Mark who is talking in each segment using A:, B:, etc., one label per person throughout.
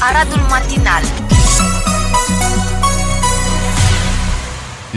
A: Aradul matinal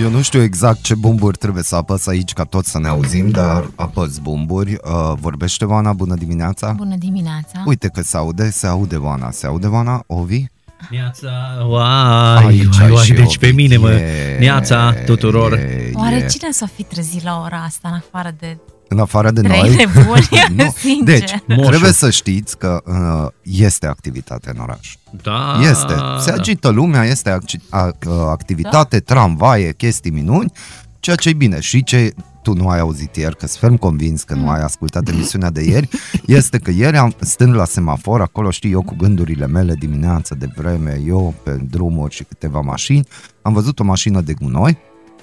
B: Eu nu știu exact ce bumburi trebuie să apăs aici ca tot să ne auzim, dar apăs bumburi. Uh, vorbește Oana, bună dimineața.
C: Bună dimineața!
B: Da. Uite că se aude, se aude Oana, se aude Oana, Ovi.
D: Neața, uai,
B: Aici
D: uai,
B: ai
D: uai,
B: și
D: deci pe
B: Ovid.
D: mine mă,
B: E,
D: neața tuturor.
B: e,
C: Oare
B: e.
C: cine s-a fi trezit la ora asta, în afară de
B: În afară de
C: trei
B: noi.
C: nebuni,
B: Nu.
C: sincer?
B: Deci,
D: Moșul.
B: trebuie să știți că uh, este activitate în oraș.
D: Da,
B: Este. Se agită lumea, este acci- ac- uh, activitate, tramvaie, chestii minuni, ceea ce e bine. Și ce tu nu ai auzit ieri, că sunt ferm convins că nu ai ascultat emisiunea de ieri, este că ieri am stând la semafor, acolo știu eu cu gândurile mele dimineața de vreme, eu pe drumuri și câteva mașini, am văzut o mașină de gunoi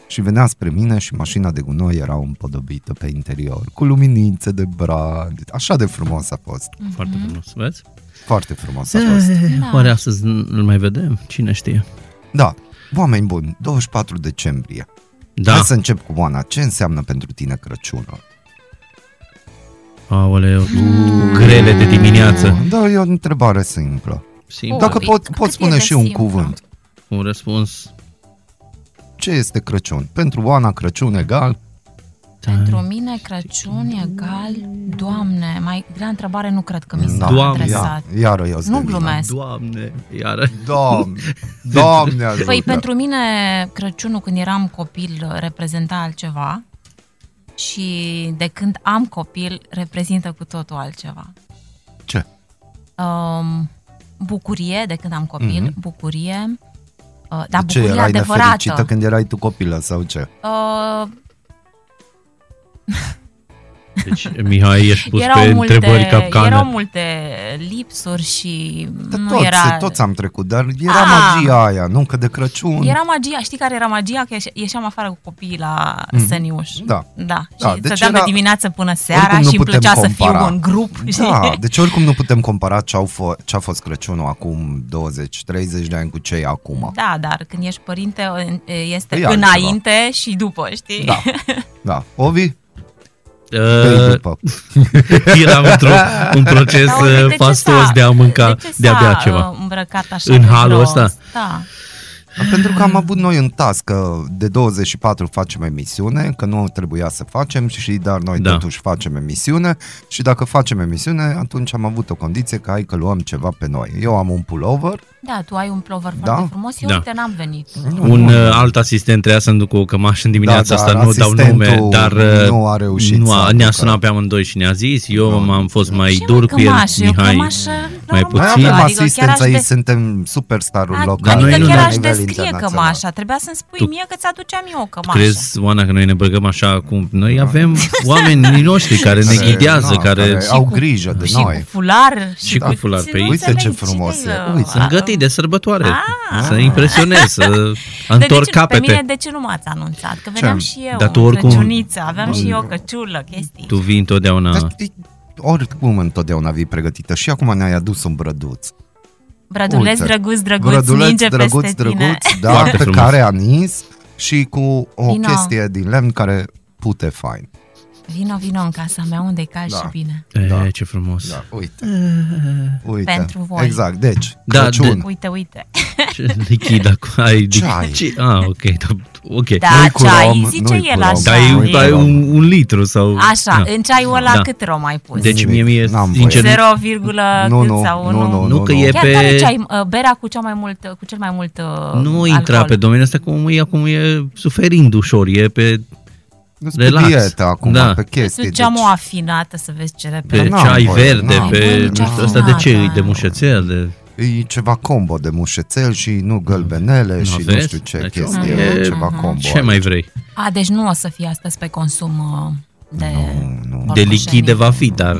B: și venea spre mine și mașina de gunoi era împodobită pe interior, cu luminițe de brad. Așa de frumos a fost.
D: Foarte frumos, vezi?
B: Foarte frumos a fost.
D: Da. Oare astăzi îl mai vedem? Cine știe?
B: Da, oameni buni, 24 decembrie. Da.
D: Da,
B: Hai să încep cu Oana. Ce înseamnă pentru tine Crăciunul?
D: aoleu,
C: Mm.
D: uh, grele de dimineață.
B: Da, e o întrebare simplă.
D: Simplu,
B: Dacă
C: Ui,
B: pot,
C: cât
B: pot
C: e
B: spune
C: de
B: și un
C: simplu?
B: cuvânt.
D: un răspuns.
B: Ce este Crăciun? Pentru Oana, Crăciun egal.
C: Pentru mine Crăciun egal, Doamne, mai grea întrebare nu cred că mi s-a
B: Da,
D: Doamne.
C: adresat.
B: ia, iară eu
C: Nu glumesc.
D: Doamne, iară.
B: Doamne, doamne ajută.
C: Păi pentru mine Crăciunul când eram copil reprezenta altceva și de când am copil reprezintă cu totul altceva.
B: Ce?
C: Um, bucurie de când am copil,
B: Mhm.
C: mm-hmm. bucurie, uh, dar
B: ce,
C: bucurie
B: erai
C: adevărată.
B: nefericită când erai tu copilă sau ce?
C: Uh,
D: Deci, Mihai, ești pus
C: erau,
D: pe
C: multe,
D: întrebări capcană.
C: erau multe lipsuri și
B: Dar
C: nu
B: toți,
C: era...
B: toți am trecut, dar era
C: Ah.
B: magia aia, nu? Că de Crăciun...
C: Era magia, știi care era magia? Că ieșe- ieșeam afară cu copiii la mm-hmm. Săniuș.
B: Da.
C: Da, și
B: Da,
C: da,
B: deci
C: deci era...
B: era-
C: de dimineață până seara
B: Oricum nu
C: și îmi
B: putem
C: plăcea să
B: compara.
C: fiu în grup.
B: Da,
C: știi?
B: deci oricum nu putem compara ce, au fo- ce a fost Crăciunul acum 20-30 de ani cu ce e acum.
C: da, dar când ești părinte e, este
B: E
C: e
B: altceva.
C: înainte și după, știi?
B: Păi, Da. Da. Ovi? Dă-i
D: Uh,
B: după.
D: eram într-un un proces
C: Dar Da, uite,
D: uh,
C: ce
D: fastos
C: s-a-
D: de a mânca,
C: ce
D: de a bea
C: s-a,
D: ceva.
C: uh, îmbrăcat așa
D: În
C: de
D: halul
C: gros?
D: ăsta?
C: Da.
B: A, Pentru că am avut noi în tască de 24 facem emisiune, că nu trebuia să facem, și dar noi da.
D: Da.
B: totuși facem emisiune și dacă facem emisiune, atunci am avut o condiție că hai că luăm ceva pe noi. Eu am un pullover,
C: Da, tu ai un plover
B: Da?
C: foarte frumos. Eu,
D: Da.
C: uite, n-am venit.
D: Un uh, alt asistent trebuia să-mi ducă o cămașă în dimineața
B: Da, dar
D: asta, nu dau nume,
B: asistentul
D: dar uh,
B: nu a reușit
D: nu
B: să
D: a,
B: aducă.
D: ne-a sunat pe amândoi și ne-a zis, eu m-am fost mai
C: Ce
D: dur
C: mă,
D: cu el,
C: cămașă? E o
D: Mihai,
C: cămașă
D: mai
C: normală.
B: noi
D: puțin.
B: avem
C: Adică chiar aș
B: asistență
C: de-
B: aici, suntem superstarul
C: Ad-
B: local.
D: noi
C: adică
D: nu
C: chiar
D: la
C: aș
B: nivel
C: descrie
B: internațional.
C: cămașa. Trebuia să-mi spui
D: Tu-
C: mie că ți-aduceam eu o cămașă.
D: Crezi, Oana, că noi ne îmbăgăm așa cum noi avem oamenii noștri care ne
B: Care,
D: ghidează,
B: na,
D: care
B: au grijă de
C: și
B: noi.
C: cu fular.
D: Și cu fular,
C: ți-
D: pe
C: nu
D: ei.
B: Uite ce
C: înțeleg
B: frumos
C: ce-i,
B: e.
C: uh,
B: Uite,
D: sunt gătii de sărbătoare.
C: Ah.
D: Să impresionez, să
C: Dar de
D: întorc
C: ce, Pe mine
D: capete.
C: de ce nu m-ați anunțat? Că veneam
B: Ce?
C: și eu,
D: Dar tu
C: în
D: oricum-
C: Crăciuniță, aveam și eu căciulă, chestii.
D: Tu vii întotdeauna.
B: Dar știi, oricum întotdeauna vii pregătită și acum ne-ai adus un brăduț.
C: Brăduleț,
B: Uite.
C: drăguț, drăguț, ninge
B: drăguț,
C: peste
B: drăguț,
C: tine.
B: da,
D: Foarte
B: pe
D: frumos.
B: care a nis și cu o
C: Vino.
B: chestie din lemn care pute fain.
C: Vino, vino în casa mea, unde e cald
B: Da.
C: și bine.
B: Da.
D: E, ce frumos.
B: Da, uite. uite.
C: Pentru voi.
B: Exact, deci, da,
D: Da,
B: Crăciun.
D: de-
C: Uite, uite.
D: Ce lichida cu ai
B: Ceai.
D: Ce? Ah, ok. Da, ok.
C: Da,
B: Noi cu rom,
C: ceai, zice
B: noi cu
C: el
B: rom.
C: așa.
D: Dai,
B: Noi
C: e-
B: cu
D: dai
B: rom.
D: un, un litru sau...
C: Așa,
D: Da.
C: în ceaiul ăla
D: Da.
C: cât rom ai pus?
D: Deci mie mi-e
B: N-am voie.
D: sincer...
B: Zero.
C: 0, virgulă
B: Păi, Nu,
C: cât
B: nu,
C: sau
B: nu, nu,
D: Nu că e
C: Chiar
D: pe...
C: care ceai, uh, berea cu, cea mai mult, uh, cu cel mai mult uh,
D: Nu
C: alcool.
D: intra pe domeniul ăsta, cum e, acum e suferind ușor, e pe,
B: Nu sunt
D: Relax.
B: pe dietă acum,
D: Da.
B: pe chestii. deci-
C: Îți duceam o afinată să vezi ce
D: pe
C: repede.
B: n-am
D: ceai
B: voie,
D: verde,
B: n-am
D: pe
C: voie,
D: nu
C: nicio
D: știu, ăsta de ce,
C: afinată.
D: e de mușețel, de...
B: E ceva combo de mușețel și nu gălbenele și nu
D: aveți?
B: știu ce
D: Deci,
B: chestie.
D: e-
B: E
C: Mhm.
B: ceva combo.
D: Ce mai vrei?
C: A, deci nu o să fie astăzi pe consum uh, de...
B: Nu, nu.
D: De
C: Oricum,
D: lichide
C: șenii.
D: va fi, dar...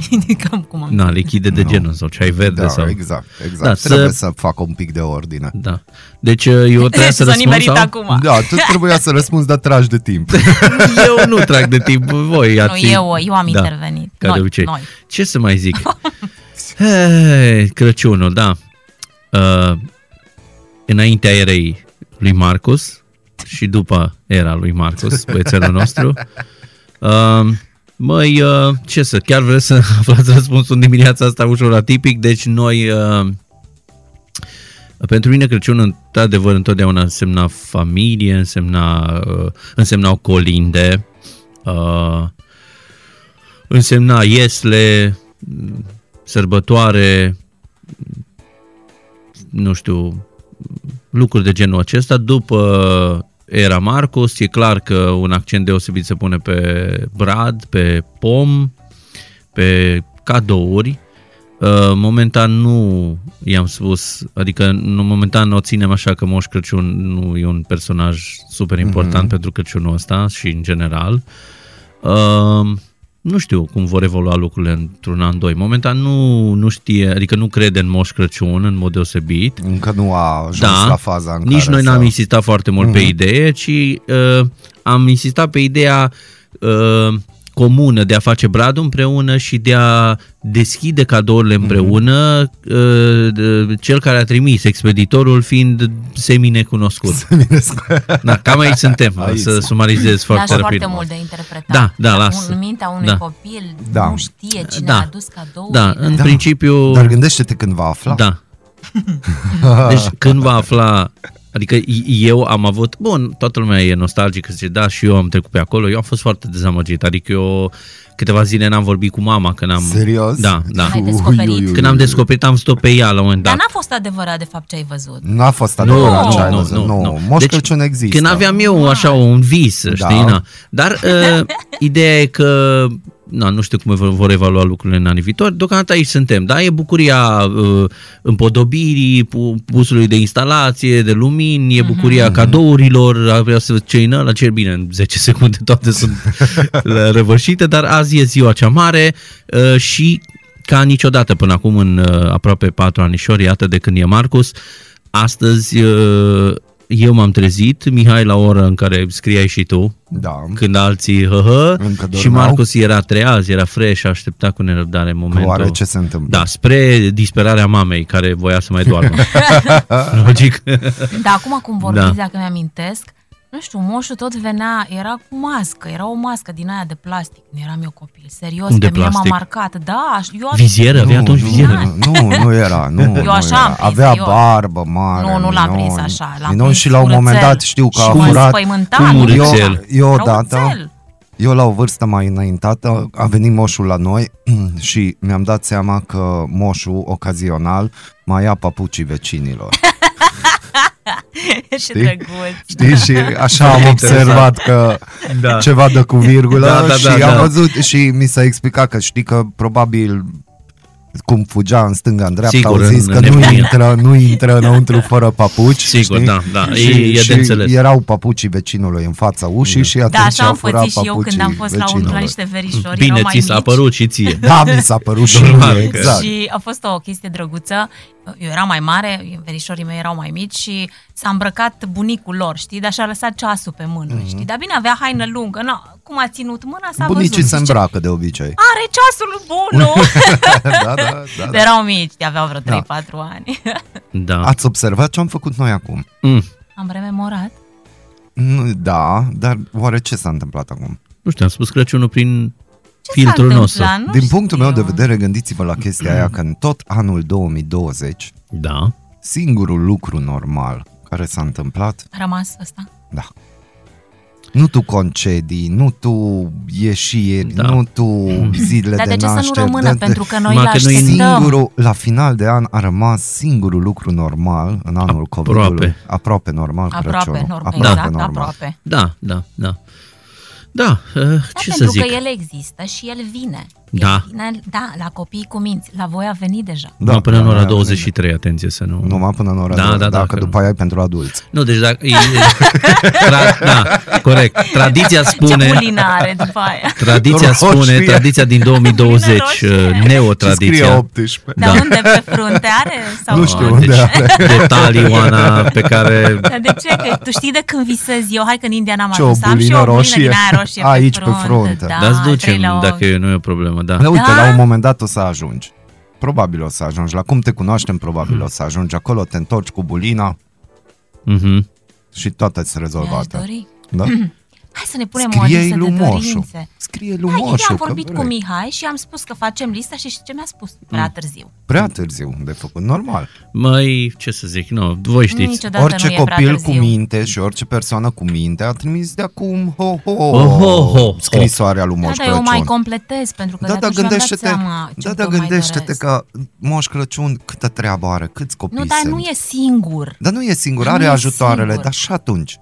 C: Cam cum am...
D: Na, lichide de genul sau ceai verde
B: Da,
D: sau...
B: exact, exact.
D: Da, să-
B: Trebuie să... fac un pic de ordine.
D: Da. Deci eu
C: Deci
D: trebuie
C: s-a
D: să răspund
C: nimerit
D: sau...
C: acum.
B: Da, tu trebuia să răspunzi, dar tragi de timp.
D: Eu nu trag de timp, voi
C: Nu,
D: ați...
C: eu, eu am
D: Da.
C: intervenit.
D: Ca
C: noi,
D: de obicei.
C: Noi.
D: Ce să mai zic? Hei, Crăciunul, da. Uh, înaintea erei lui Marcus și după era lui Marcus, băiețelul nostru. Uh, măi, uh, ce să, chiar vreți să aflați răspunsul în dimineața asta ușor atipic, deci noi uh, Pentru mine Crăciunul, într-adevăr, întotdeauna însemna familie, însemna, uh, însemnau colinde, uh, însemna iesle, sărbătoare, nu știu, lucruri de genul acesta. După era Marcos, e clar că un accent deosebit se pune pe brad, pe pom, pe cadouri. Uh, Momentan nu i-am spus, adică nu, momentan o ținem așa că Moș Crăciun nu e un personaj super
B: Mhm.
D: important mm-hmm. pentru Crăciunul ăsta și în general. Uh, nu știu cum vor evolua lucrurile într-un an, doi. Momentan nu, nu știe, adică nu crede în Moș Crăciun în mod deosebit.
B: Încă nu a ajuns
D: Da.
B: la faza în
D: Nici
B: care
D: noi
B: să-
D: n-am insistat foarte mult pe idee, ci uh, am insistat pe ideea uh, comună de a face bradul împreună și de a deschide cadourile împreună, uh, de- cel care a trimis, expeditorul fiind seminecunoscut. da, cam aici suntem,
B: Aici.
D: să sumarizez
C: Lași
B: Da,
D: foarte
C: foarte,
D: rapid.
C: mult de interpretat.
D: Da, da,
C: Dar
D: lasă.
C: În mintea unui
D: Da.
C: copil
B: Da.
C: nu știe cine
D: Da.
C: a adus cadou.
D: Da, în
B: Da.
D: principiu...
B: Dar gândește-te când va afla.
D: Da. Deci când va afla, adică i- eu am avut, bun, toată lumea e nostalgică, zice, da, și eu am trecut pe acolo, eu am fost foarte dezamăgit, adică eu câteva zile n-am vorbit cu mama când am...
B: Serios?
D: Da, da.
C: Ai descoperit.
B: Ui, ui, ui.
D: Când am descoperit, am stat pe ea la un moment
C: Dar
D: dat.
C: n-a fost adevărat de fapt ce ai văzut.
B: Nu a fost
D: Nu,
B: adevărat ce ai
D: nu,
B: văzut.
D: nu, nu, nu.
B: Moș
D: Deci,
B: Crăciun există.
D: Când aveam eu așa un vis, da. știi, na. Dar uh, ideea e că, na, nu știu cum vor- vor evalua lucrurile în anii viitori, deocamdată aici suntem, da? E bucuria uh, împodobirii, pu- pusului de instalație, de lumini, e bucuria mm-hmm. cadourilor, a- vreau să ce în ăla, ce bine, în 10 secunde toate sunt la- răvășite, dar azi e ziua cea mare uh, și ca niciodată până acum în uh, aproape patru anișori, iată de când e Marcus, astăzi uh, eu m-am trezit, Mihai la ora în care scriai și tu,
B: Da.
D: când alții hă,
B: Încă
D: și
B: dormeau.
D: Marcus era treaz, era fresh, aștepta cu nerăbdare momentul.
B: Oare ce se întâmplă?
D: Da, spre disperarea mamei care voia să mai doarmă. Logic.
C: Dar acum cum vorbiți,
D: Da.
C: da. dacă mi-amintesc, nu știu, moșul tot venea, era cu mască, era o mască din aia de plastic, nu eram eu copil, serios,
D: Cum
C: pe
D: de
C: mine m-a
D: plastic?
C: marcat, da, aș- eu
D: Vizieră, avea atunci vizieră.
B: nu, nu, nu era, nu, nu
C: așa
B: era.
C: am prins,
B: Avea
C: eu.
B: barbă mare.
C: Nu, nu l-am
B: Minon.
C: prins așa, l-am
B: Minon
C: prins
B: și la un
C: urățel.
B: moment dat știu că
C: Și
B: a
C: m-a
B: furat.
C: înspăimântat,
D: Cum
C: nu?
D: urățel?
B: Eu
C: Era
B: odată,
C: urățel.
B: eu la o vârstă mai înaintată, a venit moșul la noi și mi-am dat seama că moșul, ocazional, mai ia papucii vecinilor.
C: Ce drăguț.
B: Știi? Și așa am
D: Interesant.
B: observat că
D: Da.
B: ceva dă cu virgulă
D: Da, da,
B: și
D: da,
B: am
D: da.
B: văzut și mi s-a explicat că știi că probabil cum fugea în stânga, în dreapta,
D: Sigur,
B: au zis
D: în-
B: că
D: în
B: nu
D: nebunie.
B: intră, nu intră înăuntru fără papuci.
D: Sigur,
B: știi?
D: da, da,
B: Și,
D: e- e de
B: și
D: înțeles.
B: erau papucii vecinului în fața ușii și atunci
C: Da, așa
B: au
C: am
B: furat
C: pățit și eu
B: papucii
C: când am fost la, un, la
B: vecinului.
C: niște verișori, erau
D: Bine,
C: mai
D: ți s-a
C: mici.
D: apărut și ție.
B: Da, mi s-a părut și
D: Normal
B: mie,
D: că-
B: exact.
C: Și a fost o chestie drăguță. Eu eram mai mare, verișorii mei erau mai mici și s-a îmbrăcat bunicul lor, știi, dar și-a lăsat ceasul pe mână,
B: Mhm.
C: mm-hmm. știi? Dar bine, avea haină lungă. Na, cum a ținut mâna, s-a
B: Bunicii
C: văzut. Zice,
B: se îmbracă de obicei.
C: Are ceasul bun, nu?
B: da, da, da, da.
C: erau mici, aveau vreo 3-4
B: Da.
C: ani.
D: Da.
B: Ați observat ce am făcut noi acum?
D: Mm.
C: Am rememorat.
B: Nu, Da, dar oare ce s-a întâmplat acum?
D: Nu știu, am spus Crăciunul prin
C: Ce
D: filtrul
C: s-a
D: nostru.
C: întâmplat? Nu
B: Din punctul
C: știu.
B: meu de vedere, gândiți-vă la chestia aia că în tot anul 2020,
D: Da.
B: singurul lucru normal care s-a întâmplat,
C: A rămas asta.
B: da, nu tu concedii, nu tu ieșiri,
D: Da.
B: da. nu tu zile
C: Dar
B: de
C: de ce să nu
B: nașteri.
C: rămână?
B: de- de-
C: Pentru că noi
D: Numai
C: la
D: că noi-
C: așteptăm.
B: Singurul, la final de an a rămas singurul lucru normal în anul
D: Aproape.
B: COVID-ului. Aproape normal
C: Aproape,
B: Crăciunul.
C: normal, exact, aproape.
D: Da, da, da. Da, uh,
C: Da,
D: ce să
C: pentru
D: zic?
C: că el există și el vine.
D: Da.
C: El vine, da, la copii cu minți. La voi a venit deja.
D: Da, până în ora
B: da,
D: 23, atenție să nu...
B: Numai până în ora
D: Da,
B: 20,
D: da, da,
B: dacă
D: că-
B: după aia e pentru adulți.
D: Nu, deci dacă... E, tra, da, corect. Tradiția
C: Ce
D: spune...
C: culinare după aia.
D: Tradiția
B: Roșie.
D: spune, tradiția din 2020,
C: Roșie.
D: uh,
B: Și scrie
D: neotradiția.
B: 18.
C: Dar
D: Da.
C: unde? Pe frunte are? Sau
B: Nu știu
D: Ah,
B: unde
D: deci,
B: are.
D: detalii, Oana, pe care...
C: Dar de ce? Că tu știi de când visez eu, hai că în India n-am
B: Ce,
C: ajuns,
B: o
C: am și
B: bulină
C: eu o bulină
B: roșie?
C: din aia roșie
B: Aici, pe
C: pe frunte.
B: frunte.
C: Da,
D: Dar îți
C: trei la
D: ducem,
C: ochi.
D: dacă e- nu e o problemă, da.
B: Da, uite,
C: Da?
B: la un moment dat o să ajungi. Probabil o să ajungi. La cum te cunoaștem,
D: Hmm.
B: probabil o să ajungi acolo, te întorci cu bulina
D: Mhm.
B: și toate sunt
C: Mi-aș
B: rezolvate.
C: dori.
B: Da?
C: Hai să ne punem o
B: Scrie-i
C: listă
B: lui
C: de
B: Moșu.
C: dorințe.
B: Scrie
C: Da,
B: lui
C: ieri
B: Moșu.
C: am
B: că
C: vorbit cu
B: vrei. Mm.
C: Mihai și am spus că facem lista și știi ce mi-a spus? Prea târziu.
B: Hmm. Prea târziu, de făcut normal.
D: Mai, ce să zic, nu, voi știți.
C: Niciodată
B: orice
C: nu e prea
B: copil cu
C: târziu.
B: minte și orice persoană cu minte a trimis de acum ho, ho,
D: Oh, ho, ho.
B: scrisoarea lui
C: Da,
B: Moș
C: dar eu mai
B: Crăciun.
C: completez, pentru că
B: Da, da,
C: de gândește-te,
B: gândește-te,
C: am dat seama ce
B: da, da,
C: mai
B: gândește-te
C: doresc.
B: că Moș Crăciun câtă treabă are, câți copii
C: Nu, dar
B: sunt.
C: nu e singur.
B: Dar nu e singur,
C: Dar nu
B: are
C: e
B: ajutoarele,
C: singur. Păi
B: dar și atunci.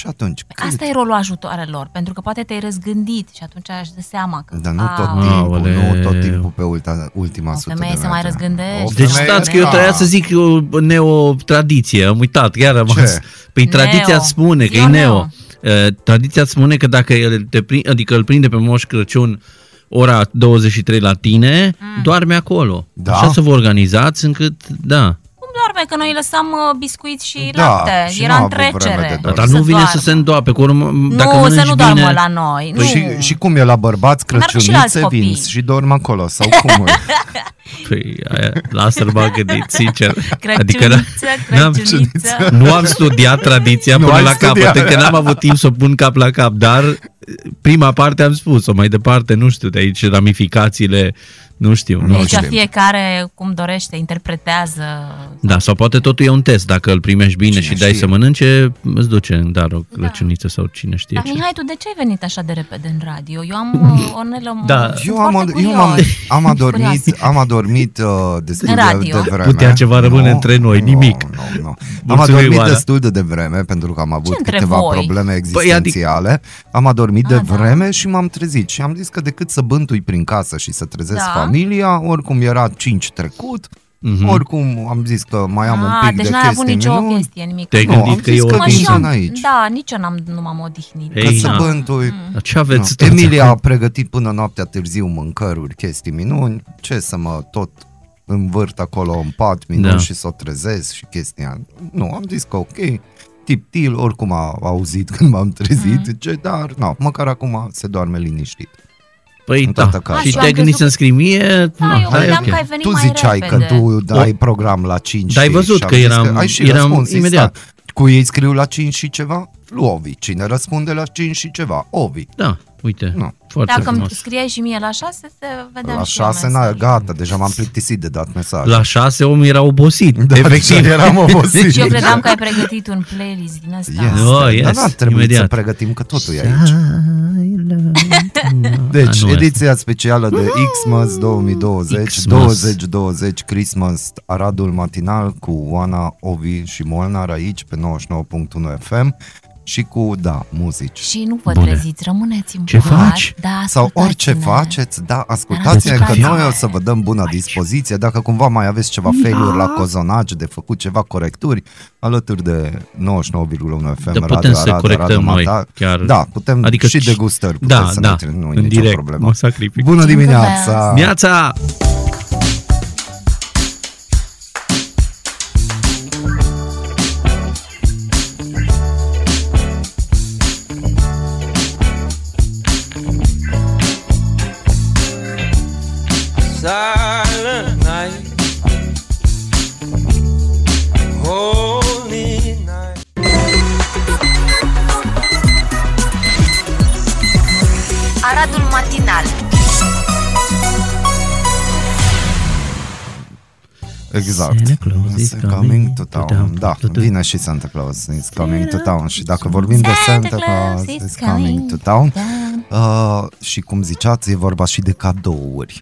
B: Și atunci, cât?
C: Asta e rolul ajutoarelor, pentru că poate te-ai răzgândit și atunci aș dă seama că...
B: Dar Da, nu tot
C: Aoleu.
B: timpul,
D: Aoleu.
B: nu tot timpul pe ultima, ultima
C: O
B: sută
C: femeie
B: de
C: se mai
B: metri.
C: răzgândește.
B: O
D: Deci
B: femeie,
D: stați că eu
B: da.
D: trebuia să zic o neo-tradiție, am uitat, chiar am
B: Ce?
D: rămas. Păi tradiția
C: Neo.
D: spune că
C: Eu
D: e neo.
C: neo.
D: Uh, Tradiția spune că dacă el te prinde, adică îl prinde pe Moș Crăciun ora 23 la tine, mm. doarme acolo.
B: Da.
D: Așa să vă organizați încât, da.
C: Cum doarme? Că noi lăsam uh, biscuiți și
B: Da,
C: lapte.
B: și
C: Era
B: n-a
C: în
B: avut vreme de
C: trecere.
B: doarme.
D: Da, Dar, nu vine
C: doarmă.
D: să se îndoape, că urmă, dacă
C: nu,
D: mănânci
C: să nu doarmă
D: bine,
C: la noi.
B: Păi
C: nu.
B: și, și cum e la bărbați
C: Merg și la alți
B: Crăciunițe,
C: copii.
B: vinzi și dorm acolo sau cum e?
D: Păi, aia, lasă-l m-a gândit, sincer. Adică
C: Crăciuniță,
D: n-am,
C: Crăciuniță.
D: nu am studiat tradiția
B: Nu
D: până
B: ai
D: la
B: studiat.
D: capăt, că n-am avut timp să o pun cap la cap, dar eh, prima parte am spus-o, mai departe, nu știu, de aici ramificațiile, nu știu. Nu.
C: Deci
B: știm.
C: fiecare cum dorește, interpretează.
D: Da, sau poate totul e un test, dacă îl primești bine
B: Cine
D: și dai
B: știe.
D: să mănânce, îți duce în dar o Crăciuniță sau cine știe
C: Dar
D: ce.
C: Mihai, tu de ce ai venit așa de repede în radio? Eu am uh, o nelă
D: Da.
B: Eu am, ad- eu am, am adormit, am adormit uh, destul de,
C: radio.
B: de vreme.
D: Putea ceva rămâne între noi, nimic.
B: Nu, nu, nu. Am
D: Mulțumim,
B: adormit
D: Ana.
B: destul de devreme pentru că am avut
C: între
B: câteva
C: voi?
B: probleme
D: adic-
B: existențiale. Am adormit de
C: A, da.
B: vreme și m-am trezit și am zis că decât să bântui prin casă și să trezesc
C: Da.
B: familia, oricum era 5 trecut,
D: Mhm.
B: oricum am zis că mai am un
C: Ah,
B: pic
C: deci
B: de
C: n-ai avut
B: chestii
C: nicio
B: minuni.
C: chestie, nimic.
D: Te-ai
B: Nu,
D: gândit
B: am
D: că
B: zis
D: e
B: că
D: o
C: Mă, și
B: vin
C: eu,
D: vinsă?
B: până aici.
C: Da, nici eu n-am, nu m-am odihnit.
D: Ei,
B: Ca să
D: na.
B: bântui...
C: Mm.
D: Ce aveți
B: Nu.
D: toți
B: Da. Emilia a
D: acum?
B: pregătit până noaptea târziu mâncăruri, chestii minuni, ce să mă tot învârt acolo în pat minuni
D: Da.
B: da. și să o trezesc și chestia. Nu, am zis că ok, tiptil, oricum a auzit când m-am trezit, mm. ce, dar nu, măcar acum se doarme liniștit.
D: Păi
B: în
D: da,
B: toată casa.
D: și
C: Ah, și
D: te-ai
C: am
D: gândit
C: crezut-
D: să-mi scrii mie?
C: Da,
D: Nu,
C: eu
D: hai,
C: credeam
D: ok.
C: că ai venit
B: tu
C: mai
B: ziceai
C: repede.
B: că tu ai program la 5
D: Dar ai
B: și-
D: văzut
B: și am
D: că
B: zis
D: eram-
B: ai și
D: eram
B: răspuns, exact.
D: imediat.
B: Cu ei scriu la 5 și ceva? Lu Ovi. Cine răspunde la 5 și ceva? Ovi.
D: Da, uite,
B: Nu.
D: foarte
C: Dacă îmi
D: frumos.
C: scrieai și mie la șase, se vedeam
B: La
C: Da, și eu
B: 6,
C: mesaj.
B: na, gata, deja m-am plictisit de dat
C: Da.
B: mesaj.
D: La șase omul era obosit, da, efectiv.
B: deja eram obosit.
C: Și Deci eu credeam că ai pregătit un playlist din ăsta.
B: Yes.
D: Oh,
B: Oh, yes. Dar
D: yes,
B: n-ar trebui
D: imediat.
B: imediat. să pregătim că totul e aici. Deci,
D: Anume.
B: ediția specială de Xmas 2020,
D: Xmas.
B: 2020 Christmas, Aradul matinal cu Oana, Ovi și Molnar aici pe 99.1 FM și cu, da, muzici.
C: Și nu vă
D: Bune.
C: treziți, rămâneți în
D: Ce
C: pat,
D: faci?
C: Da,
B: Sau orice
C: ascultați-ne.
B: faceți, da, ascultați-ne că
C: ascultați-ne. Da.
B: noi o să vă dăm bună dispoziție. Dacă cumva mai aveți ceva failuri la cozonaj, de făcut ceva corecturi, alături de 99,1 FM,
D: Dar
B: Radio
D: putem să
B: Arad, Radio
D: corectăm noi
B: Matar,
D: chiar.
B: Da, putem
D: Adică
B: adică
D: ci-
B: și degustări, putem
D: da,
B: să
D: da,
B: ne nu e
D: în
B: nicio
D: direct,
B: problemă.
D: mă sacrific.
B: Bună
C: Jingle
B: dimineața!
D: Neața!
A: silent night, holy night.
E: Aradul matinal
B: Exact.
D: Santa Claus is
B: It's coming to town. Da,
D: to town.
B: vine și Santa Claus is coming to town. Și dacă vorbim de
C: Santa
B: Santa
C: Claus
B: Claus
C: is
B: is coming to town, uh, și cum ziceați, e vorba și de cadouri.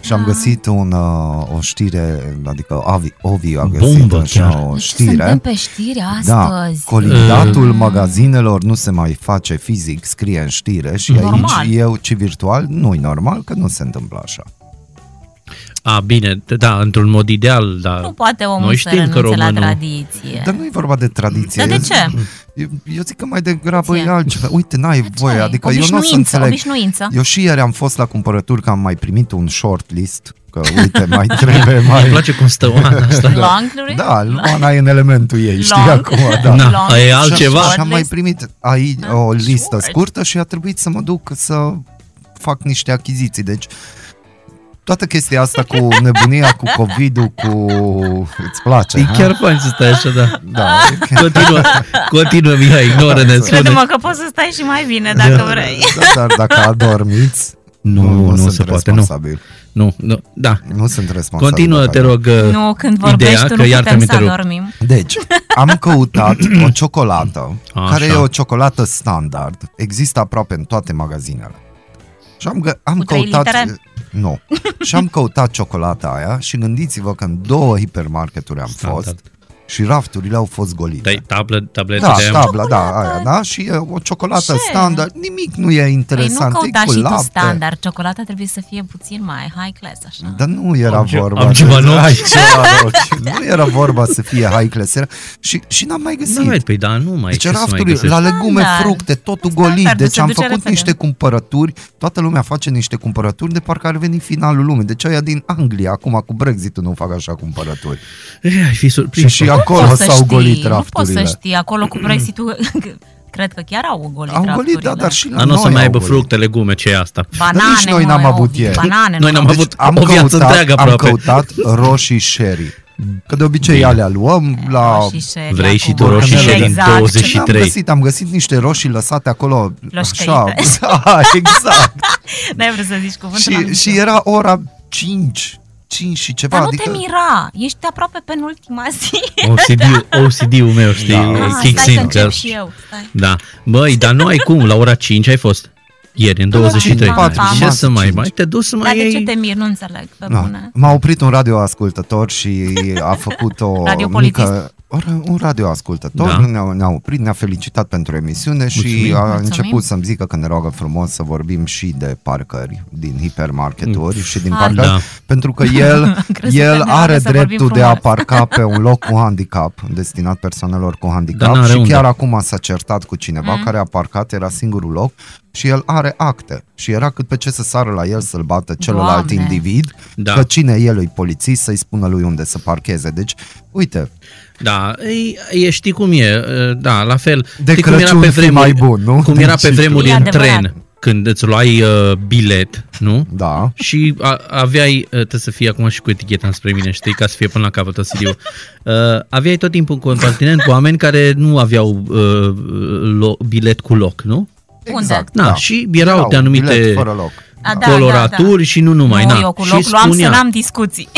B: Și
C: Ah.
B: am găsit un, uh, o știre, adică Avi, Ovi a găsit
D: Bombă
B: așa
D: chiar.
B: o
C: Deci suntem
B: știre.
C: pe știri
B: Da,
C: astăzi.
B: colidatul
D: Ehm.
B: magazinelor nu se mai face fizic, scrie în știre și
C: Normal.
B: aici eu, ci virtual, nu-i normal că nu se întâmplă așa.
D: A, bine, da, într-un mod ideal, dar...
C: Nu poate omul
D: Noi
C: să
D: știm că
C: renunțe la
D: românul-
C: tradiție.
B: Dar nu e vorba de
C: Dar
B: tradiție.
C: de
B: Eu-
C: ce?
B: Eu, eu zic că mai degrabă
C: Ție.
B: e altceva. Uite, n-ai voie,
C: Ce?
B: adică eu nu o să
C: Obișnuință,
B: înțeleg.
C: Obișnuință.
B: Eu și ieri am fost la cumpărături că am mai primit un short list, că uite, mai trebuie
D: Îmi
B: mai...
D: place cum stă Oana asta.
C: Long, Luri?
B: Da, Luana e în elementul ei, știi
C: Long.
B: acum, da.
D: Na,
C: Long.
D: e
B: Și-
D: altceva.
B: Și am mai
C: Shortlist. Ah,
B: primit aici o listă
C: short.
B: scurtă și a trebuit să mă duc să fac niște achiziții, deci Toată chestia asta cu nebunia, cu COVID-ul, cu... Îți place,
D: E
B: ha?
D: Ah. chiar fain să stai așa, da.
B: Da, e chiar...
D: Continuă, continuă, Mihai, ignoră-ne, spune.
C: Crede-mă că poți să stai și mai bine dacă
D: Da.
C: vrei.
B: Da, dar dacă adormiți,
D: Nu, nu,
B: sunt
D: se poate, nu.
B: responsabil.
D: Nu, nu, da.
B: Nu sunt responsabil.
D: Continuă,
B: dacă
D: te rog, uh,
C: Nu, când vorbești
D: ideea,
C: tu
D: că
C: nu putem
D: iartă-mi
C: să
D: te rog.
C: dormim.
B: Deci, am căutat o ciocolată,
D: Așa.
B: Așa. care e o ciocolată standard, există aproape în toate magazinele. Și am, gă- am
C: Cu trei
B: căutat...
C: litere?
B: Nu. Și am căutat ciocolata aia și gândiți-vă că în două hipermarketuri am
D: Standard.
B: fost și rafturile au fost golite.
D: Dai tablă, tablete
B: Da,
D: de aia.
B: tabla, da, aia, da, și e o ciocolată
C: Ce?
B: standard, nimic nu e
C: Păi nu
B: interesant,
C: căuta
B: e cu
C: și tu
B: lapte.
C: standard. Ciocolata trebuie să fie puțin mai high class, așa.
B: Dar nu era
D: Am ce-
B: vorba.
D: am
B: de-
D: ceva nou.
B: Ai ceva nou. nu era vorba să fie high class. Era, și, și n-am mai
D: Da,
B: găsit.
D: mai, păi da, nu mai
B: Deci
D: ce să mai
B: rafturi,
D: găsești?
B: la legume,
C: Standard.
B: fructe, totul
C: Standard,
B: golit. Deci
C: se
B: am
C: duce
B: făcut
C: repede.
B: niște cumpărături, toată lumea face niște cumpărături de parcă ar veni finalul lumii. Deci aia din Anglia, acum cu Brexit-ul nu fac așa cumpărături.
D: E, ai fi
B: Și,
D: surprins.
B: și
D: mă.
B: acolo
C: Poți să
B: s-au
C: știi,
B: golit
C: Nu poți să
B: rafturile.
C: știi, acolo cu Brexit-ul, cred că chiar au golit
B: Au golit, da,
C: rafturile.
B: dar și la
D: Dar nu o
B: noi
D: să mai
B: au
D: aibă
B: golit.
D: fructe, legume, ce e asta?
C: Banane,
B: Nici noi n-am
C: mă,
B: avut
C: Ovid,
B: ieri.
C: Banane,
D: Noi
C: nu
D: n-am
C: am
D: avut
B: Deci am
D: o viață
B: căutat,
D: întreagă
B: am
D: aproape.
B: căutat roșii sherry. Că de obicei
D: Bine.
B: alea luăm la...
C: Roșii sherry
D: Vrei și
C: acum.
D: tu roșii
B: Borcanele.
D: sherry
C: Exact.
D: în
B: Ce n-am
D: 23.
B: găsit? Am găsit niște roșii lăsate acolo.
C: Loșcăite.
B: da, exact.
C: N-ai vrut să zici cuvântul ăla.
B: și, și era ora 5, 5 și ceva.
C: Dar nu
B: adică...
C: te mira, ești aproape penultima zi.
D: OCD, OCD-ul meu, știi,
B: Da,
D: da,
B: Ah,
D: kicks
C: stai să
D: in.
C: încep
D: chiar.
C: și eu. Stai.
D: Da. Băi, dar nu ai cum, la ora 5 ai fost. Ieri, în
B: Da, la
D: 23.
B: 4,
D: Ce
B: da.
D: să mai,
B: 5.
D: mai te duci să
C: Dar
D: mai
C: de ce
D: iei...
C: te mir? Nu înțeleg, pe
B: Da.
C: bune.
B: M-a oprit un radioascultător și a făcut o
C: Radiopolitist.
B: mică... Or- Un radioascultător
D: Da.
B: da. ne-a, ne-a oprit, ne-a felicitat pentru emisiune și
D: Mulțumim.
B: a
C: Mulțumim.
B: început să-mi zică că ne roagă frumos să vorbim și de parcări din hipermarketuri și din
C: Hai.
B: parcări,
D: Da.
B: pentru că el,
C: Crezi că ne
B: el
C: roagă
B: are
C: să
B: dreptul
C: vorbim
B: de a
C: frumos.
B: parca pe un loc cu handicap, destinat persoanelor cu handicap
D: n-are
B: și
D: unde.
B: chiar acum s-a certat cu cineva
C: Mm.
B: care a parcat, era singurul loc și el are acte și era cât pe ce să sară la el să-l bată celălalt
C: Doamne.
B: individ
D: Da.
B: da. că cine e lui polițist să-i spună lui unde să parcheze. Deci, uite,
D: Da, e, e, știi cum e, e, da, la fel.
B: De
D: știi cum era
B: Crăciun
D: pe
B: fi mai
D: vremuri,
B: bun, nu?
D: Cum era
B: Deci,
D: pe vremuri
C: E
D: în
C: adevărat.
D: tren, când îți luai uh, bilet, nu?
B: da,
D: Și a, aveai, uh, trebuie să fie acum și cu eticheta spre mine, știi, ca să fie până la capăt OCD-ul. Uh, aveai tot timpul un continent cu oameni care nu aveau uh, lo- bilet cu loc, nu?
C: Unde?
B: exact.
D: Na,
B: da.
D: și erau de
B: un bilet
D: anumite-
B: fără loc.
C: A, da,
D: Coloraturi și nu numai,
C: nu,
D: na.
C: eu cu
D: Și
C: loc luam să
D: spunea-
C: n-am discuții.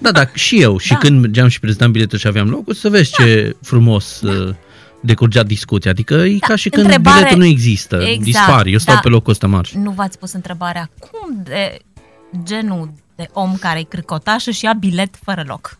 D: Da, da, și eu. Și
C: Da.
D: când mergeam și prezentam biletul și aveam locul, să vezi ce frumos uh, decurgea discuția. Adică e
C: Da,
D: ca și când
C: întrebare-
D: biletul nu există,
C: Exact,
D: dispar, eu stau
C: da.
D: pe locul ăsta marș.
C: Nu v-ați pus întrebarea cum de genul de om care-i cricotaș și ia bilet fără loc.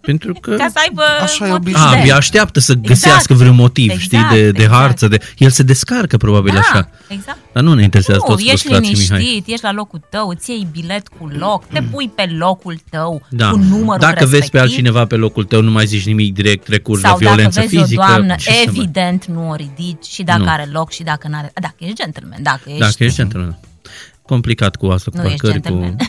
D: Pentru că...
C: Ca să aibă
B: Așa e
C: motiv
B: obișnuit.
D: A,
C: de-
D: abia Ah, așteaptă să găsească vreun motiv,
C: Exact,
D: știi, de, de
C: exact.
D: harță, de... El se descarcă probabil
C: da,
D: așa.
C: exact.
D: Dar nu ne interesează
C: Nu,
D: toți
C: ești
D: frustrații,
C: liniștit,
D: Mihai.
C: ești la locul tău, îți iei bilet cu loc, te pui pe locul tău,
D: Da.
C: cu numărul
D: dacă
C: respectiv.
D: vezi pe altcineva pe locul tău, nu mai zici nimic direct, recurs
C: sau
D: la violență
C: dacă vezi
D: fizică.
C: o doamnă,
D: ce să mai-
C: evident nu o ridici și dacă
D: Nu.
C: are loc și dacă nu are... Dacă ești gentleman, dacă ești...
D: Dacă ești gentleman. Complicat cu asta, cu
C: Nu ești
D: parcări, cu...
C: gentleman.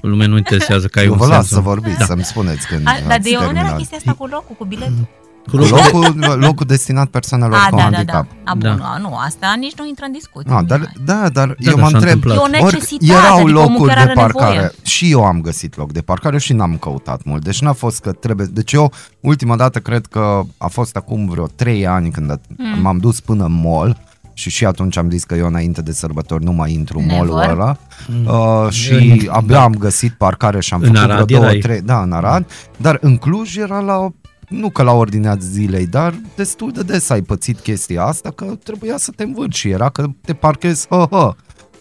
D: Lumea nu interesează că ai
B: Eu
D: un
B: vă las să
D: senzor.
B: vorbiți, da. să-mi spuneți când
C: A, dar de
B: ați
C: unde era
B: terminat.
C: chestia asta cu locul, cu biletul?
D: Cu locul-
B: Locul, locul destinat persoanelor
C: A, da,
B: cu
C: da,
B: handicap.
C: da. A, bun,
D: Da.
C: a, nu, asta nici nu intră în discuție.
B: Ah, dar,
C: Mihai.
B: da, dar
D: Da,
B: eu
D: da,
B: mă
D: s-a
B: întreb,
D: întâmplat.
C: E o
B: ori
C: necesitate,
B: erau
C: adică omul
B: locuri
C: chiar
B: de
C: are
B: parcare.
C: nevoie.
B: Și eu am găsit loc de parcare și n-am căutat mult, deci n-a fost că trebuie. Deci eu ultima dată cred că a fost acum vreo 3 ani când a-
C: Mm.
B: m-am dus până în mall și și atunci am zis că eu înainte de sărbători nu mai intru în
C: Never.
B: mall-ul ăla
D: Mm.
B: uh, și
D: În-
B: abia am găsit parcare și am
D: da. În
B: făcut
D: Arad
B: vreo două,
D: erai?
B: trei, da, în Arad, dar în Cluj era la nu că la ordinea zilei, dar destul de des ai pățit chestia asta că trebuia să te învârți și era că te parchezi, hă, hă,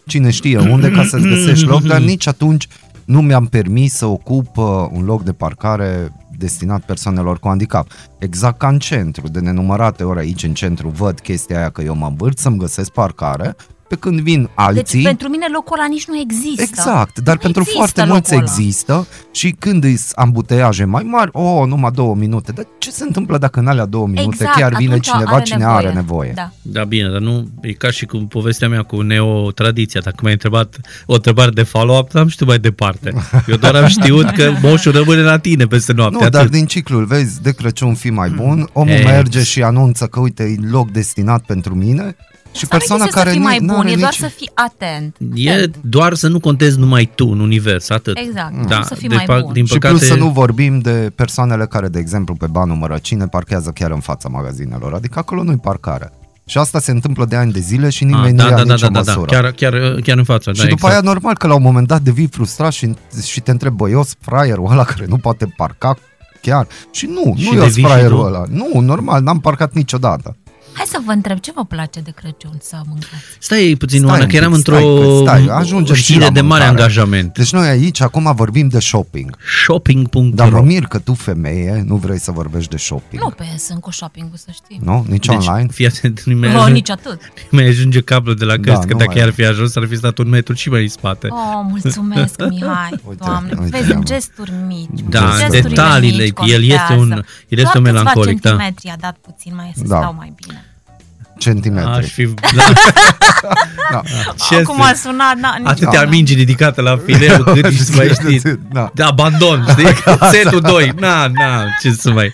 B: cine știe unde ca să-ți găsești loc, dar nici atunci nu mi-am permis să ocup uh, un loc de parcare destinat persoanelor cu handicap. Exact ca în centru, de nenumărate ori aici în centru văd chestia aia că eu mă învârt să-mi găsesc parcare, pe când vin
C: Deci
B: alții...
C: pentru mine locul ăla nici nu există.
B: Exact, dar
C: Nu
B: pentru
C: există
B: foarte mulți
C: locul ăla.
B: există și când îs ambuteiaje mai mari, o, oh, numai două minute, dar ce se întâmplă dacă în alea două minute
C: Exact,
B: chiar vine
C: atunci
B: cineva
C: are
B: cine
C: nevoie.
B: are nevoie?
C: Da.
D: Da, bine, dar nu, e ca și cu povestea mea cu neotradiția. Dacă mi-ai întrebat o întrebare de follow-up, am știut mai departe. Eu doar am știut că moșul rămâne la tine peste noapte.
B: Nu,
D: atât. Hmm. Eh.
B: dar din ciclul, vezi, de Crăciun fi mai bun, omul
D: Ex.
B: merge și anunță că uite, e loc destinat pentru mine Și
C: Sau nu
B: persoana
C: există
B: care
C: să
B: nu
C: fii mai bun,
B: are
C: e doar
B: nici...
C: să fii atent.
D: E doar să nu contezi numai tu în univers, atât.
C: Exact,
D: Da,
C: cum să fii
D: de
C: mai
D: fapt,
C: bun.
D: din
B: Și
D: păcate,
B: plus să nu vorbim de persoanele care, de exemplu, pe banul Mărăcine parchează chiar în fața magazinelor, adică acolo nu-i parcare. Și asta se întâmplă de ani de zile și
D: Ah,
B: nimeni nu
D: da,
B: ia
D: da, da,
B: nicio
D: da, da, da,
B: măsură.
D: chiar, chiar, chiar în fața.
B: Și
D: da,
B: după
D: exact.
B: aia normal că la un moment dat devii frustrat și, și te întrebi, băi, eu sunt fraierul ăla care nu poate parca chiar. Și nu,
D: Și
B: nu eu
D: devii
B: sunt
D: și
B: fraierul
D: tu?
B: ăla. Nu, normal, n-am parcat niciodată.
C: Hai să vă întreb, ce vă place de Crăciun să mâncați?
D: Stai puțin,
B: Stai
D: Oana,
B: un
D: că
B: pic,
D: eram într-o
B: stai, stai, ajungem și
D: știre
B: la
D: de mare
B: mâncare.
D: angajament.
B: Deci noi aici acum vorbim de shopping. Dar mă
D: Shopping.ro
B: mir că tu, femeie, nu vrei să vorbești de shopping.
C: Nu, pe sunt cu shopping să știi.
B: Nu? Nici
D: deci,
B: online?
D: fii atent, nu-i mai,
C: Nu,
D: ajunge,
C: nici atât.
D: nu-i mai ajunge cablul de la
B: Da,
D: căști, că
B: nu
D: dacă
B: mai-
D: ar fi ajuns, ar fi stat un metru și mai în spate.
C: Oh, mulțumesc, Mihai,
B: Uite,
C: doamne.
B: uite,
C: Vezi,
B: iau.
C: gesturi mici.
D: Da,
C: gesturile
D: detaliile,
C: mici
D: el este un,
C: contează.
D: el este un
C: Doar câțiva
D: melancolic, da.
C: centimetri a dat puțin, mai să
B: Da.
C: stau mai bine.
D: Aș
B: Centimetri.
D: fi, da,
B: Da.
D: ce
C: Acum a sunat, na, nici
D: Atâtea
C: una.
D: mingi ridicate la fileu, cât îți mai știi.
B: Da.
D: Da, abandon, știi? Setul 2. Na, na, ce să mai...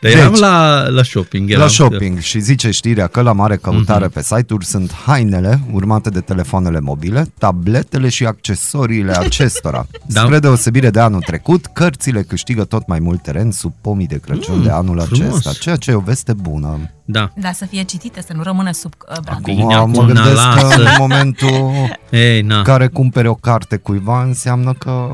D: Dar eram
B: Deci,
D: la, la shopping. Eram,
B: La shopping și zice știrea că la mare
D: Mhm.
B: căutare pe site-uri sunt hainele urmate de telefoanele mobile, tabletele și accesoriile acestora.
D: Da.
B: Spre deosebire de anul trecut, cărțile câștigă tot mai mult teren sub pomii de Crăciun
D: Mm,
B: de anul
D: frumos.
B: acesta, ceea ce e o veste bună.
D: Da.
C: Da, să fie citite, să nu rămână sub uh, brad.
D: Acum-
C: Acum...
D: Bine,
B: Acum mă gândesc
D: lasă.
B: că în momentul
D: Ei, na.
B: în care cumpere o carte cuiva înseamnă că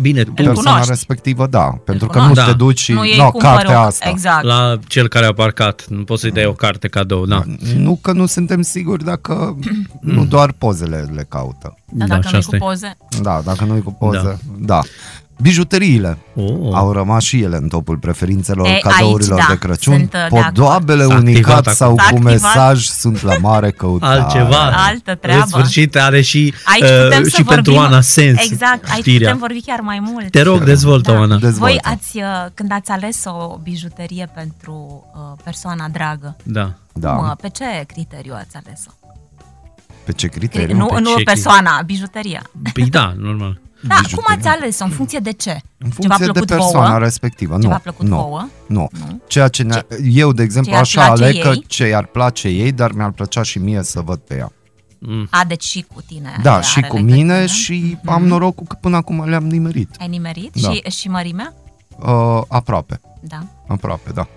D: Bine, tu
C: Îl
B: persoana
C: cunoști.
B: respectivă, da, pentru că nu
C: cunoști.
B: te
D: Da.
B: duci și
C: nu ei
B: no,
C: cumpără
B: cartea
C: o-
B: asta.
C: Exact. La...
D: la cel care a parcat, nu poți să-i dai o carte cadou, da.
B: Nu că nu suntem siguri dacă nu doar pozele le caută.
C: Da, dacă
D: Mm. și
C: nu
D: asta
C: cu
D: e.
C: poze,
B: Da, dacă nu e cu poză. Da. da. Bijuteriile
D: Oh,
B: au rămas și ele în topul preferințelor
C: E, aici,
B: cadourilor
C: da,
B: de Crăciun.
C: sunt, uh, de acord.
B: Podoabele
D: S-a activat
B: unicat
D: acum.
B: sau
C: S-a
B: cu
C: activat.
B: mesaj sunt la mare căutare.
D: altceva.
C: Altă treabă.
D: În sfârșit are și,
C: aici
D: uh,
C: putem
D: și
C: să
D: pentru
C: vorbim...
D: Ana Sens
C: Exact, aici
D: știrea.
C: putem vorbi chiar mai mult.
D: Te rog, dezvoltă,
C: Da.
D: Ana.
B: Dezvoltă.
C: Voi ați, uh, când ați ales o bijuterie pentru uh, persoana dragă,
D: Da.
B: Da.
C: cum, uh, pe ce criteriu ați ales-o?
B: Pe ce
C: Cri-
B: criterii?
C: nu,
D: pe
C: nu
D: ce
C: persoana, bijuteria.
D: Păi da, normal.
C: Da,
B: Bijuterie.
C: cum ați ales-o? În funcție de ce?
B: În
C: ce v-a
B: funcție de
C: plăcut
B: persoana
C: vouă?
B: respectivă.
C: Ce
B: nu,
C: v-a plăcut
B: nu,
C: vouă?
B: Nu. Ceea ce ne eu, de exemplu,
C: ce i-ar
B: așa
C: place
B: aleg că
C: ei?
B: ce i-ar place ei, dar mi-ar plăcea și mie să văd pe ea.
D: Mm.
C: A, deci și cu tine.
B: Da,
C: are
B: și cu
C: legătură. Mhm.
B: mine și am norocul că până acum le-am nimerit.
C: Ai nimerit?
B: Da.
C: Și, și mărimea?
B: Uh, aproape,
C: Da.
B: aproape, da.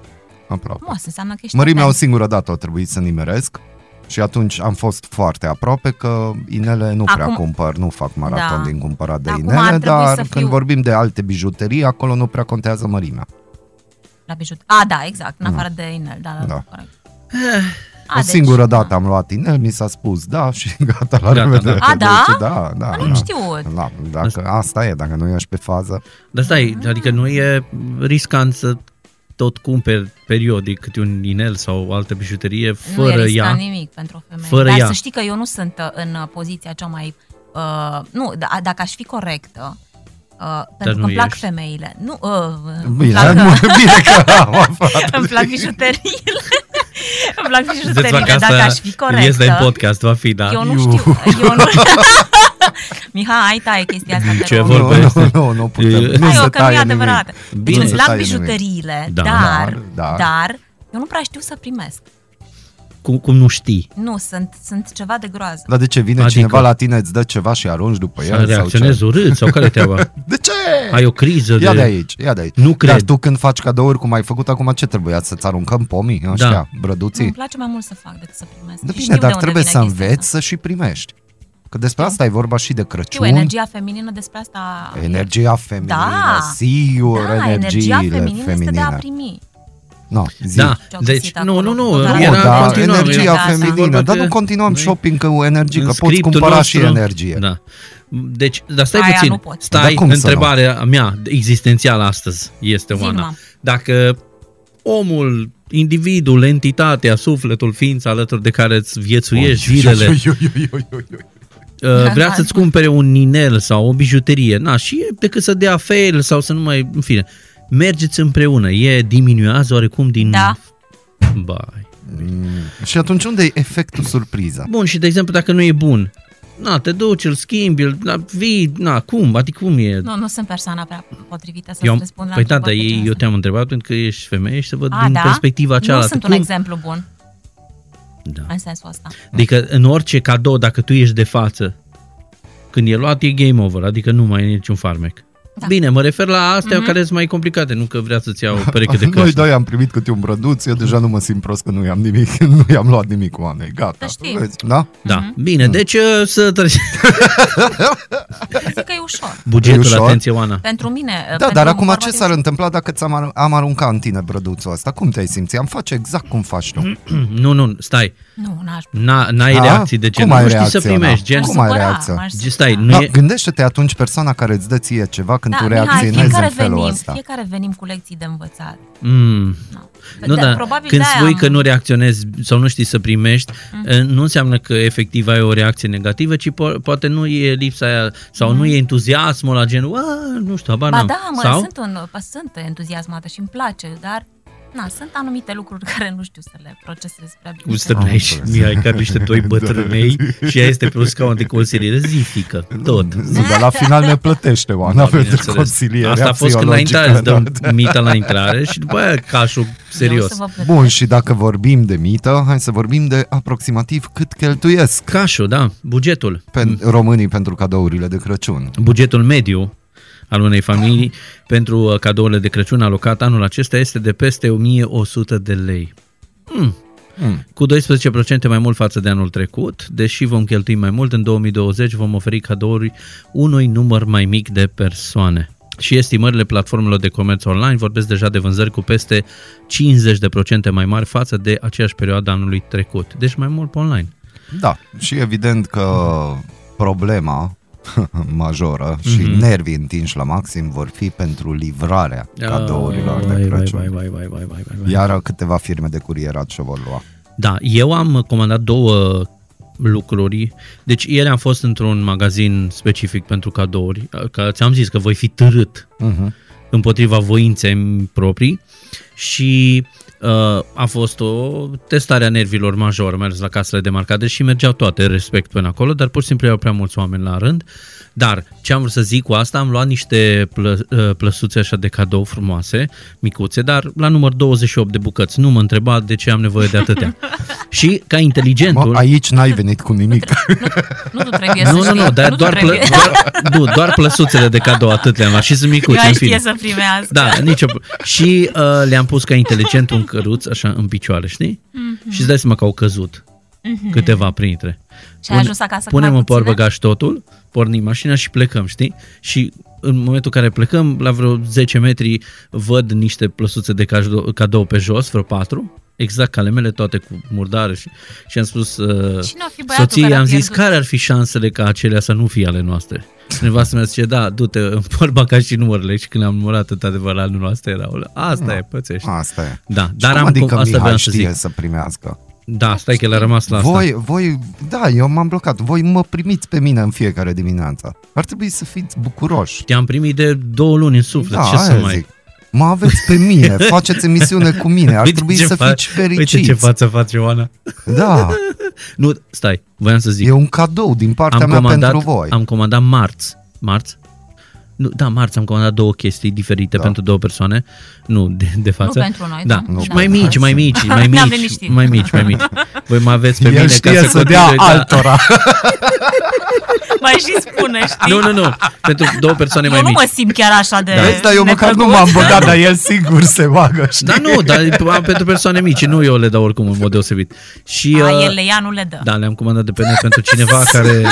B: Aproape.
C: Frumos, înseamnă că ești
B: Mărimea o
C: atent.
B: singură dată a trebuit să nimeresc și atunci am fost foarte aproape că inele nu prea
C: Acum-
B: cumpăr, nu fac maraton
C: Da.
B: din cumpărat de
C: Acum ar
B: inele,
C: trebui
B: dar
C: să
B: când
C: fiu-
B: vorbim de alte bijuterii, acolo nu prea contează mărimea.
C: La bijut. A, da, exact, în afară de inel. Da, da,
B: Da.
C: da. corect.
B: A, o
C: deci,
B: singură
C: da.
B: dată am luat inel, mi s-a spus da și gata, la
D: Gata,
B: revedere.
D: da.
C: A, da?
B: Deci, da, da.
C: Nu
B: da.
C: știu.
B: Da, dacă asta e, dacă nu ești pe fază.
D: Dar stai,
C: Ah.
D: adică nu e riscant să tot cumperi periodic câte un inel sau o altă bijuterie
C: nu e
D: fără
C: riscant
D: ea.
C: nimic pentru o femeie.
D: Fără
C: Dar
D: ea.
C: să știi că eu nu sunt uh, în uh, poziția cea mai... Uh, nu, d- a- dacă aș fi corectă, uh, pentru că
D: nu
C: îmi plac
D: ești.
C: femeile. Nu, uh, îmi
B: Bine,
C: plac-
B: bine că am aflat.
C: Îmi plac bijuteriile. Îmi plac
D: Îți dai seama
C: bijuteriile, dacă aș fi
D: Este în
C: corectă.
D: podcast, va fi, da.
C: Eu nu
B: Iu.
C: știu. Eu nu... Mihai, ai taie chestia asta. te
D: Ce
C: rog.
D: vor-
B: Nu,
D: Vorbește.
B: nu, nu, nu putem.
D: Hai,
B: Nu
C: Hai,
B: se
C: o, că nu e
B: taie nimic.
C: adevărat. Deci
D: Bine.
C: îmi
B: Nu
C: plac
B: se taie nimic.
C: bijuteriile,
D: Da.
C: dar,
B: Dar, da.
C: dar, dar eu nu prea știu să primesc.
D: Cum, cum nu știi?
C: Nu, sunt, sunt ceva de groază.
B: Dar de ce vine
D: Adică-
B: adică... cineva la tine, îți dă ceva și arunci după
D: Să
B: el? Sau ce?
D: reacționezi urât sau care e treaba?
B: De ce?
D: Ai o criză
B: Ia de
D: de...
B: aici, ia de aici.
D: Nu
B: Dar
D: cred.
B: tu când faci cadouri cum ai făcut acum, ce trebuia? Să-ți aruncăm pomii ăștia,
D: Da.
B: da.
C: Nu, îmi
B: brăduții?
C: place mai mult să fac decât să primesc.
B: Da,
C: Și
B: bine,
C: știu
B: dar
C: de unde
B: trebuie
C: vine
B: să
C: chestia
B: înveți
C: asta.
B: să și primești. Că despre asta e vorba și de Crăciun.
C: Știu, energia feminină despre asta...
B: Ah. Energia feminină,
C: Da.
B: sigur,
C: da,
B: energiile
C: energia feminină este de a
B: feminine.
C: primi.
B: No, zi.
D: Da,
C: Ce-au
D: deci,
C: găsit
D: nu,
C: acolo?
D: nu, nu,
C: Tot
D: era
C: la
B: Nu,
C: Era-
B: da,
D: continuăm,
B: energia
D: era-
C: Da, da.
B: feminină,
D: Vorba
B: dar
D: de-
B: nu continuăm
D: Noi-
B: shopping cu energie,
D: în
B: că poți
D: scriptul
B: cumpăra
D: nostru-
B: și energie.
D: Da. Deci, dar stai
C: Aia
D: puțin.
C: nu pot.
D: Stai,
B: Dar cum să
D: întrebarea mea existențială astăzi este,
C: Zi,
D: Oana.
C: mă.
D: Dacă omul, individul, entitatea, sufletul, ființa alături de care îți viețuiești zilele,
B: Iu, iu, iu, iu, iu, iu.
D: uh, vrea
C: Da.
D: să-ți cumpere un inel sau o bijuterie, na, și e decât să dea fail sau să nu mai, în fine, mergeți împreună, e diminuează oarecum
B: Mm.
D: din...
C: Da.
D: Bai.
B: Și atunci unde e efectul surpriză?
D: Bun, și de exemplu, dacă nu e bun, na, te duci, îl schimbi, îl, na, vii, na, cum, adică cum e?
C: Nu, nu sunt persoana prea potrivită să
D: eu,
C: răspund la
D: păi da, dar
C: întrebări de
D: ei-
C: genul
D: eu
C: ăsta.
D: te-am întrebat pentru că ești femeie și să văd
C: A,
D: din
C: da?
D: perspectiva cealaltă.
C: Nu sunt un
D: cum,
C: exemplu bun.
D: Da.
C: în sensul ăsta.
D: Adică în orice cadou, dacă tu ești de față, când e luat, e game over, adică nu mai e niciun farmec. Da.
C: Da. Mhm.
D: Bine, mă refer la astea mm-hmm. care sunt mai complicate, nu că vrea să-ți iau o pereche de
B: Noi da.
D: căști.
B: doi am primit câte un brăduț, eu deja nu mă simt prost că nu i-am nimic, nu i-am luat nimic cu oameni,
C: Să
B: gata.
C: știi. Mhm.
B: Vezi, da?
D: Da, bine, deci uh, să treci
C: Zic că e ușor.
D: bugetul,
B: E ușor.
D: atenție Oana.
C: Pentru mine...
B: Da,
C: pentru
B: dar acum
C: bărbații-
B: ce s-ar întâmpla dacă ți-am ar- am aruncat în tine brăduțul ăsta? Cum te-ai simți? Am face exact cum faci tu.
D: Nu, nu, stai,
C: Nu, n-aș...
D: N-a- n-ai
B: Da?
D: reacții de
B: Cum
D: genul,
B: ai
D: nu știi să
B: reacționa?
D: primești, gen,
C: M-aș
B: Cum ai
C: supăra,
B: reacția?
C: m-aș
D: Gen, stai,
C: supăra.
D: nu
B: Da,
D: e-
B: gândește-te atunci persoana care îți dă ție ceva când tu
C: Da, Mihai,
B: reacționezi în
C: fiecare
B: felul
C: venim,
B: ăsta.
C: Fiecare venim cu lecții de învățat.
D: Mm.
C: No.
D: Nu, da,
C: probabil
D: când
C: de-aia
D: spui
C: am- Mhm.
D: că nu reacționezi sau nu știi să primești, mm. nu înseamnă că efectiv ai o reacție negativă, ci po- poate nu e lipsa aia sau mm. nu e entuziasmul la genul, "A, nu știu, ba,
C: Mhm. Ba
D: n-am."
C: da, mă,
D: sau?
C: sunt, un, bă, sunt entuziasmată și îmi place, dar na, sunt anumite lucruri care nu știu să le procesez prea bine.
D: Cum stătești,
B: Am Da.
D: Mihai, ca niște doi bătrânei și ea este pe un scaun de consiliere zifică, tot. Da,
B: Nu, Da, dar la final ne plătește, Oana, pentru
D: Bineînțeles.
B: consiliere
D: Asta a fost când la
B: psihologică,
D: intrare, îți
B: da.
D: dăm mita la intrare și după aia cașul
C: Eu o
D: serios.
C: să vă plătesc.
B: Bun, și dacă vorbim de mită, hai să vorbim de aproximativ cât cheltuiesc
D: Cașul, da, bugetul.
B: pe românii pentru cadourile de Crăciun.
D: Bugetul mediu al unei familii pentru uh, cadourile de Crăciun alocat anul acesta este de peste 1100 de lei. Mm.
B: Mm.
D: Cu 12% mai mult față de anul trecut, deși vom cheltui mai mult, în 2020 vom oferi cadouri unui număr mai mic de persoane. Și estimările platformelor de comerț online vorbesc deja de vânzări cu peste 50% mai mari față de aceeași perioadă a anului trecut. Deci mai mult pe online.
B: Da, și evident că problema majoră și
D: Mhm.
B: nervii întinși la maxim vor fi pentru livrarea cadourilor de
D: Ah, Vai,
B: Crăciun.
D: vai, vai, vai, vai, vai, vai.
B: Iar câteva firme de curierat și vor lua.
D: Da, eu am comandat două lucruri. Deci ieri am fost într-un magazin specific pentru cadouri, că ți-am zis că voi fi târât
B: Uh-huh.
D: împotriva voinței proprii și uh, a fost o testare a nervilor majoră, mai ales la casele de marcade și mergeau toate respect până acolo, dar pur și simplu erau prea mulți oameni la rând. Dar ce am vrut să zic cu asta, am luat niște plă, uh, plăsuțe așa de cadou frumoase, micuțe, dar la număr 28 de bucăți. Nu mă întreba de ce am nevoie de atâtea. și ca inteligentul...
B: Mă, aici n-ai venit cu nimic.
C: Nu tu trebuie
D: nu,
C: să
D: nu, nu,
C: știi,
D: dar
C: tu
D: doar,
C: trebuie.
D: plă, doar, nu, doar plăsuțele de cadou atât le-am luat și sunt micuțe,
C: Eu
D: în
C: aș
D: fine.
C: știe să primească.
D: Da, nicio pro- Și uh, le-am pus ca inteligent un căruț așa în picioare, știi? Mm-hmm. Și îți dai seama că au căzut mm-hmm. câteva printre.
C: Mhm. Și ai ajuns acasă cu
D: Punem
C: mai
D: în
C: puține?
D: porbăgaș totul, pornim mașina și plecăm, știi? Și în momentul în care plecăm, la vreo 10 metri, văd niște plăsuțe de cadou, cadou pe jos, vreo patru, exact ca ale mele, toate cu murdare și, și am spus uh,
C: Cine ar fi băiatul
D: soției,
C: care a
D: am zis,
C: pierdut?
D: care ar fi șansele ca acelea să nu fie ale noastre? Și nevastă mea zice, da, du-te, împăr ca și numărele și când am numărat într-adevăr ale noastre erau, asta e, pățești.
B: Asta e.
D: Da,
B: Și
D: dar
B: cum
D: am
B: adică
D: cum, asta
B: Mihai
D: vreau să
B: știe
D: zic.
B: să, primească?
D: Da, stai că el a rămas la asta.
B: Voi, voi, da, eu m-am blocat. Voi mă primiți pe mine în fiecare dimineață. Ar trebui să fiți bucuroși.
D: Te-am primit de două luni în suflet,
B: da,
D: ce să
B: aia
D: mai...
B: zic. Mă aveți pe mine, faceți emisiune cu mine, ar
D: Uite
B: trebui
D: ce
B: să
D: fa-
B: fiți fericiți.
D: Uite ce față face Oana.
B: Da,
D: Nu, stai, voiam să zic.
B: e un cadou din partea
D: am
B: mea
D: comandat,
B: pentru voi.
D: am comandat marți. Marți? Nu, da, marți am comandat două chestii diferite
B: Da.
D: da. pentru două persoane. Nu, de, de față.
C: pentru noi,
D: da.
C: da.
D: Nu,
B: Nu,
D: mai
B: pentru
D: mici,
B: noi.
D: mai mici, mai
C: Ne-am
D: mici,
C: liniștit.
D: mai mici, mai mici. Voi mă aveți pe
B: El
D: mine
B: știe
D: ca să,
B: să dea
D: continui, da.
B: altora.
C: Mai și spune, știi?
D: Nu, nu, nu. Pentru două persoane
C: Eu
D: mai
C: nu
D: mici.
C: mă simt chiar așa de
B: Da. Vezi, dar eu măcar nu
C: neplăcut.
B: m-am băgat, dar el singur se bagă, știi?
D: Da, nu, dar pentru persoane mici, nu eu le dau oricum în mod deosebit. Și
C: A,
D: uh,
C: el le ia, nu le dă.
D: da, le-am comandat de pe net pentru cineva care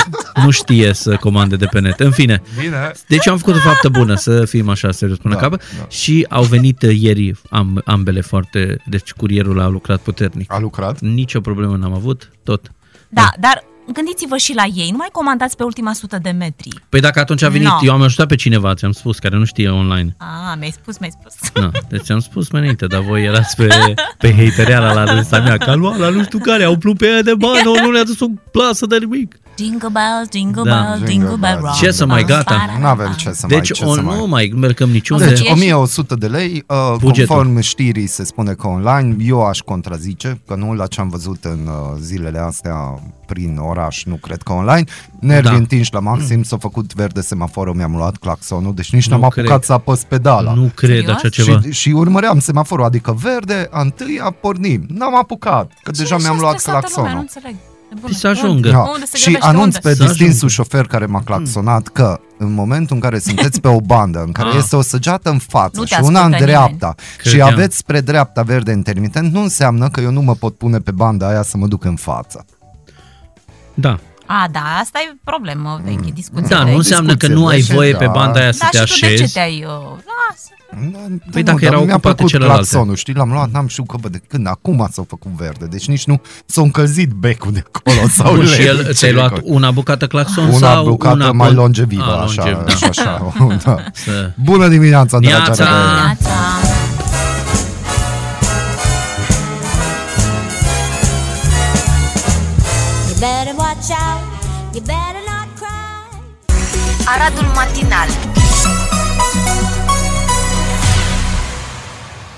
D: nu știe să comande de pe net. În fine,
B: Bine.
D: Deci eu am făcut o faptă bună, să fim așa serios până da,
B: Da,
D: capăt. Da.
B: da.
D: Și au venit uh, ieri am, ambele foarte... Deci curierul a lucrat puternic.
B: A lucrat?
D: Nicio problemă n-am avut, tot.
C: Da, dar gândiți-vă și la ei, nu mai comandați pe ultima sută de metri.
D: Păi dacă atunci a venit,
C: No.
D: eu am ajutat pe cineva, ți-am spus, care nu știe online.
C: A, mi-ai spus, mi-ai spus.
D: Na, deci ți-am spus mai înainte, dar voi erați pe, pe hatereala la adresa mea, că a luat la nu știu care, au plut pe aia de bani, o, nu le-a dus o plasă de nimic.
C: Jingle bells, jingle
D: Da.
C: bells, jingle
B: Jingle
C: bell
B: bells.
C: rock.
D: Ce să mai
C: Da,
D: gata?
B: Nu avem ce să
D: Deci
B: mai, ce să
D: o,
B: mai...
D: nu mai mergăm niciunde.
B: Deci
C: Deci e
B: 1100 de lei, uh,
D: Bugetul.
B: conform știrii se spune că online, eu aș contrazice, că nu la ce am văzut în uh, zilele astea prin oraș, nu cred că online. Nervi
D: Da.
B: da. întinși la maxim, s-a făcut verde semaforul, mi-am luat claxonul, deci nici
D: Nu
B: n-am apucat
D: cred.
B: să apăs pedala.
D: Nu cred
C: Serios?
D: așa ceva.
B: Și, și urmăream semaforul, adică verde, a întâia pornim. N-am apucat, că deja mi-am luat
C: Lumea, nu
B: claxonul.
C: înțeleg. De bună.
D: Și Păi să
C: Unde?
D: ajungă.
B: Da.
C: Unde se
B: Și
C: grăbește?
B: anunț
C: Unde?
B: pe
D: Să
B: distinsul
D: ajungă.
B: șofer care m-a claxonat că în momentul în care sunteți pe o bandă în care
D: Ah.
B: este o săgeată în față
C: Nu te
B: și una în
C: ascultă
B: dreapta și
D: Credeam.
B: aveți spre dreapta verde intermitent, nu înseamnă că eu nu mă pot pune pe banda aia să mă duc în față.
D: Da.
C: A, da, asta e problemă veche, discuție
D: Da, nu
C: veche.
D: înseamnă că nu
B: discuție,
D: ai
B: da.
D: voie pe banda aia să te
C: Dar și tu de ce
D: așezi.
C: te-ai... Uh, lasă.
B: Nu,
D: Păi dacă
B: dar
D: erau
B: mi-a
D: ocupate
B: plăcut
D: celelalte.
B: claxonul, știi, l-am luat, n-am știut că bă, de când, acum s-a făcut verde, deci nici nu s-a încălzit becul de acolo. Sau
D: Bun, și
B: lemn,
D: el
B: ce
D: ți-ai luat
B: recol-
D: una bucată claxon
B: una
D: sau
B: bucată
D: una
B: mai
D: con-
B: longevivă,
D: Ah,
B: așa,
D: longev, da.
B: așa, așa, da.
D: Să-
B: Bună dimineața, dragi
D: Neața!
B: arătări!
C: Neața.
A: You better watch out. You better not cry.
E: Aradul matinal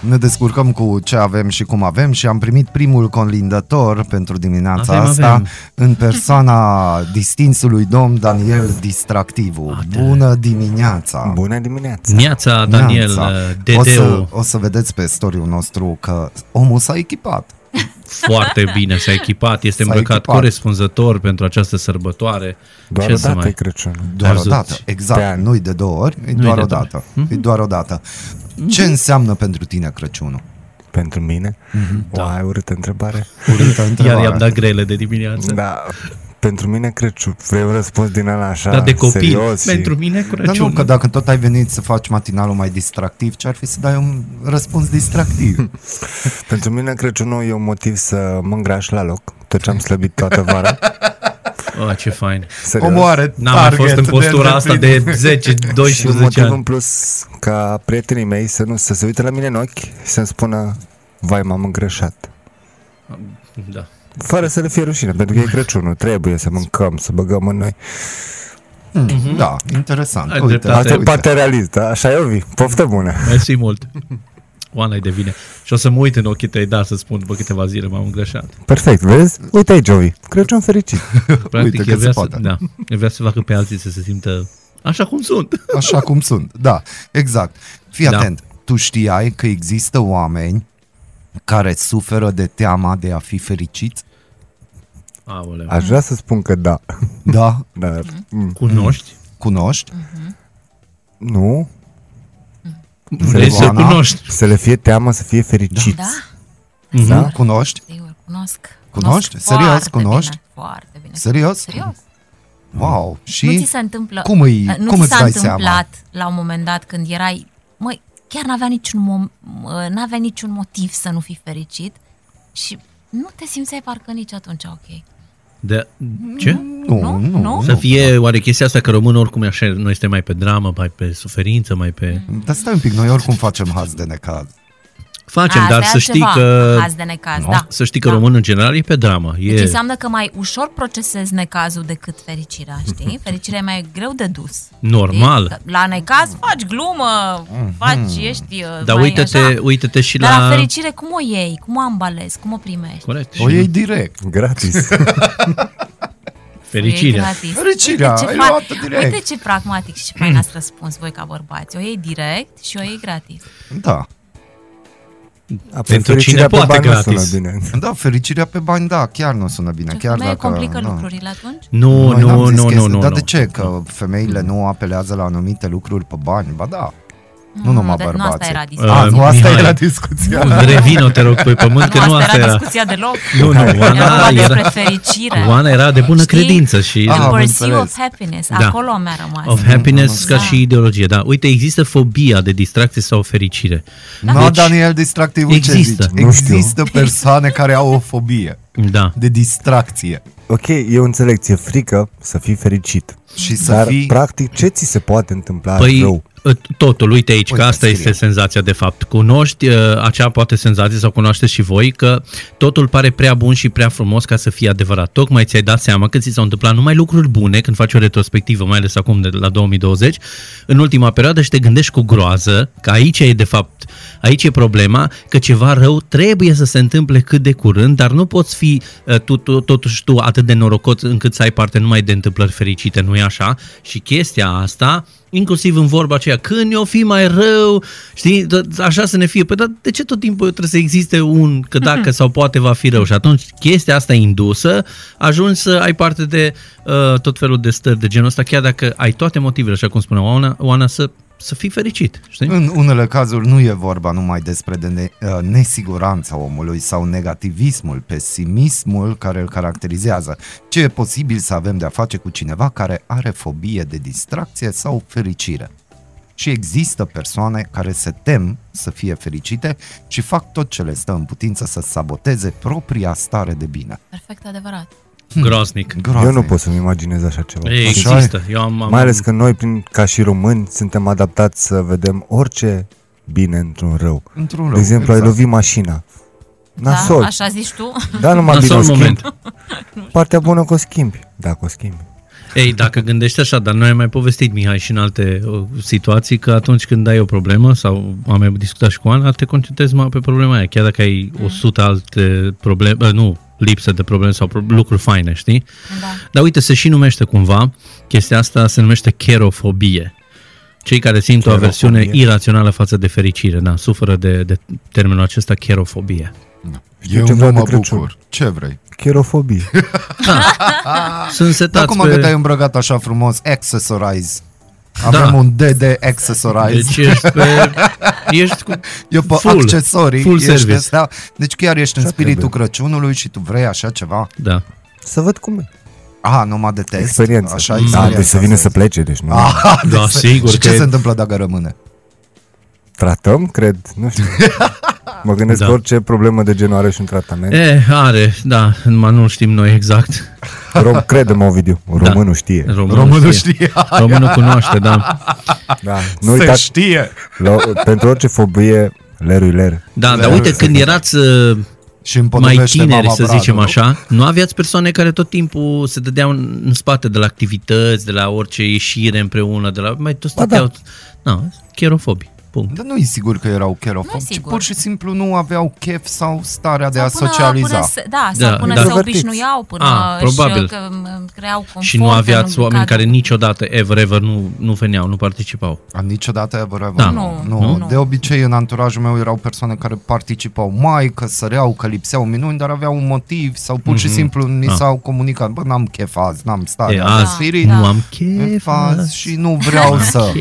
B: Ne descurcăm cu ce avem și cum avem și am primit primul conlindător pentru dimineața
D: Avem,
B: asta
D: avem.
B: în persoana distinsului domn Daniel Distractivu. Bună dimineața!
F: Bună dimineața!
D: Ah, Neața, Daniel,
B: Neața. o, să,
D: Dedeu,
B: o să vedeți pe storiul nostru că omul s-a echipat.
D: foarte bine s-a echipat, este
B: S-a
D: îmbrăcat
B: echipat.
D: corespunzător pentru această sărbătoare.
F: Doar
D: ce
F: o
D: să
F: dată e
D: mai...
F: Crăciunul.
B: Doar o
D: Arzuți.
B: dată,
F: Pe
B: exact,
F: ani.
B: nu-i de două ori, e doar
D: de
B: o
D: două Hm?
B: dată. E doar o dată. Ce înseamnă pentru tine Crăciunul? Mhm.
F: Pentru mine? O, ai urâtă întrebare?
B: Urâtă
D: Da. Iar
B: întrebare.
D: i-am dat grele de dimineață.
F: Da. Pentru mine Crăciun. Vrei un răspuns din ăla așa
D: Dar Da, de copii,
F: serios
D: pentru
F: și...
D: mine
B: Dar nu,
D: Crăciun.
B: că dacă tot ai venit să faci matinalul mai distractiv, ce ar fi să dai un răspuns distractiv?
F: Pentru mine Crăciunul e un motiv să mă îngraș la loc. Tot ce am slăbit toată vara.
D: Oh, ce fain.
F: Serios.
B: Omoare
D: N-am mai fost în postura asta de 10-12
F: Și un motiv în
D: ani.
F: plus ca prietenii mei să nu să se uite la mine în ochi și să-mi spună Vai, m-am îngrășat.
D: Da.
F: Fără să le fie rușine, pentru că e Crăciunul, trebuie să mâncăm, să băgăm în noi.
B: Da, interesant.
D: Mm. Ai
B: Uite,
D: dreptate.
F: Asta e
B: uite.
F: partea realistă, așa e, Ovi, poftă bună.
D: Mersi mult. Oana e de vine. Și o să mă uit în ochii tăi, da, să spun, după câteva zile m-am îngrășat.
F: Perfect, vezi? Uite aici, Ovi, Crăciun fericit.
D: Practic,
B: Uite că
D: el vrea
B: se
D: să,
B: poate.
D: da, el vrea să facă pe alții să se simtă așa cum sunt.
B: Așa cum sunt, da, exact. Fii
D: Da.
B: atent, tu știai că există oameni care suferă de teama de a fi fericiți?
D: Aoleu.
F: Aș vrea să spun că da,
B: Da,
F: dar mm,
D: Cunoști?
B: cunoști?
F: nu,
D: Vrei să
B: Oana?
D: cunoști? Mhm.
F: să le fie teamă să fie fericiți.
C: Da,
B: Da? Cunoști?
C: sigur, cunosc.
B: Cunoști?
C: foarte
B: Serios, cunoști?
C: Bine, Da, foarte bine.
B: Serios?
C: Serios.
B: Wow, și...
C: Nu ți se întâmplă... Uh,
B: Cum îi-
C: nu
B: cum
C: ți
B: îți
C: s-a
B: dai
C: întâmplat
B: seama?
C: la un moment dat când erai... Măi, chiar n-avea niciun, mom- mă, n-avea niciun motiv să nu fii fericit și nu te simțeai parcă nici atunci ok.
D: De, ce?
B: Nu, nu,
C: Nu? Nu?
B: nu.
D: Să fie oare chestia asta că românul oricum e așa, noi suntem mai pe dramă, mai pe suferință, mai pe...
C: Mm.
B: Dar stai un pic, noi oricum facem haz de necaz.
D: Facem,
C: A,
D: dar
C: asta e
D: să știi
C: altceva,
D: că...
C: haz de necaz,
D: Nu?
C: da.
D: Să știi că
C: Da.
D: românul în general e pe dramă. E...
C: Deci înseamnă că mai ușor procesezi necazul decât fericirea, știi? Fericirea e mai greu de dus.
D: Normal. Mhm.
C: Știi? Că La necaz faci glumă, faci, ești uh,
D: Dar
C: mai
D: uite-te,
C: așa.
D: uite-te și
C: Dar la
D: la...
C: fericire cum o iei? Cum o ambalezi? Cum o primești?
D: Corect.
B: O
D: și
B: iei direct.
F: Gratis.
C: O iei
D: fericirea.
C: gratis.
B: Fericirea,
C: Uite ce
B: ai
C: fac-
B: luat-o direct.
C: Uite ce pragmatic și fain ați răspuns voi ca bărbați. O iei direct și o iei gratis.
B: Da.
F: Apoi
D: Pentru
F: fericirea
D: cine
F: pe
D: poate
F: bani nu
D: gratis.
F: sună bine.
B: Da, fericirea pe bani, da, chiar nu sună bine.
C: Ce
B: chiar
C: femeie
B: dacă,
C: complică
B: da.
C: lucrurile atunci?
D: Nu,
B: Noi n-am
D: nu,
B: zis
D: nu,
B: chestia-
D: nu, nu.
B: Dar
D: nu.
B: de ce? Că femeile nu apelează la anumite lucruri pe bani? Ba da. Nu numai
C: Mm, dar nu
B: bărbații.
C: asta era discuția.
B: A, nu,
D: Uh,
B: asta
D: Mihai.
B: era discuția.
D: Revină, te rog, pe pământ, că nu asta era.
C: discuția deloc.
D: Nu, nu,
C: Era
D: Oana
C: vorba despre
D: era,
C: fericire.
D: Oana era de bună
C: Știi?
D: credință și...
C: The
B: Ah, am
C: pursuit
B: înțeles.
C: of happiness.
D: Da.
C: Acolo mi-a rămas.
D: Of happiness
C: Da.
D: ca și ideologie, da. Uite, există fobia de distracție sau fericire.
C: Da.
B: Nu,
D: Deci-
B: Daniel, distractiv, ce
D: Există.
B: zici?
F: Nu știu.
B: Există persoane care au o fobie
D: Da.
B: de distracție.
F: Ok, eu înțeleg, ți-e frică să fii fericit.
B: și să
F: Dar,
B: fii...
F: practic, ce ți se poate întâmpla
D: Păi
F: rău?
D: t- totul, uite aici,
B: Uite,
D: că asta
B: scrie.
D: este senzația de fapt. Cunoști uh, acea poate senzație sau cunoașteți și voi că totul pare prea bun și prea frumos ca să fie adevărat. Tocmai ți-ai dat seama că ți s-au întâmplat numai lucruri bune când faci o retrospectivă, mai ales acum de la 2020, în ultima perioadă și te gândești cu groază că aici e de fapt, aici e problema, că ceva rău trebuie să se întâmple cât de curând, dar nu poți fi uh, tu, tu, totuși tu atât de norocot încât să ai parte numai de întâmplări fericite, nu e așa? Și chestia asta inclusiv în vorba aceea, când o fi mai rău, știi, d- așa să ne fie. Păi dar de ce tot timpul trebuie să existe un că dacă sau poate va fi rău? Și atunci chestia asta indusă, ajungi să ai parte de uh, tot felul de stări de genul ăsta, chiar dacă ai toate motivele, așa cum spunea Oana, Oana să, să fii fericit, știi?
B: În unele cazuri nu e vorba numai despre de ne, uh, nesiguranța omului sau negativismul, pesimismul care îl caracterizează, ci e posibil să avem de-a face cu cineva care are fobie de distracție sau fericire. Și există persoane care se tem să fie fericite și fac tot ce le stă în putință să saboteze propria stare de bine.
C: Perfect adevărat.
D: Groaznic.
F: Eu
B: Groaznic.
F: nu pot să-mi imaginez așa ceva.
D: Ei,
B: Așa
D: Există. Eu am, am,
F: Mai ales că noi, prin, ca și români, suntem adaptați să vedem orice bine într-un rău.
B: Într-un rău,
F: De exemplu, ai
B: exact.
F: lovit mașina. Nasol.
C: Da, așa zici tu.
F: Da, numai bine
D: Nasol
F: o schimbi.
D: moment.
F: Partea bună că o schimbi. Dacă o schimbi.
D: Ei, dacă gândești așa, dar noi am mai povestit, Mihai, și în alte uh, situații, că atunci când ai o problemă, sau am mai discutat și cu Ana, te concentrezi mai pe problema aia, chiar dacă ai 100 alte probleme, uh, nu, lipsă de probleme sau pro- lucruri faine, știi?
C: Da.
D: Dar uite, se și numește cumva, chestia asta se numește cherofobie. Cei care simt o aversiune
F: Cherofobie.
D: irațională față de fericire, da, suferă de, de termenul acesta cherofobie.
B: Da. Eu
F: ceva
B: nu
F: de
B: mă
F: Crăciun.
B: bucur. Ce vrei?
F: Chirofobie.
D: Sunt setați
B: Acum
D: pe...
B: că te-ai îmbrăcat așa frumos, accessorize. Avem
D: Da.
B: un D de accessorize.
D: Deci ești pe... ești cu
B: Eu pe
D: full,
B: accesorii.
D: full
B: ești
D: service.
B: Astea. Deci chiar ești în
F: Așa
B: spiritul
F: trebuie.
B: Crăciunului și tu vrei așa ceva.
D: Da.
F: Să văd cum e.
B: A, numai de test.
F: Experiență.
B: Așa
F: da,
B: experiență.
F: deci să vină să plece, deci nu. Ah.
B: Ah,
D: Da,
B: deci să-
D: sigur
B: Și ce
D: că-
B: se întâmplă dacă rămâne?
F: Tratăm, cred, nu știu. Mă gândesc
D: Da.
F: da. orice problemă de genul are și un tratament.
D: E, are, da, numai nu știm noi exact.
F: Rom, crede-mă, Ovidiu, românul da. știe.
D: Românul,
B: Românul știe.
D: Românul cunoaște, da.
F: Da. Nu uitați,
B: știe.
F: la, pentru orice fobie, lerui ler.
D: Da, dar
B: Da,
D: uite,
B: da.
D: când erați uh,
B: Și
D: mai
B: împotrivește
D: tineri,
B: mama
D: să zicem
B: bradului.
D: așa, nu aveați persoane care tot timpul se dădeau în, în spate de la activități, de la orice ieșire împreună, de la... Mai toți
F: Ba da.
D: stăteau... Da. No, cherofobi. Punct.
B: Dar nu e sigur că erau cherofobi, ci
C: sigur.
B: pur și simplu nu aveau chef sau starea de a
C: Sau până-
B: socializa.
C: Până, se- da,
D: Da,
C: sau până
D: da.
C: se obișnuiau, până
D: Ah,
C: își,
D: probabil.
C: că, m- creau confort.
D: Și nu aveați
C: în
D: oameni care
C: cadrul-
D: niciodată, ever, ever, nu, nu veneau, nu participau.
B: Am niciodată ever,
D: Da.
B: da.
C: Nu,
B: nu, nu,
C: nu.
B: nu. De obicei, în anturajul meu erau persoane care participau mai, că săreau, că lipseau minuni, dar aveau un motiv sau pur mm-hmm. și simplu mi
D: Da.
B: s-au comunicat. Bă, n-am chef azi, n-am stare.
D: E,
B: de
D: azi
B: spirit,
D: nu am
B: n-am
D: chef
B: chef azi și nu vreau să...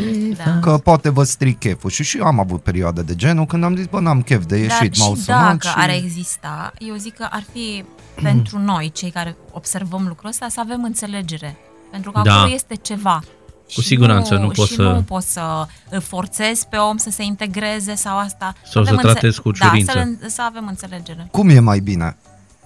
C: Da.
B: Că poate vă stric cheful și și eu am avut perioadă de genul când am zis, bă, n-am chef de
C: Dar
B: ieșit, m-au
C: și
B: sunat
C: dacă
B: și...
C: ar exista, eu zic că ar fi pentru noi, cei care observăm lucrul ăsta, să avem înțelegere. Pentru că
D: Da.
C: acolo este ceva. Și
D: siguranță, nu poți
C: și
D: să-
C: nu poți să îl forțezi pe om să se integreze sau asta.
D: Sau să
C: înțe-
D: tratezi cu
C: Da,
D: ușurință.
C: să, să avem înțelegere.
B: Cum e mai bine?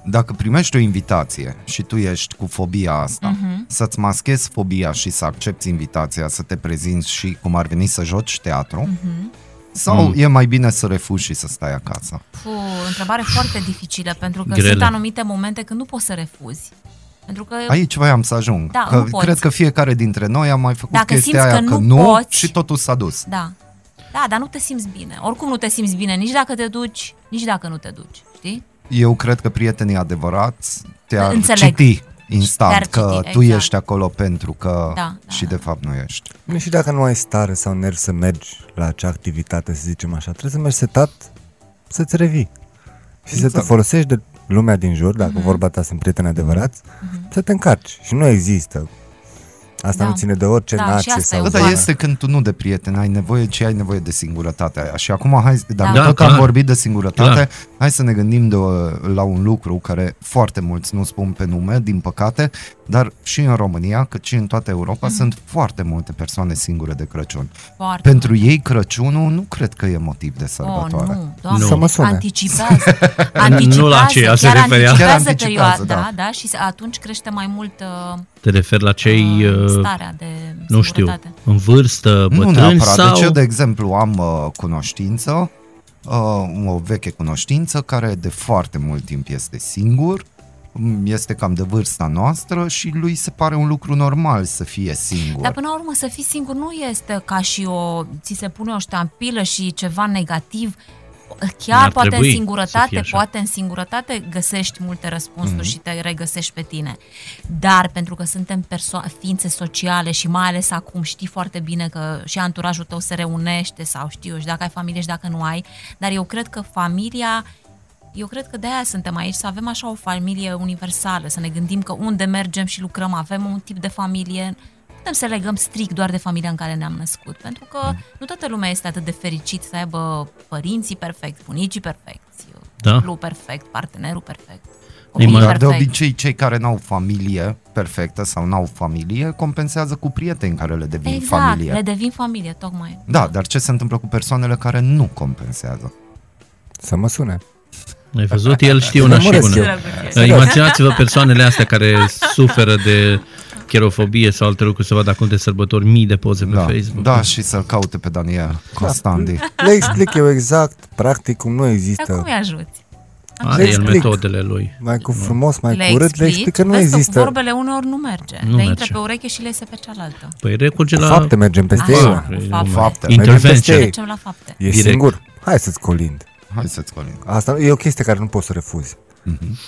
B: Dacă primești o invitație și tu ești cu fobia asta,
C: Mhm.
B: uh-huh. să-ți maschezi fobia și să accepti invitația, să te prezinți și cum ar veni să joci teatru,
C: Mhm.
B: uh-huh. sau mm. e mai bine să refuzi și să stai acasă?
C: Cu întrebare foarte dificilă, pentru că
D: Grele.
C: sunt anumite momente când nu poți să refuzi. Pentru că
B: Aici voiam să ajung.
C: Da,
B: că
C: nu poți.
B: cred că fiecare dintre noi a mai făcut
C: Dacă
B: chestia
C: simți
B: aia
C: că
B: că,
C: nu
B: nu
C: poți-
B: și totul s-a dus.
C: Da. Da, dar nu te simți bine. Oricum nu te simți bine nici dacă te duci, nici dacă nu te duci, știi?
B: Eu cred că prietenii adevărați te-ar
C: Înțeleg.
B: citi instant
C: Te-ar
B: că
C: citi,
B: tu
C: exact.
B: ești acolo pentru că
C: Da, da,
B: și de fapt nu ești.
F: Bine, și dacă nu ai stare sau nervi să mergi la acea activitate, să zicem așa, trebuie să mergi setat să-ți revii. Și exact. să te
B: Exact.
F: folosești de lumea din jur, dacă mm-hmm. vorba ta sunt prieteni adevărați,
B: Mhm.
F: mm-hmm. să te încarci. Și nu există. Asta
C: Da.
F: nu ține de orice
C: Da, și
F: nație
C: asta e
F: sau
C: o
F: de-
B: Asta
C: Oare.
B: este când tu nu de prieteni ai nevoie, ci ai nevoie de singurătatea aia. Și acum, hai, dacă
D: Da,
B: da, tot
D: clar.
B: am vorbit de singurătate,
D: Clar.
B: clar. hai să ne gândim de, la un lucru care foarte mulți nu spun pe nume, din păcate, dar și în România, cât și în toată Europa, sunt foarte multe persoane singure de Crăciun.
C: Mhm. Foarte.
B: Pentru ei, Crăciunul nu cred că e motiv de
C: Oh,
B: sărbătoare.
C: nu, doamne,
F: Nu. Să mă sune.
C: anticipează, anticipează,
D: Nu la aceea se
C: chiar
D: referea.
C: anticipează,
B: Chiar anticipează,
C: perioada, da.
B: da.
C: da, și se- atunci crește mai mult uh,
D: Te referi la cei,
C: uh,
D: uh,
C: starea de
D: nu știu,
C: singurătate.
D: în vârstă,
B: Nu
D: bătrâni
B: neapărat.
D: sau...
B: Deci eu, de exemplu, am uh, cunoștință, uh, o veche cunoștință care de foarte mult timp este singur, m, este cam de vârsta noastră și lui se pare un lucru normal să fie singur.
C: Dar până la urmă să fii singur nu este ca și o, ți se pune o ștampilă și ceva negativ. Chiar
D: N-ar
C: poate în
D: trebui să fie
C: singurătate,
D: așa.
C: poate în singurătate găsești multe răspunsuri mm-hmm. și te regăsești pe tine. Dar pentru că suntem perso- ființe sociale și mai ales acum știi foarte bine că și anturajul tău se reunește sau știu eu și dacă ai familie și dacă nu ai, dar eu cred că familia eu cred că de-aia suntem aici, să avem așa o familie universală, să ne gândim că unde mergem și lucrăm, avem un tip de familie, nu putem să legăm strict doar de familia în care ne-am născut, pentru că nu toată lumea este atât de fericit să aibă părinții perfect, bunicii perfecți,
D: Da.
C: cuplu perfect, partenerul perfect, copiii
D: mai-
B: Dar
C: perfect.
B: de obicei cei care n-au familie perfectă sau n-au familie compensează cu prieteni care le devin
C: exact,
B: familie.
C: le devin familie, tocmai.
B: Da, dar ce se întâmplă cu persoanele care nu compensează?
F: Să mă sune.
D: Ai văzut? El știe una
F: Mă
D: și
F: muresc
D: una.
F: eu.
C: Drăguț.
D: Uh, Imaginați-vă persoanele astea care suferă de cherofobie sau alte lucruri, să vadă acum de sărbători mii de poze pe
B: Da,
D: Facebook.
B: da și să-l caute pe Daniel Costandi.
F: Le explic eu exact, practic, cum nu
C: Dar cum
F: există.
C: îi ajuți?
D: Are
F: Le
D: el
F: explic.
D: metodele lui. Da.
F: Mai cu frumos, mai
C: le
F: cu urât, le
C: explici,
F: explic că nu
C: vezi Că cu
F: există.
C: vorbele uneori nu merge.
D: Nu
C: le intră
D: merge.
C: pe ureche și le iese pe cealaltă.
D: Păi recurge
F: Cu
D: la...
F: fapte mergem peste
C: Așa.
F: ele.
D: Păi,
C: Cu
D: nu
C: fapte.
D: mai-
B: Fapte.
F: Mergem
D: Intervention.
F: peste
C: Mergem la fapte.
F: E
D: Direct.
F: singur? Hai să-ți colind.
B: Hai să-ți colim.
F: Asta e o chestie care nu poți să refuzi.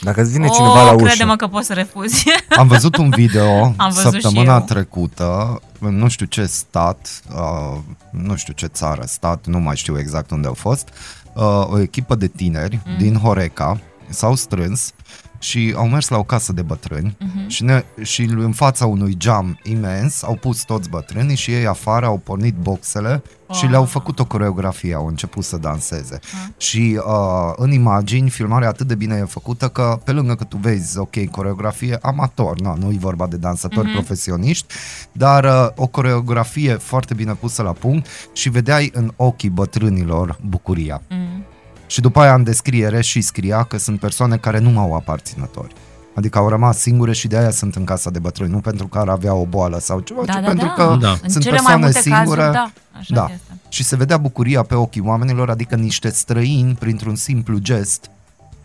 F: Dacă îți vine
C: O,
F: cineva la ușă,
C: Oh, crede-mă că poți să refuzi.
B: Am văzut un video
C: Am văzut
B: săptămâna
C: și eu.
B: trecută, în nu știu ce stat, uh, nu știu ce țară, stat, nu mai știu exact unde au fost, uh, o echipă de tineri mm. din Horeca s-au strâns și au mers la o casă de bătrâni
C: Mhm.
B: mm-hmm. și, ne, și în fața unui geam imens au pus toți bătrânii și ei afară au pornit boxele și le-au făcut o coreografie, au început să danseze.
C: Ah.
B: Și uh, în imagini, filmarea atât de bine e făcută că pe lângă că tu vezi, ok, coreografie amator, nu, nu e vorba de
C: Mhm.
B: dansatori profesioniști, dar uh, o coreografie foarte bine pusă la punct și vedeai în ochii bătrânilor bucuria.
C: Mm.
B: Și după aia în descriere și scria că sunt persoane care nu au aparținători. Adică au rămas singure și de aia sunt în casa de bătrâni, nu pentru că ar avea o boală sau ceva,
C: Da,
B: ci
C: da,
B: pentru
C: da.
B: că
D: Da.
C: În
B: sunt
C: cele mai
B: persoane
C: multe
B: singure.
C: cazuri, da, așa
B: da.
C: este.
B: Și se vedea bucuria pe ochii oamenilor, adică niște străini, printr-un simplu gest,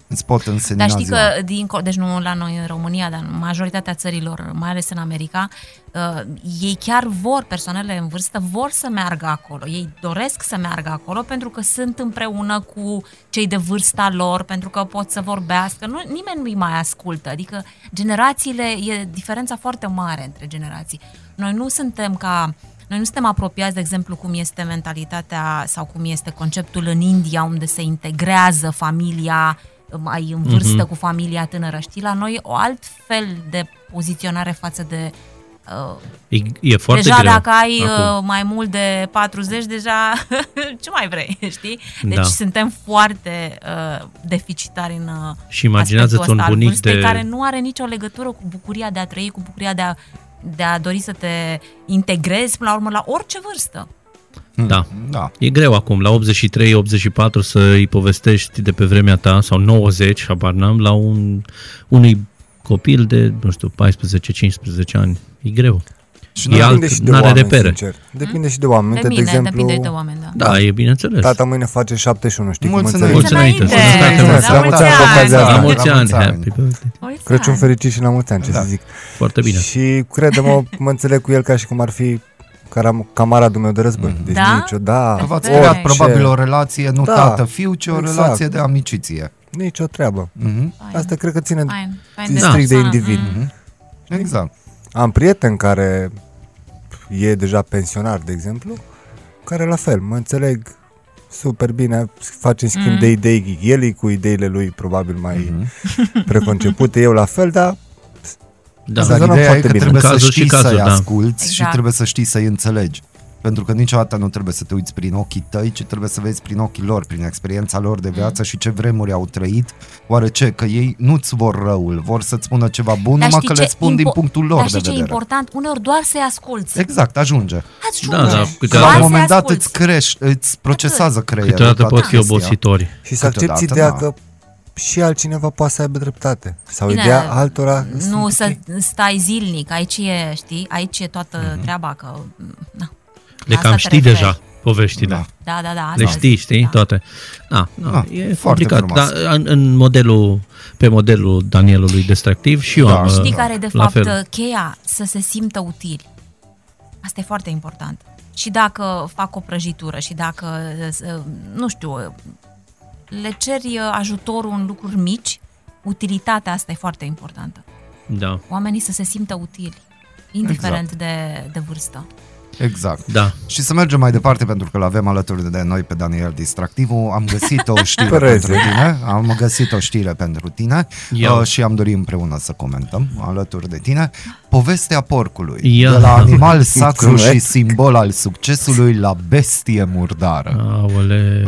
B: îți pot însemna
C: Dar știi
B: ziua.
C: că, dincolo, deci nu la noi în România, dar în majoritatea țărilor, mai ales în America, uh, ei chiar vor, persoanele în vârstă, vor să meargă acolo. Ei doresc să meargă acolo pentru că sunt împreună cu cei de vârsta lor, pentru că pot să vorbească. Nu, nimeni nu-i mai ascultă. Adică generațiile, e diferența foarte mare între generații. Noi nu suntem ca... Noi nu suntem apropiați, de exemplu, cum este mentalitatea sau cum este conceptul în India, unde se integrează familia mai în vârstă mm-hmm. cu familia tânără. Știi, la noi o alt fel de poziționare față de... Uh,
D: E, e foarte
C: deja
D: greu. Da.
C: dacă ai uh,
D: acum.
C: mai mult de 40, deja ce mai vrei, știi? Deci
D: Da.
C: suntem foarte uh, deficitari în uh,
D: Și imaginează-ți
C: aspectul
D: un
C: ăsta al
D: bunic
C: vârstei
D: de-
C: care nu are nicio legătură cu bucuria de a trăi, cu bucuria de a, de a dori să te integrezi până la urmă la orice vârstă.
D: Da.
B: Da.
D: E greu acum, la 83-84 să îi povestești de pe vremea ta, sau 90, habar n-am, la un, unui copil de, nu știu, 14-15 ani. E greu.
B: Și
D: e
B: noi
D: alt,
F: depinde și de
D: n-are
F: oameni,
D: repere.
F: sincer. Depinde și de oameni.
C: Mhm. de
F: de
C: mine,
F: exemplu,
C: depinde de oameni, da.
D: Da, e bineînțeles.
F: tata mâine face 71, știi
B: Mulți
F: cum
D: Mulți
F: înțelegi?
D: înainte.
C: înainte.
D: Mulțumesc.
F: Mulțumesc. Mulțumesc cu ocazia
D: La mulți ani. La
F: asta.
D: mulți
B: La
D: ani.
B: mulți ani.
D: Happy birthday. Da.
C: Mulți
F: Crăciun
C: ani.
F: fericit și la mulți ani, ce să zic.
D: Foarte bine.
F: Și crede-mă, mă înțeleg cu el ca și cum ar fi caram- camaradul meu de război. Deci
C: Da?
F: nicio, da,
B: Că v-ați
C: Perfect.
B: creat
F: orice,
B: probabil o relație, nu
F: Da,
B: tată-fiu, ci o
F: exact.
B: relație de amiciție.
F: nicio treabă.
B: Mhm,
C: Fain,
F: Asta cred că ține
C: fain, fain
F: strict de
C: persoană.
F: individ.
C: Mm.
B: Exact.
F: Am prieten care e deja pensionar, de exemplu, care la fel, mă înțeleg super bine, facem schimb mm. de idei, el e cu ideile lui probabil mai
C: Mm-hmm.
F: preconcepute, eu la fel, dar
D: Da.
F: Dar
B: Dar
F: zona
B: ideea e
F: foarte
B: că
F: bine.
B: trebuie
D: În
B: să
D: cazuri și
B: știi să-i
D: cazuri, da.
B: asculți și
C: Exact.
B: trebuie să știi să-i înțelegi. Pentru că niciodată nu trebuie să te uiți prin ochii tăi, ci trebuie să vezi prin ochii lor, prin experiența lor de viață
C: Mm.
B: și ce vremuri au trăit, oarece că ei nu-ți vor răul, vor să-ți spună ceva bun,
C: Dar
B: numai
C: știi
B: că le
C: ce
B: spun din
C: impo-
B: punctul lor
C: Dar
B: de
C: știi ce e
B: vedere.
C: important? Uneori doar să-i asculți.
B: Exact, ajunge.
C: Ajunge.
D: Da, da,
B: Că
D: câteodată-
B: la
C: Doar
B: un
C: să-i
B: moment dat
C: asculți.
B: îți crești, îți procesează creierul.
D: Câteodată
B: toată
D: pot fi
B: chestia.
D: obositori.
F: și să accepti
B: Câteodată,
F: ideea
B: da.
F: că și altcineva poate să aibă dreptate. Sau
C: Bine,
F: ideea altora...
C: Da. Nu
F: sunt
C: să
F: ok.
C: stai zilnic, aici e, știi, aici e toată treaba că... Na. Asta
D: Le Mhm. cam
C: te
D: știi
C: referi.
D: deja poveștile.
B: Da.
D: Da.
C: Da, da, da.
D: Le
C: asta
D: știi,
C: zic,
D: știi,
C: da.
D: toate. Da, da,
B: Da,
D: e
B: foarte
D: complicat.
B: frumos.
D: Dar în, în modelul, pe modelul Danielului Destractiv și eu
B: Da.
D: am...
B: Știi
C: Știi
D: uh,
C: care e de
D: la
C: fapt
D: fel.
C: cheia? Să se simtă utili. Asta e foarte important. Și dacă fac o prăjitură și dacă, uh, nu știu, uh, le ceri uh, ajutorul în lucruri mici, utilitatea asta e foarte importantă.
D: Da,
C: Oamenii să se simtă utili, indiferent
F: Exact.
C: de, de vârstă.
B: Exact.
D: da.
B: Și să mergem mai departe, pentru că l-avem alături de noi pe Daniel Distractivu. Am găsit o știre
F: Prezi.
B: pentru tine. Am găsit o știre pentru tine
D: Ia.
B: uh, și am dorit împreună să comentăm alături de tine. Povestea porcului.
D: Ia.
B: De la animal sacru și
F: Mulțumesc.
B: simbol al succesului la bestie murdară.
D: Aole.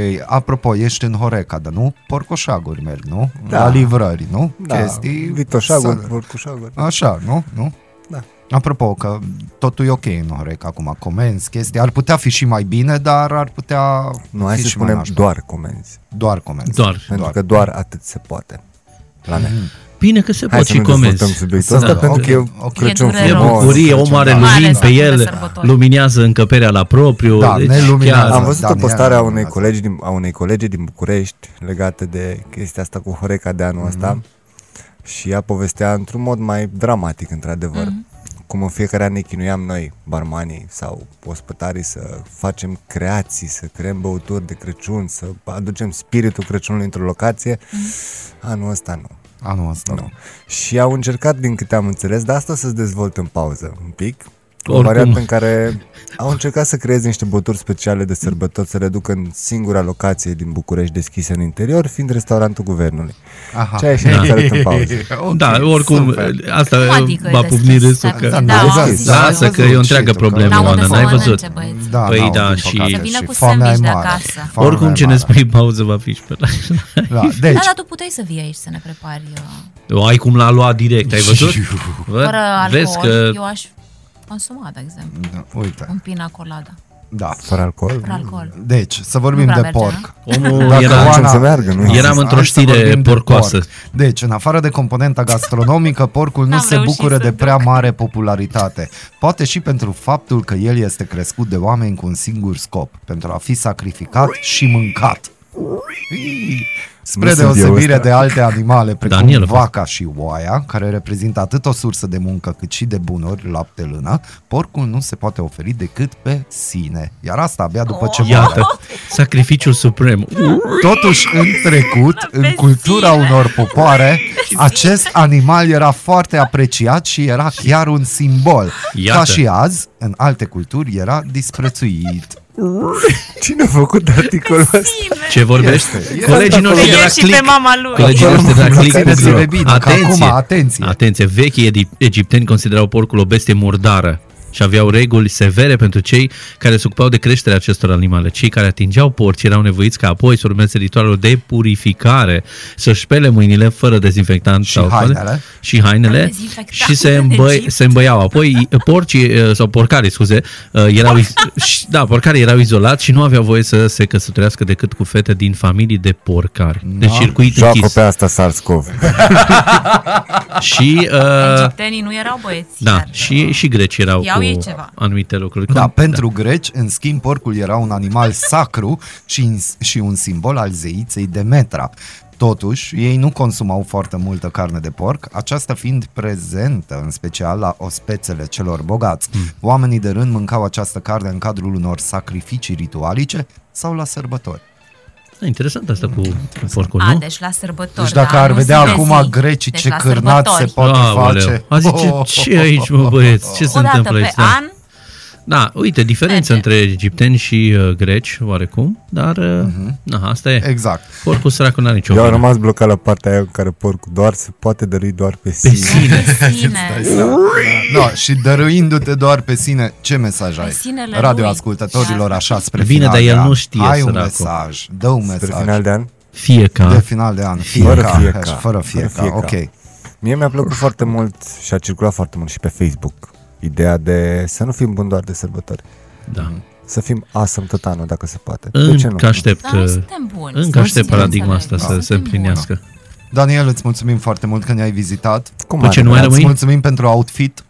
B: Ei, apropo, ești în Horecadă, nu? Porcoșaguri merg, nu?
F: Da.
B: La livrări, nu?
F: Da, Chestii... Vitoșagul,
B: Să-
F: Vorcușagul.
B: Așa, nu? Nu?
F: Da.
B: Apropo, că totul e ok în orec acum, comenzi, chestii, ar putea fi și mai bine, dar ar putea
F: Nu, hai
B: fi
F: să
B: și mai
F: spunem
B: nașpa.
F: doar comenzi.
B: doar comenzi.
D: Doar.
F: Pentru că doar atât se poate. La ne.
D: Bine că se
F: Hai
D: pot
F: să
D: și
F: nu dezvoltăm
D: comenzi.
F: subiectul
D: Da.
F: ăsta, pentru că e
B: ok.
F: Crăciun
C: E
D: E
C: frumos.
D: bucurie,
B: Să
D: omul are
B: zicem,
C: da. Mai
D: lumini
C: ales
D: pe
C: acum de
D: el,
C: sărbători.
D: luminează încăperea la propriu.
B: Da,
D: deci
B: ne luminează.
D: chiar-
F: Am văzut o
B: Daniel,
F: postare a unei
B: asta.
F: colegi din, a unei colege din București legată de chestia asta cu Horeca de
B: Mhm.
F: anul ăsta și ea povestea într-un mod mai dramatic, într-adevăr, cum în fiecare an ne chinuiam noi, barmanii sau ospătarii, să facem creații, să creăm băuturi de Crăciun, să aducem spiritul Crăciunului într-o locație. Anul ăsta nu.
B: Anul ăsta, nu.
F: Și au încercat, din câte am înțeles, dar asta o să-ți dezvolt în pauză un pic. O
D: Oricum.
F: variantă în care au încercat să creeze niște băuturi speciale de sărbători să le ducă în singura locație din București deschisă în interior, fiind restaurantul guvernului.
B: Aha.
F: Ce ai și înțeles în pauză.
B: Ok,
D: da, oricum,
B: super.
D: asta
C: Cum adică
D: va
C: e deschis?
D: pufni râsul
C: Ai
D: că...
C: văzut?
B: Da,
C: Da,
B: n-ai
C: au
B: zis,
C: zis,
B: n-ai
D: Lasă
B: văzut
D: că e o întreagă
B: citul, că-
D: problemă,
C: N-au unde
D: Oana,
C: să
D: n-ai
C: mănânce,
D: văzut?
C: băieți.
B: Da,
D: Păi
B: n-au,
D: da,
B: din
D: și-
B: păcate,
D: Se
C: vină cu
B: foamea e
C: sandwich de
B: mare.
C: acasă.
B: Foamea
D: Oricum
B: e
D: ce ne
B: mare.
D: spui pauză va fi și pe la...
B: Da,
C: Da,
B: deci,
C: dar tu puteai să vii aici să ne prepari uh,
D: O ai cum l-a luat direct, ai văzut?
B: Păi,
D: Vă-
C: fără
D: Vezi
C: alcool.
D: că
C: Eu aș consuma, de exemplu,
B: Da, uite,
C: un pina colada,
B: da.
F: Fără alcohol?
C: fără alcool.
B: Deci, să vorbim
C: Nu prea merge,
B: de porc.
D: omul
B: Dacă
D: era...
F: Oana- să meargă, nu?
B: Hai
D: Eram
B: să-
D: într-o
B: hai să
D: știre
B: vorbim de
D: porcoasă.
B: porc. Deci, în afară de componenta gastronomică, porcul nu
C: N-am
B: se
C: reușit
B: bucură
C: să
B: de
C: duc.
B: prea mare popularitate. Poate și pentru faptul că el este crescut de oameni cu un singur scop, pentru a fi sacrificat și mâncat. Spre
F: Nu sunt eu
B: deosebire
F: ăsta.
B: de alte animale, precum
D: Daniel.
B: vaca și oaia, care reprezintă atât o sursă de muncă cât și de bunuri, lapte, lână, porcul nu se poate oferi decât pe sine. Iar asta abia după ce moare.
D: Iată, sacrificiul suprem.
B: Totuși, în trecut, în cultura unor popoare, acest animal era foarte apreciat și era chiar un simbol.
D: Iată.
B: Ca și azi, în alte culturi, era disprețuit.
F: Cine a făcut articolul ăsta?
D: Ce vorbești?
B: Este- este
D: Colegii noștri de la
C: și pe
D: Click.
C: mama lui.
D: Colegii
F: Acolo
D: noștri de la
F: mă
D: Click.
B: țineți-vă
D: Bucură.
B: bine, că acum, atenție.
D: Atenție, vechii edi- egipteni considerau porcul o bestie murdară și aveau reguli severe pentru cei care se ocupau de creșterea acestor animale. Cei care atingeau porci erau nevoiți ca apoi să urmeze ritualul de purificare, să șpele mâinile fără dezinfectant
B: Și
D: sau toale-
B: hainele.
D: și hainele
C: Dezinfectant
D: și se,
C: în
D: îmbăi,
C: Egipt.
D: se îmbăiau. Apoi i- porcii eh, sau porcarii, scuze, eh, erau iz- și- da, porcarii erau izolați și nu aveau voie să se căsătorească decât cu fete din familii de porcari.
B: Da.
D: Deci circuit
F: Joacă
D: închis.
F: pe asta Sarscov.
D: Și uh,
C: Egiptenii nu erau băieți.
D: da,
C: iar,
D: și, și grecii erau
C: Iau ei
D: cu
C: ceva.
D: anumite lucruri.
B: Da,
D: Cum-
B: pentru greci, în schimb, porcul era un animal sacru și, și un simbol al zeiței Demetra. Totuși, ei nu consumau foarte multă carne de porc, aceasta fiind prezentă în special la ospețele celor bogați.
D: Hmm.
B: Oamenii de rând mâncau această carne în cadrul unor sacrificii ritualice sau la sărbători.
D: Da, interesant asta cu, cu porcul,
C: A,
D: nu?
C: deci la sărbători.
B: Deci dacă
C: da,
B: ar
C: nu
B: vedea
C: sunt de
B: acum
C: zi.
B: grecii
C: Deci
B: ce
C: la
B: cârnați se
C: sărbători.
B: poate
D: Aoleu.
B: face. Oh.
D: A zice, ce aici, mă băieți? Ce se
C: O dată
D: întâmplă
C: pe
D: aici? Da.
C: an,
D: da, uite, diferență
C: Merge.
D: între egipteni și uh, greci, oarecum, dar uh, na, asta e.
B: Exact.
D: Porcul săracul n-are nicio
F: Eu am
D: vină.
F: rămas blocat la partea aia în care porcul doar se poate dărui doar pe
D: Pe
F: sine.
D: sine.
C: sine.
B: No, și dăruindu-te doar pe sine, ce mesaj ai?
C: sinele
B: Radioascultătorilor, așa, spre
D: Bine,
B: final
D: dar
B: de
D: el
B: an.
D: nu știe,
B: Ai un
D: săracul.
B: mesaj, dă un
F: Spre
B: mesaj.
F: final de an.
B: De
D: Fieca.
B: final de an, fie
F: Fără
B: ca,
F: fieca.
B: hash, fără fie
F: Fără
B: ca,
F: fieca.
B: ok.
F: Mie mi-a plăcut foarte mult și a circulat foarte mult și pe Facebook ideea de să nu fim buni doar de sărbători.
D: Da.
F: Să fim awesome tot anul, dacă se poate. De ce nu?
D: Încă aștept, uh,
C: Dar noi suntem buni.
D: încă aștept
C: Suntem
D: paradigma asta
C: înțelepți.
D: să se
C: Suntem buni.
D: împlinească.
B: Daniel, îți mulțumim foarte mult că ne-ai vizitat.
F: Cum
D: Pe Păi ce
F: are,
D: nu mai
F: da?
B: Îți
D: rămâi?
B: mulțumim pentru outfit.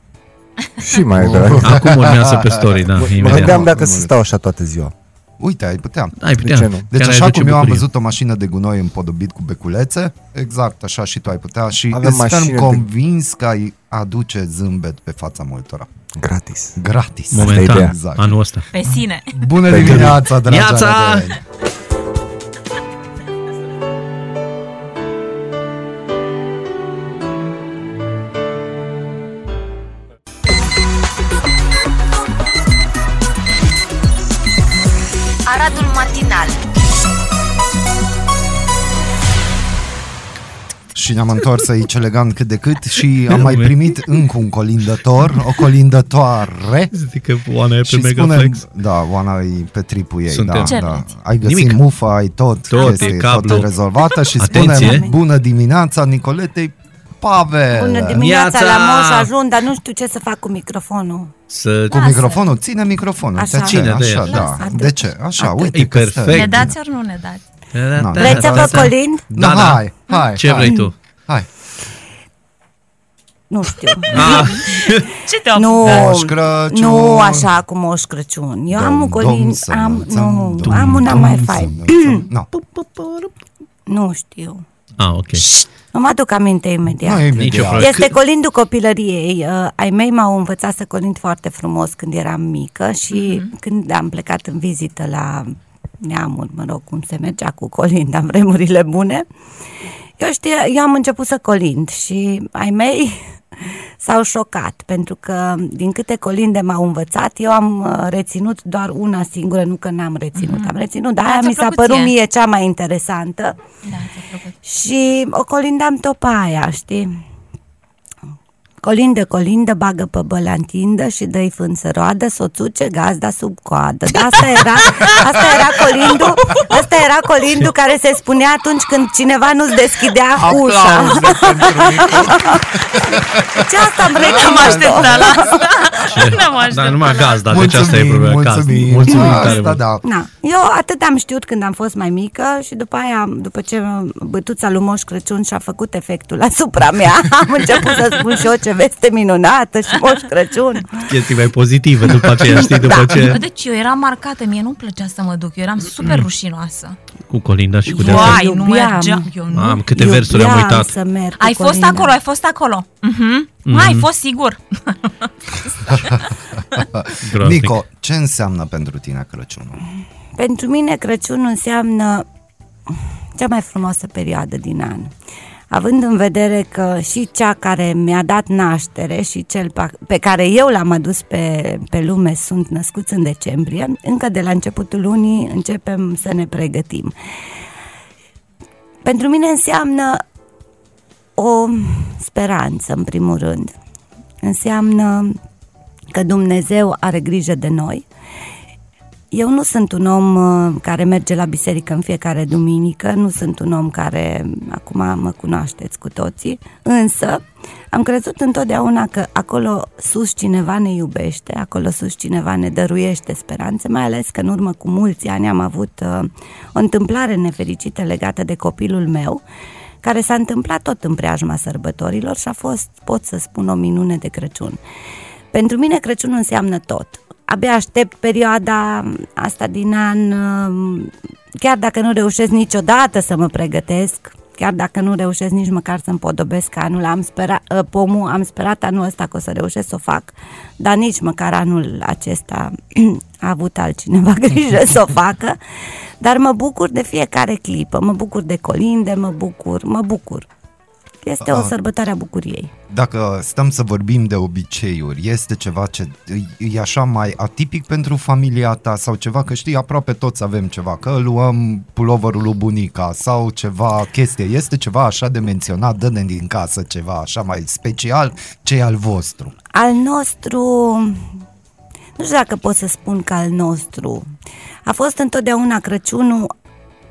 F: Și mai drag.
D: Oh. Acum urmează pe story, da,
F: Mă gândeam
D: imediat.
F: dacă să stau așa toată ziua.
B: Uite, ai putea.
D: Ai putea.
F: De ce nu?
D: Chiar
B: Deci
D: ai
B: așa
D: aduce
B: cum eu am
D: bucurie.
B: văzut o mașină de gunoi împodobit cu beculețe, exact așa și tu ai putea și
F: Avem mașină
B: suntem
F: de-
B: convins că ai aduce zâmbet pe fața multora.
F: Gratis.
B: Gratis.
D: Momentan,
F: ideea.
B: Exact.
D: anul ăsta.
C: Pe sine.
B: Bună dimineața, dragi
D: Iața!
B: prieteni!
E: Aradul Matinal
B: Și ne-am întors aici elegant cât de cât și am mai
D: Lume.
B: primit încă un colindător, o colindătoare.
D: Zic că Oana e pe
B: Și spune,
D: Megaflex.
B: da, Oana e pe tripul ei,
D: Suntem.
B: da, da.
C: Cerneți.
B: Ai găsit
D: Nimic.
B: mufa, ai tot,
D: Tot,
B: chestii,
D: e
B: tot
D: cablu.
B: e rezolvată și spune
D: Atenție.
B: bună dimineața Nicoletei Pavel.
G: Bună dimineața,
D: Neața!
G: la Moș ajung, dar nu știu ce să fac cu microfonul.
D: Să...
B: cu microfonul, ține microfonul,
G: Da, Așa.
B: așa, ține,
D: Ține de
B: așa
D: el.
B: da.
G: Lasă.
B: De ce? Așa,
G: Atât.
B: uite
D: E
B: că stă.
D: perfect.
C: Ne dați ori nu ne dați?
D: Da, da,
G: Vreți să
D: da,
G: vă
D: da.
G: colind?
B: Da,
D: Da, da.
B: hai, hai,
D: Ce
B: hai.
D: vrei tu?
B: Hai.
G: Nu știu.
D: Ah,
C: Ce te-a
G: nu,
B: Moș Crăciun.
G: nu așa cu Moș Crăciun. Eu am un
B: Dom,
G: colind,
B: să
G: am,
B: înălțăm,
G: nu,
B: dom,
G: am una
B: dom,
G: mai
B: să
G: fain.
B: înălțăm. Nu,
G: Nu știu.
D: ah, ok.
G: Nu mă aduc aminte
B: nu
G: imediat.
B: e
D: Nicio
B: imediat.
D: problemă.
G: Este colindul copilăriei. Uh, Ai mei m-au învățat să colind foarte frumos când eram mică și
C: Mhm.
G: când am plecat în vizită la neamul, mă rog, cum se mergea cu colind, am vremurile bune. Eu știu, eu am început să colind și ai mei s-au șocat pentru că din câte colinde m-au învățat, eu am uh, reținut doar una singură, nu că n-am reținut, am reținut, dar aia
C: Mhm. Da, ți-a
G: mi s-a
C: plăcut
G: părut
C: ție?
G: mie cea mai interesantă
C: Da, ți-a plăcut.
G: și o colindam tot pe aia, știi? Colindă, colindă, bagă pe bălantindă și dă-i fân să roadă, soțuce gazda sub coadă. Da, asta era, asta era colindul, asta era colindul care se spunea atunci când cineva nu-ți deschidea ușa.
B: Aplauze pentru Nicola.
G: Ce asta am
C: Am
G: reținut
C: așteptat la asta. Ne-am
D: Dar
C: așteptat.
D: numai gazda, deci asta e problema. gazda.
B: Mulțumim,
D: mulțumim tare
B: Asta,
D: mult.
B: da.
G: Na, eu atât am știut când am fost mai mică și după aia, după ce bătuța lui Moș Crăciun și-a făcut efectul asupra mea, am început să spun și eu ce veste minunată și Moș Crăciun.
D: Chestii mai pozitive după aceea, știi, după
G: da.
C: Bă,
D: ce...
C: Deci eu eram marcată, mie nu-mi plăcea să mă duc, eu eram
B: Mm.
C: super rușinoasă.
D: Cu colinda și cu de
G: Wow.
D: asta.
C: Vai, nu
G: Iubeam.
C: mergea. Eu nu.
D: Am câte versuri am
G: Iubeam
D: uitat.
G: Să merg cu
C: Ai fost
G: Corina.
C: acolo, ai fost acolo.
B: Mm.
C: Mhm. Ai fost sigur.
D: groaznic.
B: Nico, ce înseamnă pentru tine Crăciunul?
G: Pentru mine Crăciunul înseamnă cea mai frumoasă perioadă din an. Având în vedere că și cea care mi-a dat naștere și cel pa- pe care eu l-am adus pe, pe lume sunt născuți în decembrie, încă de la începutul lunii începem să ne pregătim. Pentru mine înseamnă o speranță, în primul rând. Înseamnă că Dumnezeu are grijă de noi, eu nu sunt un om uh, care merge la biserică în fiecare duminică, nu sunt un om care, acum mă cunoașteți cu toții, însă am crezut întotdeauna că acolo sus cineva ne iubește, acolo sus cineva ne dăruiește speranțe, mai ales că în urmă cu mulți ani am avut uh, o întâmplare nefericită legată de copilul meu, care s-a întâmplat tot în preajma sărbătorilor și a fost, pot să spun, o minune de Crăciun. Pentru mine Crăciunul înseamnă tot. Abia aștept perioada asta din an, um, chiar dacă nu reușesc niciodată să mă pregătesc, chiar dacă nu reușesc nici măcar să împodobesc anul, am spera, uh, pomul, am sperat anul ăsta că o să reușesc să o fac, dar nici măcar anul acesta a avut altcineva grijă să o facă, dar mă bucur de fiecare clipă, mă bucur de colinde, mă bucur, mă bucur. Este o sărbătoare a bucuriei.
B: Dacă stăm să vorbim de obiceiuri, este ceva ce e- e așa mai atipic pentru familia ta sau ceva, că știi, aproape toți avem ceva, că luăm puloverul lui bunica sau ceva chestie, este ceva așa de menționat, dă-ne din casă ceva așa mai special, ce e al vostru.
G: al nostru, nu știu dacă pot să spun că al nostru, a fost întotdeauna Crăciunul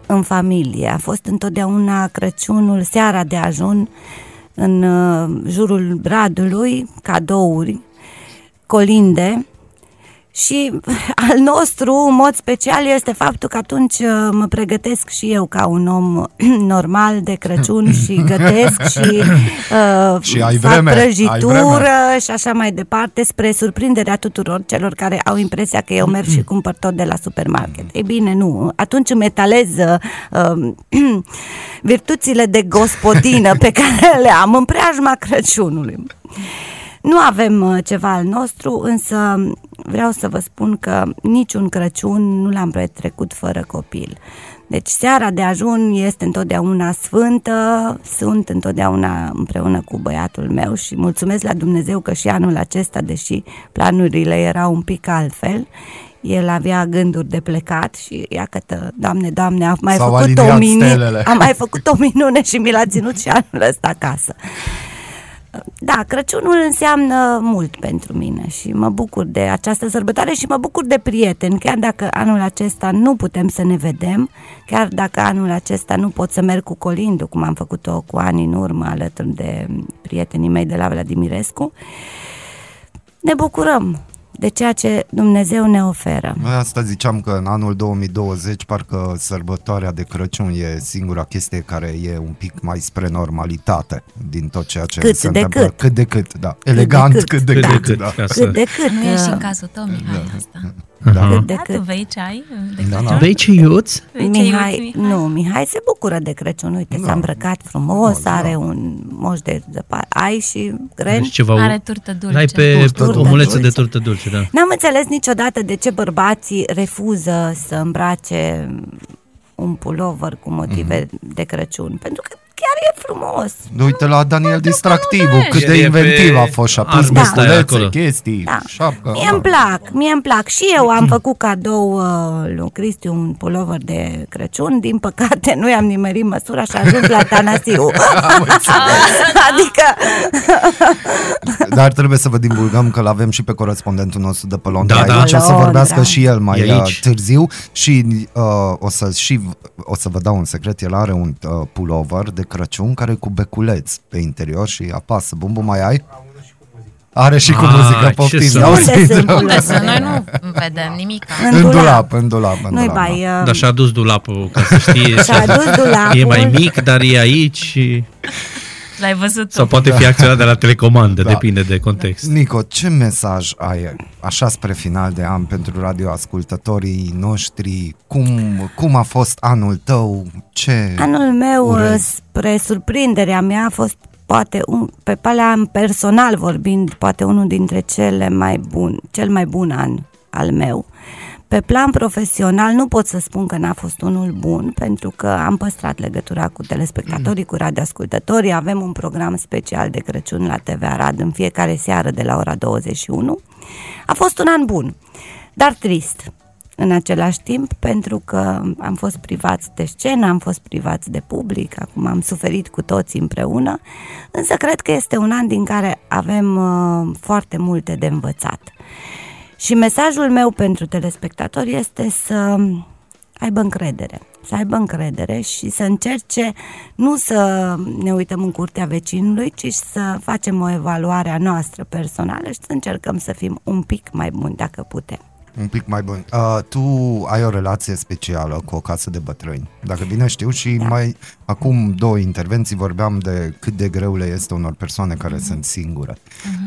G: în familie, a fost întotdeauna Crăciunul seara de ajun în uh, jurul bradului, cadouri, colinde Și al nostru, în mod special, este faptul că atunci uh, mă pregătesc și eu ca un om uh, normal de Crăciun și gătesc și, uh,
B: Și ai
G: fac
B: vreme, ai
G: prăjitură
B: vreme.
G: și așa mai departe, spre surprinderea tuturor celor care au impresia că eu merg și cumpăr tot de la supermarket. Ei bine, nu. Atunci îmi etalez uh, uh, virtuțile de gospodină pe care le am în preajma Crăciunului. Nu avem uh, ceva al nostru, însă vreau să vă spun că niciun Crăciun nu l-am petrecut fără copil. Deci seara de ajun este întotdeauna sfântă, sunt întotdeauna împreună cu băiatul meu și mulțumesc la Dumnezeu că și anul acesta, deși planurile erau un pic altfel, el avea gânduri de plecat și iată, Doamne, Doamne, a mai
B: S-au
G: făcut o
B: aliniat
G: minune,
B: stelele.
G: am mai făcut o minune și mi l-a ținut și anul ăsta acasă. Da, Crăciunul înseamnă mult pentru mine și mă bucur de această sărbătoare și mă bucur de prieteni, chiar dacă anul acesta nu putem să ne vedem, chiar dacă anul acesta nu pot să merg cu Colindu, cum am făcut-o cu ani în urmă alături de prietenii mei de la Vladimirescu, ne bucurăm de ceea ce Dumnezeu ne oferă.
B: Noi asta ziceam că în anul 2020 parcă sărbătoarea de Crăciun e singura chestie care e un pic mai spre normalitate din tot ceea ce
G: Cât
B: se
G: de
B: întâmplă.
G: cât.
B: Cât de cât, da. Elegant cât, de cât,
D: Cât de cât,
B: da.
D: ca să...
G: Cât de cât,
C: Nu e și în
G: uh,
C: cazul tău, Mihai, asta.
B: da.
G: cât de
C: Da, tu
G: cât.
C: vei ce ai de
B: Da,
C: Crăciun?
B: da.
D: Vei ce iuți?
C: Vei ce
G: Mihai,
C: iuți,
G: nu, Mihai se bucură de Crăciun, uite,
B: Da.
G: s-a îmbrăcat frumos,
B: Da, da.
G: are un moș de zăpadă, ai și gren.
D: Deci ceva...
C: Are turtă dulce.
D: L-ai pe
B: Turtă dulce.
D: omuleță de turtă dulce, da.
G: N-am înțeles niciodată de ce bărbații refuză să îmbrace un pulover cu motive
D: Mhm.
G: mm-hmm. de Crăciun, pentru că chiar e frumos.
B: Uite la Daniel Distractivul, cât
D: El
B: de
D: e
B: inventiv
D: pe
B: a fost și a pus
D: armă, stai
B: bestulețe,
D: acolo.
B: chestii,
G: Da.
B: șapcă.
G: Mie îmi plac, mie îmi plac. Și eu
D: Mhm.
G: am făcut cadou uh, lui Cristi un pulover de Crăciun, din păcate nu i-am nimerit măsura și a ajuns la Tanasiu. adică,
B: Dar trebuie să vă divulgăm că l-avem și pe corespondentul nostru de pe Londra
D: Da, da.
B: aici, o să
G: Londra.
B: vorbească și el mai
D: E aici.
B: aici. târziu și uh, o să și o să vă dau un secret, el are un uh, pullover de Crăciun care e cu beculeț pe interior și apasă. Bumbu mai ai? Are și cu
D: Ah,
B: muzică,
D: ce
B: poftim.
D: să-
B: Ia
G: Unde
B: uite.
G: sunt
C: Unde
G: pulovere?
C: să? Noi nu vedem nimic.
G: În
C: um,
B: În
G: dulap.
B: dulap, în dulap, în
G: Noi
B: dulap. da.
G: bai, uh,
D: Dar și-a dus dulapul, ca să știe.
G: și-a dus dulapul.
D: E mai mic, dar e aici și...
C: L-ai văzut tu. Da.
D: Sau poate fi acționat da. de la telecomandă, depinde de context.
B: Da. Nico, ce mesaj ai așa spre final de an pentru radioascultătorii noștri? Cum, cum a fost anul tău? Ce...
G: Anul meu, uh,
B: urez.
G: spre surprinderea mea, a fost poate, un, pe palea personal vorbind, poate unul dintre cele mai bun, cel mai bun an al meu. Pe plan profesional nu pot să spun că n-a fost unul bun, pentru că am păstrat legătura cu telespectatorii, cu radioascultătorii, avem un program special de Crăciun la TV Arad în fiecare seară de la ora 21. A fost un an bun, dar trist în același timp pentru că am fost privați de scenă, am fost privați de public, acum am suferit cu toți împreună, însă cred că este un an din care avem uh, foarte multe de învățat. Și mesajul meu pentru telespectatori este să aibă încredere, să aibă încredere și să încerce nu să ne uităm în curtea vecinului, ci să facem o evaluare a noastră personală și să încercăm să fim un pic mai buni dacă putem.
B: Un pic mai bun. Uh, tu ai o relație specială cu o casă de bătrâni. Dacă bine știu și da. mai acum două intervenții vorbeam de cât de greu le este unor persoane care sunt singure.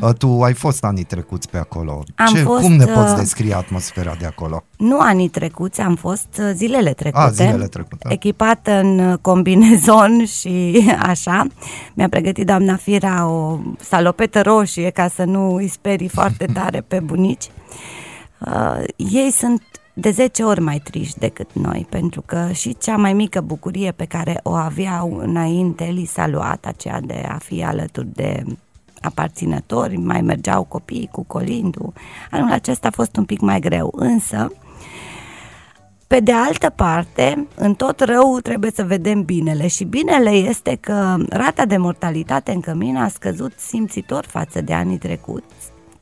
B: Uh, tu ai fost anii trecuți pe acolo.
G: Mhm. Am
B: ce,
G: fost,
B: cum ne
G: uh,
B: poți descrie atmosfera de acolo?
G: Nu anii trecuți, am fost uh, zilele trecute.
B: A, Ah, zilele trecute. da.
G: Echipată în uh, combinezon și așa. Mi-a pregătit doamna Fira o salopetă roșie ca să nu îi sperii foarte tare pe bunici. Uh, ei sunt de 10 ori mai triști decât noi, pentru că și cea mai mică bucurie pe care o aveau înainte li s-a luat, aceea de a fi alături de aparținători, mai mergeau copiii cu colindu. Anul acesta a fost un pic mai greu, însă pe de altă parte, în tot rău trebuie să vedem binele și binele este că rata de mortalitate în cămin a scăzut simțitor față de anii trecuți,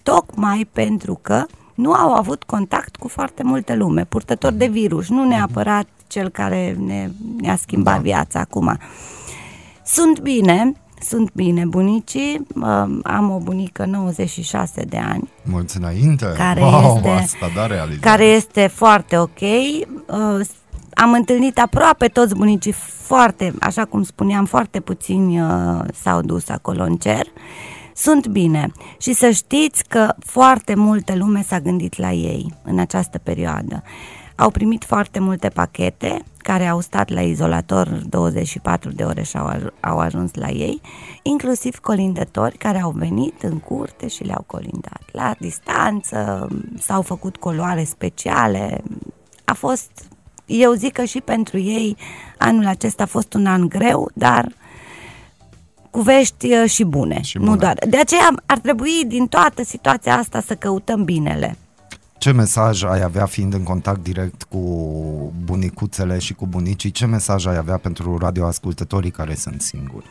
G: tocmai pentru că nu au avut contact cu foarte multe lume, purtători de virus, nu neapărat cel care ne, ne-a schimbat viața acum. Sunt bine, Sunt bine bunicii, um, am o bunică 96 de ani,
B: Mulți înainte?
G: Care
B: wow,
G: este-
B: asta da realizare.
G: care este foarte ok. Uh, s- Am întâlnit aproape toți bunicii foarte, așa cum spuneam, foarte puțini uh, s-au dus acolo în cer. Sunt bine și să știți că foarte multă lume s-a gândit la ei în această perioadă. Au primit foarte multe pachete care au stat la izolator 24 de ore și au, aj- au ajuns la ei, inclusiv colindători care au venit în curte și le-au colindat. La distanță s-au făcut coloare speciale. A fost, eu zic că și pentru ei anul acesta a fost un an greu, dar cu vești eh, și bune.
B: Și
G: nu
B: bune.
G: doar. De aceea ar trebui din toată situația asta să căutăm binele.
B: Ce mesaj ai avea fiind în contact direct cu bunicuțele și cu bunicii? Ce mesaj ai avea pentru radioascultătorii care sunt singuri?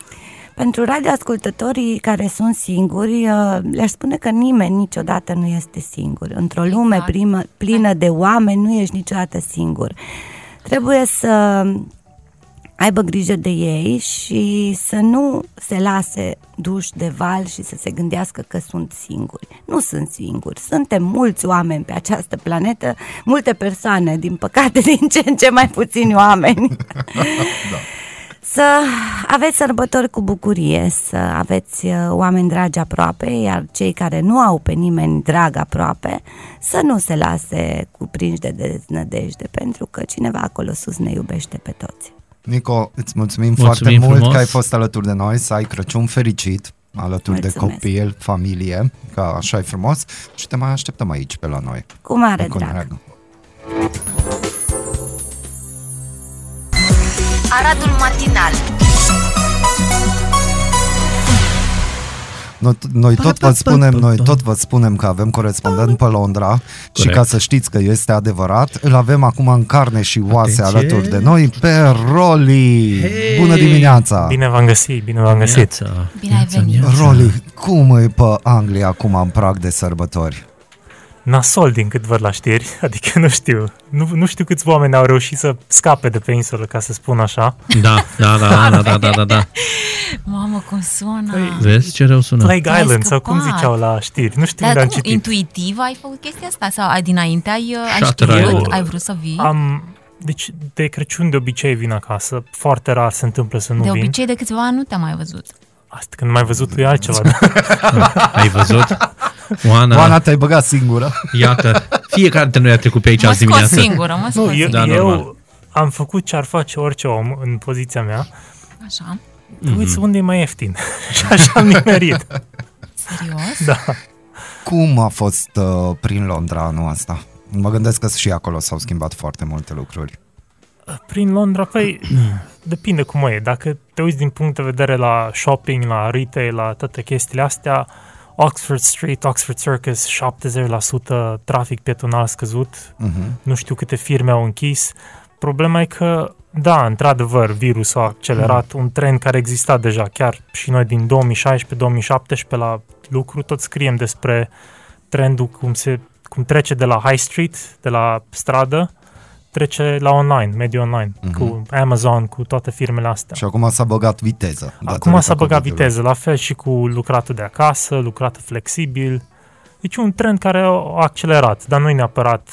G: Pentru radioascultătorii care sunt singuri, uh, le-aș spune că nimeni niciodată nu este singur. Într-o lume
C: Exact.
G: primă, plină de oameni, nu ești niciodată singur. Trebuie să aibă grijă de ei și să nu se lase duși de val și să se gândească că sunt singuri. Nu sunt singuri, suntem mulți oameni pe această planetă, multe persoane, din păcate, din ce în ce mai puțini oameni.
D: Da.
G: Să aveți sărbători cu bucurie, să aveți uh, oameni dragi aproape, iar cei care nu au pe nimeni drag aproape, să nu se lase cuprinși de deznădejde, pentru că cineva acolo sus ne iubește pe toți.
B: Nico, îți mulțumim,
D: Mulțumim
B: foarte mult
D: frumos.
B: că ai fost alături de noi, să ai Crăciun fericit alături de
G: Mulțumesc.
B: copil, familie, că așa e frumos și te mai așteptăm aici pe la noi.
G: Cu mare
B: Cu
G: drag!
E: Aradul matinal
B: Noi, noi tot vă spunem, noi tot vă spunem că avem corespondent pe Londra și ca să știți că este adevărat, îl avem acum în carne și oase
D: Atenție!
B: alături de noi pe Roli.
D: Da. Hei!
B: Bună dimineața!
H: Bine v-am găsit, bine v-am găsit.
D: Neața,
C: Bine ai
D: neața,
C: venit.
D: neața.
B: Roli, cum e pe Anglia acum în prag de sărbători?
H: Nasol din cât văd la știri, adică nu știu. Nu, nu știu câți oameni au reușit să scape de pe insulă, ca să spun așa.
D: Da, da, da, da, da, da, da, da.
C: Mamă, cum sună!
D: Vezi ce rău sună?
H: Plague
C: Ai
H: Island sau cum
C: scăpat.
H: ziceau la știri, Păi, nu știu
C: Dar
H: unde
C: cum,
H: am citit.
C: intuitiv ai făcut chestia asta? Sau ai, dinainte ai, uh, ai
D: Shutter
C: știut?
D: Island.
C: Ai vrut să vii?
H: Am, deci de Crăciun de obicei vin acasă, foarte rar se întâmplă să nu
C: de
H: vin.
C: obicei, de câțiva ani nu te-am mai văzut.
H: Asta când m-ai văzut e altceva, Da. dar
D: Ai văzut? Oana,
B: Oana, te-ai băgat singură.
D: iată, fiecare dintre noi a trecut pe aici
C: Mă
D: azi
C: scos
D: dimineață.
C: singură, mă scos
H: nu, eu,
C: singură.
D: Da,
H: eu
D: normal.
H: am făcut ce ar face orice om în poziția mea.
C: Așa,
H: Mm-hmm.
D: Mhm.
H: Uite unde e mai ieftin. și așa am nimerit.
C: serios?
H: Da.
B: Cum a fost uh, prin Londra anul ăsta? Mă gândesc că și acolo s-au schimbat foarte multe lucruri.
H: Prin Londra, păi, depinde cum o e. Dacă te uiți din punct de vedere la shopping, la retail, la toate chestiile astea, Oxford Street, Oxford Circus, 70% trafic pietonal scăzut,
D: Mhm.
B: Uh-huh.
H: nu știu câte firme au închis. Problema e că, da, într-adevăr, virusul a accelerat un trend care exista deja, chiar și noi din 2016-2017 la lucru tot scriem despre trendul cum, se, cum trece de la high street, de la stradă, trece la online, mediul online,
B: Mhm.
H: cu Amazon, cu toate firmele astea.
B: Și acum s-a băgat viteză.
H: Da. Acum
B: datorită
H: s-a băgat
B: COVID-ului.
H: viteză, la fel și cu lucratul de acasă, lucratul flexibil. Deci e un trend care a accelerat, dar nu e neapărat...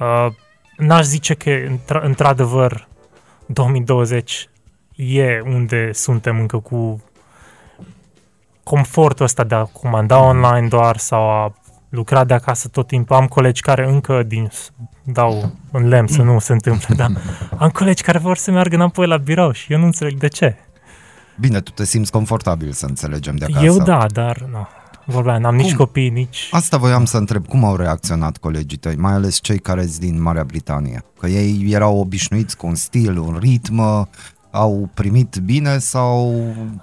H: Uh, n-aș zice că, într- într-adevăr, 2020 e unde suntem încă cu confortul ăsta de a comanda online doar sau a lucra de acasă tot timpul. Am colegi care încă din dau în lemn să nu se întâmple, dar am colegi care vor să meargă înapoi la birou și eu nu înțeleg de ce.
B: Bine, tu te simți confortabil să înțelegem de acasă.
H: Eu da, dar nu. Vorbeam, n-am nici
B: Cum?
H: copii, nici...
B: Asta voiam să întreb, cum au reacționat colegii tăi, mai ales cei care sunt din Marea Britanie? Că ei erau obișnuiți cu un stil, un ritm, au primit bine sau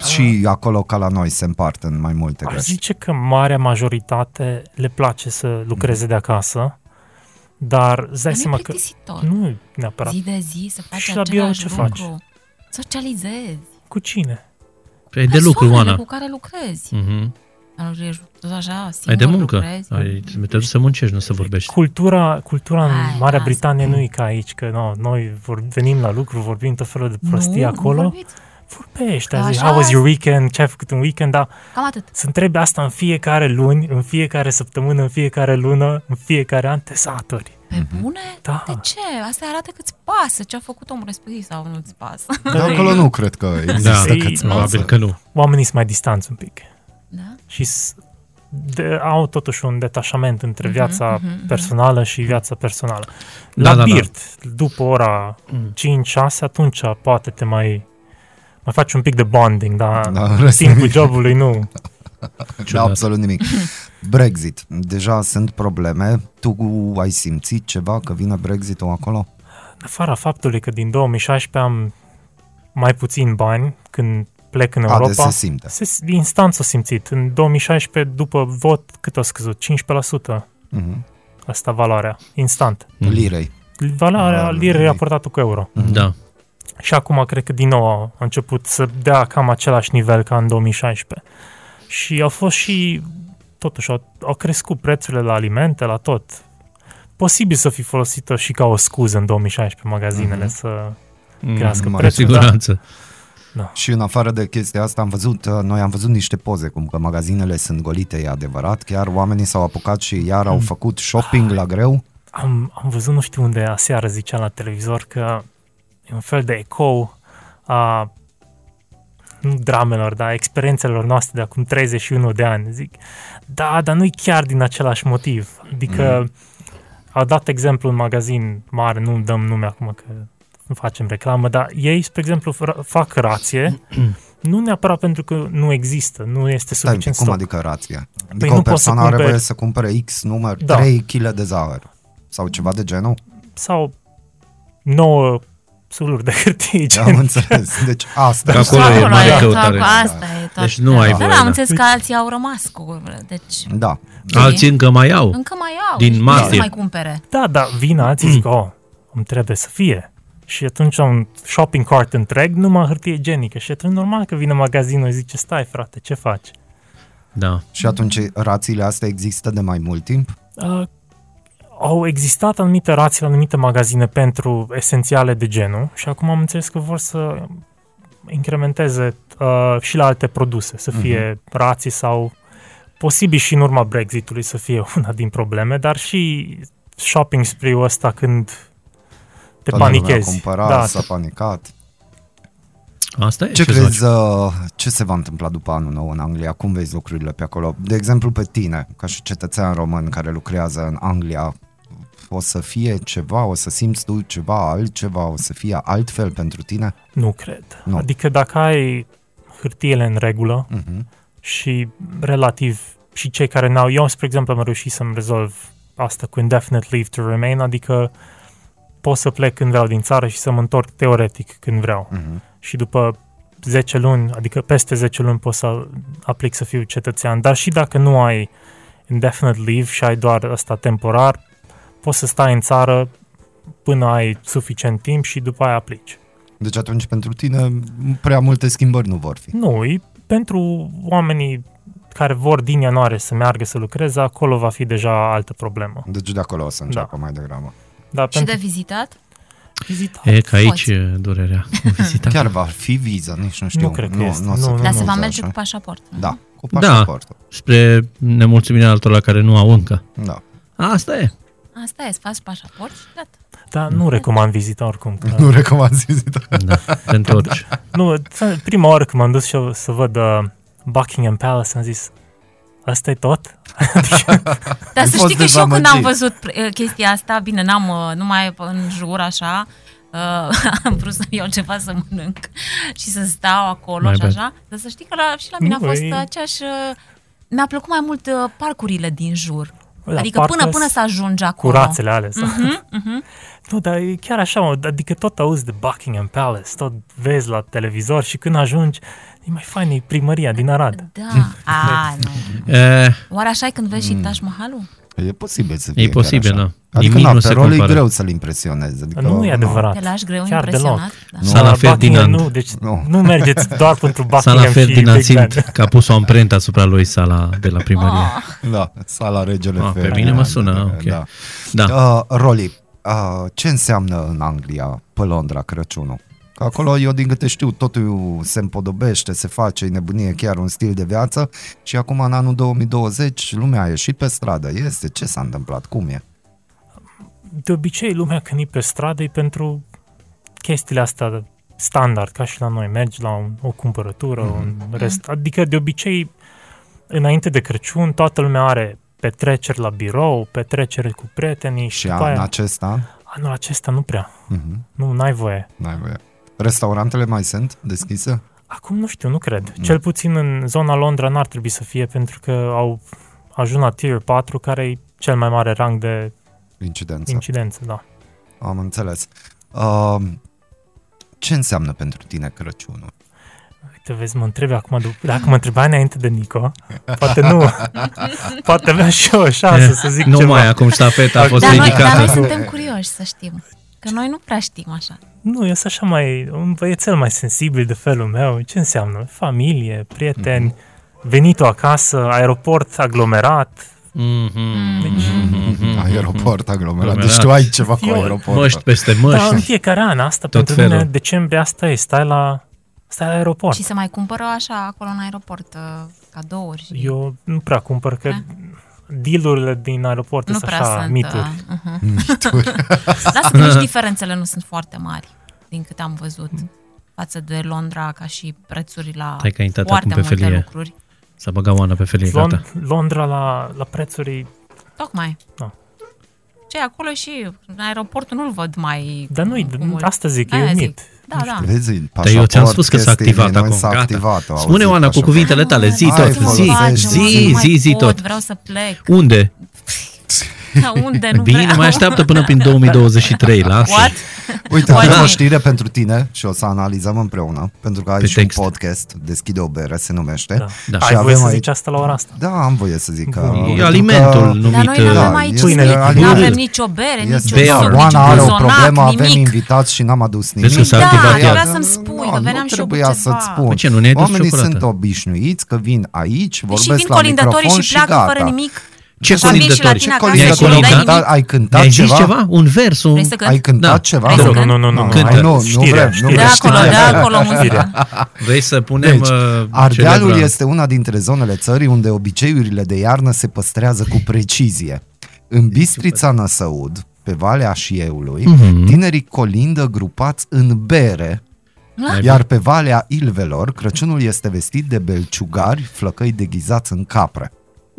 B: și acolo ca la noi se împart în mai multe
H: Aș
B: greșeli?
H: zice că marea majoritate le place să
B: Mm.
H: lucreze de acasă, dar îți dai
C: Dar nu e
H: seama că...
C: plictisitor.
H: Nu e neapărat.
C: Zi de zi să faci
H: Și la birou
C: același
H: ce
C: lucru. Socializezi.
H: Cu cine?
D: Ai Păi de lucru,
C: Persoanele
D: Oana.
C: cu care lucrezi.
D: Mhm.
C: Dar ești tot așa, singur,
D: Ai de muncă.
C: lucrezi.
D: Ai, te duci să muncești, nu să vorbești.
H: Cultura, cultura
C: Hai,
H: în Marea
C: asta.
H: Britanie nu e ca aici, că no, noi vor, venim la lucru, vorbim tot felul de prostii
C: nu,
H: acolo.
C: Nu vorbiți?
H: vorbești, a zis,
C: Așa
H: how was
C: e.
H: your weekend, ce ai făcut în weekend, dar
C: Cam atât.
H: să întrebi asta în fiecare luni, în fiecare săptămână, în fiecare lună, în fiecare an, te saturi.
C: Pe bune?
H: Da.
D: Ah.
C: De ce? Asta arată că îți pasă ce a făcut omul respectiv sau nu-ți pasă.
B: Dar acolo nu cred Da, că
D: Da,
B: există
H: Ei,
B: câți
D: probabil că nu.
H: Oamenii sunt mai distanți un pic
C: Da?
H: și s- de, au totuși un detașament între viața personală și viața personală. La
D: Da, Mm. da, da.
H: birt, după ora 5-6, atunci poate te mai mai faci un pic de bonding, dar
B: Da,
H: da,
B: în rest
H: timpul
B: nimic.
H: jobului nu.
B: Da, absolut nimic. Brexit. Deja sunt probleme. Tu ai simțit ceva că vine Brexit-ul acolo?
H: În afara faptului că din 2016 am mai puțin bani când plec în
B: A,
H: Europa.
B: de se simte.
H: Se, instant s-a simțit. În 2016, după vot, cât a scăzut? 15%
B: Mhm.
H: asta valoarea. Instant.
B: Lirei.
H: Valoarea
B: Valului.
H: lirei raportată cu euro.
D: Da.
H: Și acum cred că din nou a a început să dea cam același nivel ca în 2016. Și au fost și, totuși, au, au crescut prețurile la alimente, la tot. Posibil să fi folosită și ca o scuză în 2016 magazinele mm-hmm. să crească
B: mai
D: Cu
H: prețul. da.
D: Mm, siguranță.
B: Și în afară de chestia asta am văzut, uh, noi am văzut niște poze cum că magazinele sunt golite, e adevărat, chiar oamenii s-au apucat și iar
H: Mm.
B: au făcut shopping la greu.
H: Am, am văzut, nu știu unde, aseară zicea la televizor că e un fel de ecou a nu dramelor, dar a experiențelor noastre de acum 31 de ani. Zic, da, dar nu-i chiar din același motiv. Adică mm. au dat exemplu un magazin mare, nu dăm nume acum că nu facem reclamă, dar ei, spre exemplu, fra- fac rație, nu neapărat pentru că nu există, nu este
B: Stai, un pic,
H: suficient
B: cum
H: stoc. Păi
B: adică rația? Adică o
H: nu poți să
B: persoană are
H: cumperi-
B: voie să cumpere X număr,
H: Da.
B: 3 kg de zahăr sau ceva de genul?
H: Sau 9 suluri de hârtie
B: Am
H: gen.
B: înțeles. Deci asta.
D: Că acolo e
C: Acolo
D: mare
C: e,
D: căutare.
C: da, Asta e tot.
D: Deci nu ai
C: da,
D: voie,
C: Da, am
D: da.
C: înțeles că alții au rămas cu... Deci
B: Da.
D: Alții încă mai au.
C: încă mai au.
D: Din
C: Deci nu
D: martie.
C: se mai cumpere.
H: Da, dar vin alții zic, oh, îmi trebuie să fie. Și atunci un shopping cart întreg, numai hârtie igienică. Și atunci normal că vine magazinul și zice, stai frate, ce faci?
D: Da.
B: Și atunci rațiile astea există de mai mult timp?
H: Uh, au existat anumite rații la anumite magazine pentru esențiale de genul și acum am înțeles că vor să incrementeze uh, și la alte produse, să fie
B: Mhm.
H: uh-huh. rații sau posibil și în urma Brexitului să fie una din probleme, dar și shopping spree-ul ăsta când te
B: Toată lumea
H: panichezi.
B: A cumpărat,
H: da,
B: s-a panicat.
D: Asta e.
B: Ce,
D: să faci?
B: crezi uh, ce se va întâmpla după anul nou în Anglia? Cum vezi lucrurile pe acolo? De exemplu pe tine, ca și cetățean român care lucrează în Anglia, o să fie ceva, o să simți tu ceva altceva, o să fie altfel pentru tine?
H: Nu cred.
B: Nu.
H: Nu. Adică dacă ai hârtiele în regulă uh-huh. și relativ și cei care n-au, eu, spre exemplu, am reușit să-mi rezolv asta cu indefinite leave to remain, adică pot să plec când vreau din țară și să mă întorc teoretic când vreau. Uh-huh. Și după 10 luni, adică peste 10 luni pot să aplic să fiu cetățean. Dar și dacă nu ai indefinite leave și ai doar asta temporar, poți să stai în țară până ai suficient timp și după aia aplici.
B: Deci atunci pentru tine prea multe schimbări nu vor fi.
H: Nu, e pentru oamenii care vor din ianuarie să meargă să lucreze, acolo va fi deja altă problemă. Da.
B: Deci de acolo o să înceapă mai degrabă.
H: Dar
C: Și de
H: pentru
C: vizitat?
H: vizitat,
D: E că aici
C: Poți.
D: e durerea. Vizita.
B: Chiar va fi viză, nici nu știu.
H: cred că este.
B: Nu, o să
H: Nu, nu, nu.
B: fie
C: Dar se
B: viză
C: va merge
B: așa.
C: cu pașaport.
B: Da, cu
D: Da.
B: pașaportul.
D: Spre nemulțumirea altora care nu au încă.
B: Da. da.
D: Asta e.
C: Asta e, îți faci pașaport și gata.
H: dar
C: Deci-
H: nu recomand vizita oricum. Că,
B: Nu recomand vizita.
D: Da. Pentru orice.
H: nu, ți- prima oară când m-am dus și eu să văd uh, Buckingham Palace, am zis, asta e tot? Adică-
C: Dar
B: Ai
C: să
B: fost
C: știi că și eu când am
B: dezamăgit.
C: văzut uh, chestia asta, bine, n-am, uh, nu mai în jur așa, uh, am vrut să iau ceva să mănânc și să stau acolo
D: Mai
C: și
D: bad.
C: așa, dar să știi că la, și la mine
H: Nu,
C: a fost
H: e-
C: aceeași... uh, Mi-a plăcut mai mult uh, parcurile din jur.
H: Da,
C: adică
H: parcă
C: până, până
H: s-
C: să ajungi acolo. Mhm,
H: Curațele alea. Mm-hmm, mm-hmm. Nu, dar e chiar așa, mă, adică tot auzi de Buckingham Palace, tot vezi la televizor și când ajungi, e mai fain, e primăria din Arad.
C: Da. A, nu.
D: E,
C: Oare așa e când vezi și Taj Mahalul?
B: E posibil să fie
D: E
B: chiar
D: posibil,
B: așa.
D: da.
B: Adică
D: Nimic
B: na,
D: nu
B: pe
D: se
B: rol e
D: compară.
B: greu să-l impresionezi. Adică,
H: Nu e adevărat.
C: Te lași greu
H: Chiar deloc.
C: impresionat? Da.
D: Sala
H: La
D: Ferdinand.
H: Buckingham Nu, deci
B: Nu.
H: nu, nu mergeți doar pentru
D: sala
H: Buckingham și
D: Ferdinand
H: Big Ben.
D: simt că a pus o amprentă asupra lui sala de la
C: Ah.
D: primărie.
B: Da, sala regele
D: Ah, pe
B: Ferdinand.
D: mine mă sună, ah, ok.
B: Da.
D: Da.
B: Uh, Roli, uh, ce înseamnă în Anglia pe Londra Crăciunul? Că acolo, eu din câte știu, totul se împodobește, se face, e nebunie chiar un stil de viață și acum în anul 2020 lumea a ieșit pe stradă. Este, ce s-a întâmplat, cum e?
H: De obicei, lumea când e pe stradă e pentru chestiile astea de standard, ca și la noi. Mergi la un, o cumpărătură, mm-hmm. un rest. Adică, de obicei, înainte de Crăciun, toată lumea are petreceri la birou, petreceri cu prietenii și,
B: Și
H: și după
B: an
H: aia,
B: acesta,
H: anul acesta nu prea.
B: Mhm.
H: Nu, n-ai voie.
B: n-ai voie. Restaurantele mai sunt deschise?
H: Acum nu știu, nu cred. Cel puțin în zona Londra n-ar trebui să fie pentru că au ajuns la tier 4, care e cel mai mare rang de
B: Incidența.
H: incidență, da.
B: Am înțeles. Uh, ce înseamnă pentru tine Crăciunul?
H: Uite, vezi, mă întrebi acum, dup- dacă mă întrebai înainte de Nico, poate nu, poate avea și eu o șansă să zic
D: Eh, nu
H: ceva.
D: mai, acum ștafeta a fost
C: Dar noi, dar noi
D: ridicată.
C: suntem curioși să știm. Că noi nu prea știm așa.
H: Nu, eu sunt așa mai, un băiețel mai sensibil de felul meu. Ce înseamnă? Familie, prieteni,
B: Mhm.
H: venitul acasă, aeroport aglomerat.
D: Mhm.
H: Deci,
B: Mm-hmm. Aeroport aglomerat.
D: Aglomerat.
B: Deci tu ai ceva cu
H: Eu-
B: aeroport.
D: Măști peste
H: da, în
D: măști.
H: fiecare an asta,
D: Tot
H: pentru mine,
D: felul.
H: decembrie asta e, stai la, stai la aeroport.
C: Și să mai cumpără așa acolo în aeroport uh, cadouri. și-
H: Eu nu prea cumpăr, că
C: Ah.
H: dealurile din aeroport
C: nu
H: sunt
C: prea
H: așa
C: sunt
H: mituri.
C: Uh, uh-huh. Lasă că nici diferențele nu sunt foarte mari, din câte am văzut, față de Londra, ca și prețuri la
D: Hai că ai intrat
C: foarte
D: acum pe
C: multe
D: felie.
C: lucruri.
D: S-a băgat Oana pe felie, gata.
H: Lon- Londra la, la prețuri,
C: Tocmai.
H: Da.
C: Ce acolo și în aeroportul nu-l văd mai...
H: dar nu
C: cum îl-
H: asta zic,
C: Aia
H: e un
C: zic.
H: mit.
C: Da, da.
B: Vezi,
D: Dar eu ți-am
B: pașaport,
D: spus că s-a
B: chestii,
D: activat
B: din noi
D: acum,
B: S-a
D: gata.
B: activat, au
D: Spune,
B: auzit
D: Oana, cu
B: pașaport.
D: cuvintele tale, zi
C: Hai,
D: tot,
C: mă,
D: zi,
C: faci,
B: folosești.
C: mă,
D: zi,
C: nu mai
D: zi, zi
C: pot,
D: tot.
C: Vreau să plec.
D: Unde? Da?
C: La unde? Nu
D: Bine,
C: vreau.
D: mai așteaptă până prin 2023, lasă.
C: What?
B: Uite,
C: Oana.
B: avem o știre pentru tine și o să analizăm împreună, pentru că ai
D: Pe
B: și un
D: text.
B: podcast, Deschide o bere, se numește.
H: Da.
D: Da.
H: Ai
B: Și
H: voie
B: avem
H: să
B: aici-
H: zici asta la ora asta.
B: Da, am voie să zic că... pentru
D: E
B: că
D: alimentul numit...
C: Dar noi nu
D: uh,
B: Da,
C: avem aici
B: pâine,
H: nimic.
C: Nu
B: aliment.
C: avem nicio bere, nici
B: Este
D: nici
B: bea.
D: un
C: suc, nici
B: Oana are
C: un
B: o
C: buzonac,
B: problemă, avem
C: nimic.
B: invitați și n-am adus nimic.
D: Vezi că s-a
C: Da,
D: activat
C: eu
D: iar.
C: vreau să-mi spui, că
B: nu
C: veneam și eu cu
B: trebuia
C: ceva.
B: să-ți spun.
D: Păi ce, nu ne-ai dus
B: Oamenii
D: ciocolată?
B: sunt obișnuiți că vin aici, vorbesc
C: Și Deci vin
B: la
C: colindătorii
B: microfon
C: și
B: și
C: pleacă
B: gata.
C: fără nimic.
D: Ce
C: Așa vin și la
D: colindători?
C: tine
B: Ce
C: acasă
D: și nu
B: colindători?
D: dai
C: nimic.
B: Ai cântat- Ai cântat
D: Ne-ai zis
B: ceva?
D: ceva? Un vers? Un...
C: Vrei să cânt?
B: Ai cântat
D: Da.
B: ceva?
D: Vrei să
H: Nu,
D: Te
H: nu,
D: rog.
H: nu, nu, nu,
D: Cântă.
H: hai,
B: Nu, nu
H: știrea,
B: vrem, nu
H: știrea.
C: De
B: vrem.
C: Da, acolo, de acolo muzica.
H: Știrea.
D: Vrei să punem...
B: Deci,
D: uh,
B: Ardealul
D: celebra-
B: este una dintre zonele țării unde obiceiurile de iarnă se păstrează cu precizie. În
D: Deci,
B: Bistrița Năsăud, pe Valea Șieului,
D: Mhm.
B: tinerii colindă grupați în bere,
D: Mai
B: iar pe Valea Ilvelor, Crăciunul este vestit de belciugari, flăcăi deghizați în capre.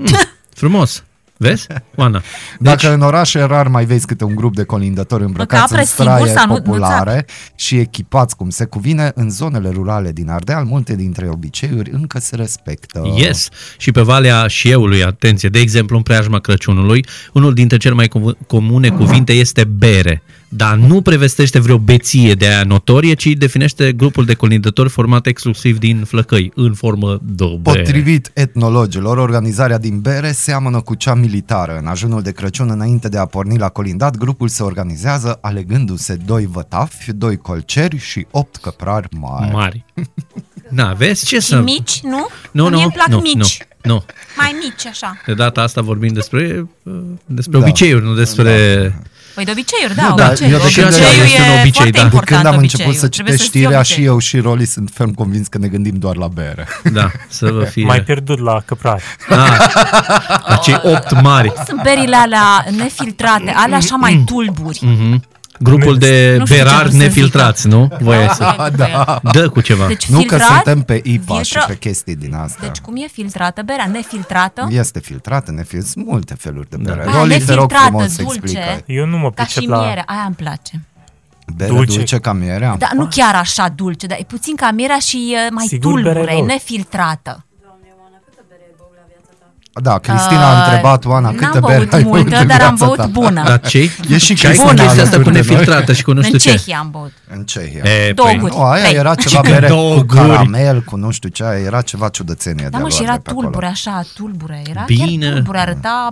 D: Hmm. Frumos. Vezi, Oana? Deci-
B: Dacă în orașe rar mai vezi câte un grup de colindători îmbrăcați
C: apre
B: în straie
C: singur, să nu- nu-ți
B: populare și echipați cum se cuvine, în zonele rurale din Ardeal, multe dintre obiceiuri încă se respectă.
D: Yes. Și pe Valea Șieului, atenție, de exemplu în preajma Crăciunului, unul dintre cele mai cuv- comune cuvinte este bere, dar nu prevestește vreo beție de aia notorie, ci definește grupul de colindători format exclusiv din flăcăi, în formă de bere.
B: Potrivit etnologilor, organizarea din bere seamănă cu cea militară. În ajunul de Crăciun, înainte de a porni la colindat, grupul se organizează alegându-se doi vătafi, doi colceri și opt căprari mari.
D: Mari. Na, vezi ce
C: Și
D: să...
C: mici, nu?
D: Nu,
C: Că
D: nu,
C: Mie îmi plac
D: nu,
C: mici.
D: nu, nu.
C: Mai mici, așa.
D: De data asta vorbim despre, uh, despre
B: Da.
D: obiceiuri, nu despre...
C: Păi de obiceiuri, da,
B: Nu, da,
C: obiceiuri.
B: eu de când-
C: obiceiul
D: este un
C: e
D: obicei,
C: foarte
D: da. De
B: De
C: important.
B: când am
C: obiceiul.
B: început să
C: Trebuie
B: citesc
C: să-ți fie
B: știrea
C: obicei.
B: și eu și Roli sunt ferm convins că ne gândim doar la bere.
D: Da, să vă fie...
H: Mai pierdut la căprari.
D: Ah, cei opt mari.
C: Sunt berile alea nefiltrate, alea așa mai tulburi.
D: Mhm. Grupul de
C: Nu știu ce vreau
D: berari
C: să zic.
D: nefiltrați, nu? Voie să...
C: da.
D: Dă cu ceva.
C: Deci
B: nu că
C: filtrat,
B: suntem pe IPA și
C: filtra-
B: pe chestii din astea.
C: Deci cum e filtrată berea? Nefiltrată?
B: Este filtrată, nefiltrată, sunt multe feluri de bere.
D: Da.
C: Aia
B: Roli, te rog
C: nefiltrată,
B: frumos să
C: dulce.
B: explică.
H: Eu nu mă
C: Ca și
H: pricep la...
C: miere, Da. aia îmi place.
B: Bere dulce,
H: Dulce.
B: dulce ca mierea?
C: Dar nu chiar așa dulce, dar e puțin ca mierea și e mai
H: Sigur,
C: tulbure,
H: bere
C: e
H: rău.
C: nefiltrată.
B: Da, Cristina a întrebat, Oana,
C: Uh, N-am
B: câte bere
C: băut
B: ai băut
C: multă,
B: în
C: dar am
B: viața
C: băut
B: ta?
C: bună.
D: Dar ce?
B: E și
D: Ce ai cu
B: Cristina
D: chestia asta cu
B: alături de noi?
D: nefiltrată și cu nu știu
C: în
D: ce?
C: Cehia am băut.
B: În Cehia.
D: E,
C: Două
D: păi,
C: guri.
B: Nu, aia
C: Trei.
B: era ceva
D: Cică
B: bere
D: două
B: cu
D: guri.
B: caramel, cu nu știu ce, era ceva ciudățenie
C: Da,
B: de-a
C: mă, și
B: lor
C: era
B: de pe acolo. Mm.
C: tulbure, așa, tulbure. Era
D: Bine.
C: chiar tulbure, arăta...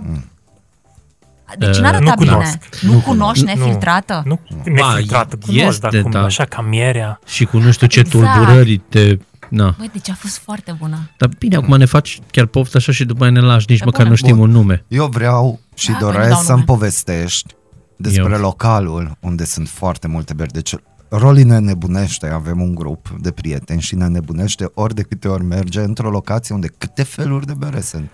C: Deci
D: Eh,
C: n arăta
H: Uh, nu
C: bine.
H: cunosc.
C: Nu cunoști nefiltrată?
H: Nu,
B: Mm.
H: nefiltrată,
D: Ba,
H: cunosc,
D: este,
H: dar cum,
D: da.
H: așa ca mierea.
D: Și cu nu știu ce
C: Exact.
D: tulburări te... Na.
C: Băi, deci a fost foarte bună.
H: Da.
D: Dar bine, acum ne faci chiar poftă așa și după aia ne lași, nici
C: Pe
D: măcar
C: bune.
D: nu știm
B: Bun.
D: un nume.
B: Eu vreau și
C: Da, păi nu dau
B: doresc
C: nume.
B: să-mi povestești despre
D: Eu.
B: localul unde sunt foarte multe beri. Deci Roli ne nebunește, avem un grup de prieteni și ne nebunește ori de câte ori merge într-o locație unde câte feluri de bere sunt.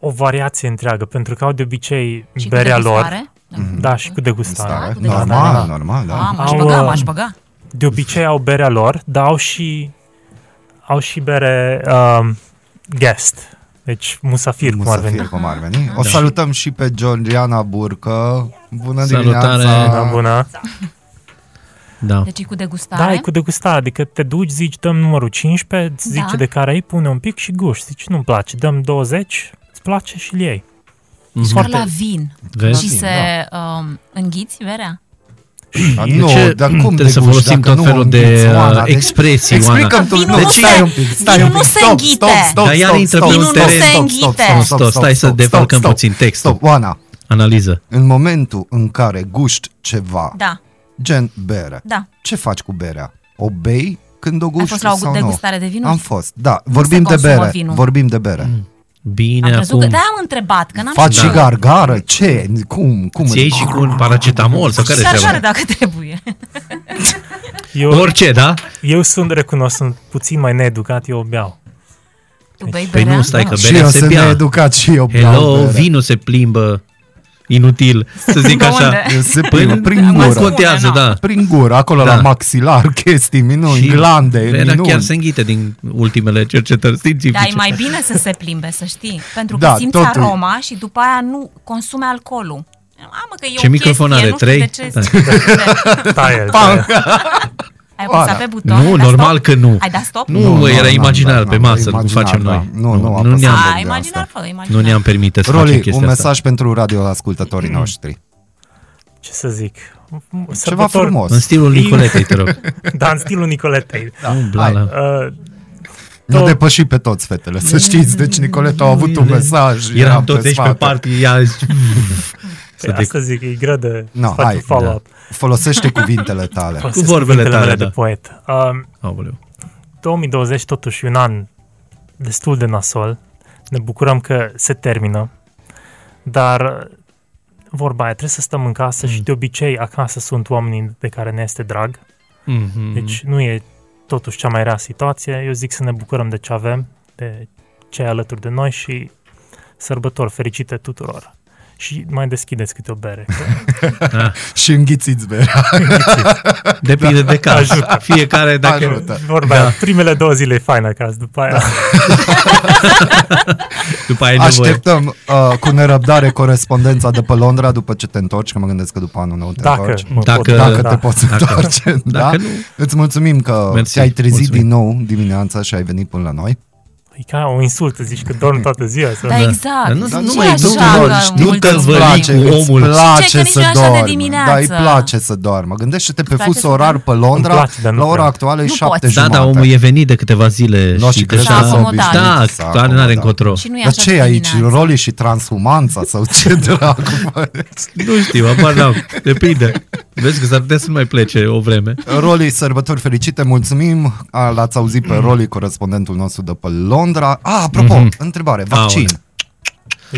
H: o variație întreagă, pentru că au de obicei
C: Și cu
H: berea lor.
C: degustare? Da.
H: Da, și cu
C: Stare.
H: degustare.
C: cu
B: Mhm. normal,
H: degustare, da.
B: normal, da.
C: A, m-aș
H: Au,
C: băga,
H: uh,
C: m-aș băga.
H: De obicei au berea lor, dar au și, au și bere um, guest, deci musafir,
B: Cum
H: cum ar
B: să
H: veni.
B: fie, cum ar veni.
C: Da.
B: O salutăm și pe Georgiana Burcă. Bună
D: Salutare.
H: Da,
B: dimineața!
H: bună.
D: Da.
C: Deci e cu degustare.
H: Da, e cu degustare, adică te duci, zici, dăm numărul 15, îți
C: Da.
H: zice de care ai, pune un pic și guști, zici, nu-mi place, dăm 20, îți place și ei.
C: Deci doar
H: foarte-
C: la vin.
D: Mhm. Vezi? Da.
C: Și
B: vin,
C: se um, înghiți berea?
B: Da,
D: De ce trebuie să
B: deguști
D: folosim
B: dacă
D: tot
B: nu o
D: felul
B: înghiți,
D: de
B: Oana?
D: uh,
B: Deci-
D: expresii, Oana?
B: Explicăm tu,
C: Vinul
B: deci
C: nu
B: stai
C: se-
B: un pic, stai
C: vinul
B: un pic,
C: nu se
B: stop,
C: înghite.
B: stop, stop,
D: Dar iar
B: stop,
D: intră
B: stop,
D: pe un
B: stop,
D: teren.
C: Vinul Eh. nu
B: stop,
C: se
B: stop,
C: înghite.
B: stop,
D: Stop, stop, stai să
B: stop, stop,
D: defalcăm
B: stop,
D: puțin textul.
B: Stop, Oana,
D: Analiză.
B: în momentul în care guști ceva,
C: Da,
B: gen bere,
C: da.
B: ce faci cu berea? O bei când o
C: Ai
B: guști
C: fost la o
B: sau nu?
C: degustare de vinuri?
B: Am fost, da, vorbim
C: se
B: de
C: consumă
B: bere,
C: vinul.
B: vorbim de bere.
C: Am
D: Mm. Bine,
C: crezut că
D: acum.
C: de am întrebat, că n-am
B: Faci
C: știut.
B: și gargară, ce, cum, cum?
D: Ți iei și cu un paracetamol sau care
C: Și așa
D: treaba?
C: dacă trebuie.
H: Eu,
D: Orice, da?
H: eu sunt, recunosc, sunt puțin mai needucat, eu o beau.
C: Tu bei
D: Păi
C: berea? Da.
D: nu, stai că
B: Și
D: berea
B: eu
D: se
B: sunt
D: bea.
B: needucat și eu beau
D: Hello,
B: bere.
D: vinul se plimbă. Inutil, să zic
C: plimbă
D: așa.
C: Da, unde?
B: Se plimbă
D: Până
B: prin
D: nu
B: gură.
D: contează,
C: Spune,
D: da.
B: Prin gură, acolo
D: Da.
B: la maxilar, chestii minuni, glande,
D: era
B: minuni.
D: chiar se înghite din ultimele cercetări
C: Dar e
D: științifice.
C: mai bine să se plimbe, să știi. Pentru că
B: Da,
C: simți
B: totul e.
C: aroma și după aia nu consume alcoolul. Mamă, că e
D: Ce
C: o
D: microfon
C: chestie,
D: are?
C: nu știu
D: Trei?
C: de ce-
D: Da.
H: Taie, taie.
C: Ai apăsat
B: Oana.
C: pe buton?
D: Nu,
C: Ai dat
D: normal
C: stop?
D: că nu.
C: Ai dat stop?
D: Nu, mă, era imaginar
B: n-am,
D: pe
B: n-am,
D: masă, cum
B: imaginar,
D: facem
B: da.
D: noi.
B: Nu, nu,
D: nu
B: apăsăm.
D: ne-am,
C: A,
B: de
C: imaginar,
B: asta.
C: fă, imaginar.
D: nu ne-am permite să facem
B: Roli,
D: chestia
B: un mesaj
D: asta.
B: pentru radioascultătorii noștvi.
H: Ce să zic?
B: Ceva
H: Sărbători-
B: frumos.
D: În stilul Nicoletei, te rog.
H: Da, în stilul Nicoletei.
D: Nu, bla, la.
H: Uh,
B: Nu
H: tot-
B: depăși pe toți fetele, să știți. Deci Nicoleta a avut un mesaj.
D: Eram toți aici pe
B: spate.
D: party, ea zice,
H: păi
D: dec-
H: asta zic, e greu de
B: No,
H: no, faci
B: hai, da.
H: un follow-up.
B: Folosește cuvintele tale.
H: Folosesc
D: Cu vorbele
H: cuvintele
D: tale,
H: mele
D: da.
H: de poet. Uh,
D: Aoleu.
H: 2020 totuși e un an destul de nasol. Ne bucurăm că se termină. Dar uh, vorba aia, trebuie să stăm în casă
D: Mm.
H: și de obicei acasă sunt oamenii de care ne este drag.
D: Mhm.
H: Deci nu e totuși cea mai rea situație. Eu zic să ne bucurăm de ce avem, de ce e alături de noi și sărbători fericite tuturor. Și mai deschideți câte o bere. că
B: Și înghițiți berea.
D: Da. Depinde de caz.
H: Ajută.
D: Fiecare, dacă...
B: Ajută.
H: Vorba da. primele două zile e faină acasă, după aia
D: După aia e nevoie.
B: Așteptăm uh, cu nerăbdare corespondența de pe Londra după ce te întorci, că mă gândesc că după anul nou te
H: dacă,
B: întorci.
H: mă
D: Dacă-
H: pot,
B: Dacă
H: da.
B: te poți întoarce.
D: dacă
B: da?
D: nu-
B: Îți mulțumim că
D: Mersi,
B: te-ai trezit
D: mulțumim.
B: din nou dimineața și ai venit până la noi.
H: E ca o insultă, zici că dorm toată ziua. Sau...
C: Da, exact.
D: Nu-
C: Ce
D: nu
C: e
D: mai-
C: așa
D: nu-
C: că
D: nu- nu
C: multă
D: te
C: lume-
D: văd. cu
B: îți
D: omul.
C: Ce,
B: place
C: că nici nu e
B: să
C: așa de
B: dormi.
C: dimineață.
B: Da, îi place să doarmă. Gândește-te pe
C: place să
B: fusul orar pe Londra,
H: Îmi place, dar nu
B: la ora
H: prea.
B: actuală e
C: Nu
B: șapte
C: poți.
D: Da,
B: jumate.
D: dar omul e venit de câteva zile
B: Nu, și
D: și
B: cred
C: că s-a
D: deja...
C: obișnuit.
D: Da,
B: S-a
D: care nu are
B: acomodat.
D: încotro.
C: Și nu e
B: Dar
C: așa
B: ce
C: de
B: e aici?
C: dimineață.
B: Roli și transhumanța sau ce dracu? bă?
D: Nu știu, apar n-am. Depinde. Vezi că s-ar putea să nu mai plece o vreme.
B: Roli, sărbători fericite, mulțumim. A, L-ați auzit pe
D: Mm.
B: Roli, corespondentul nostru de pe Londra. A, apropo, întrebare, vaccin.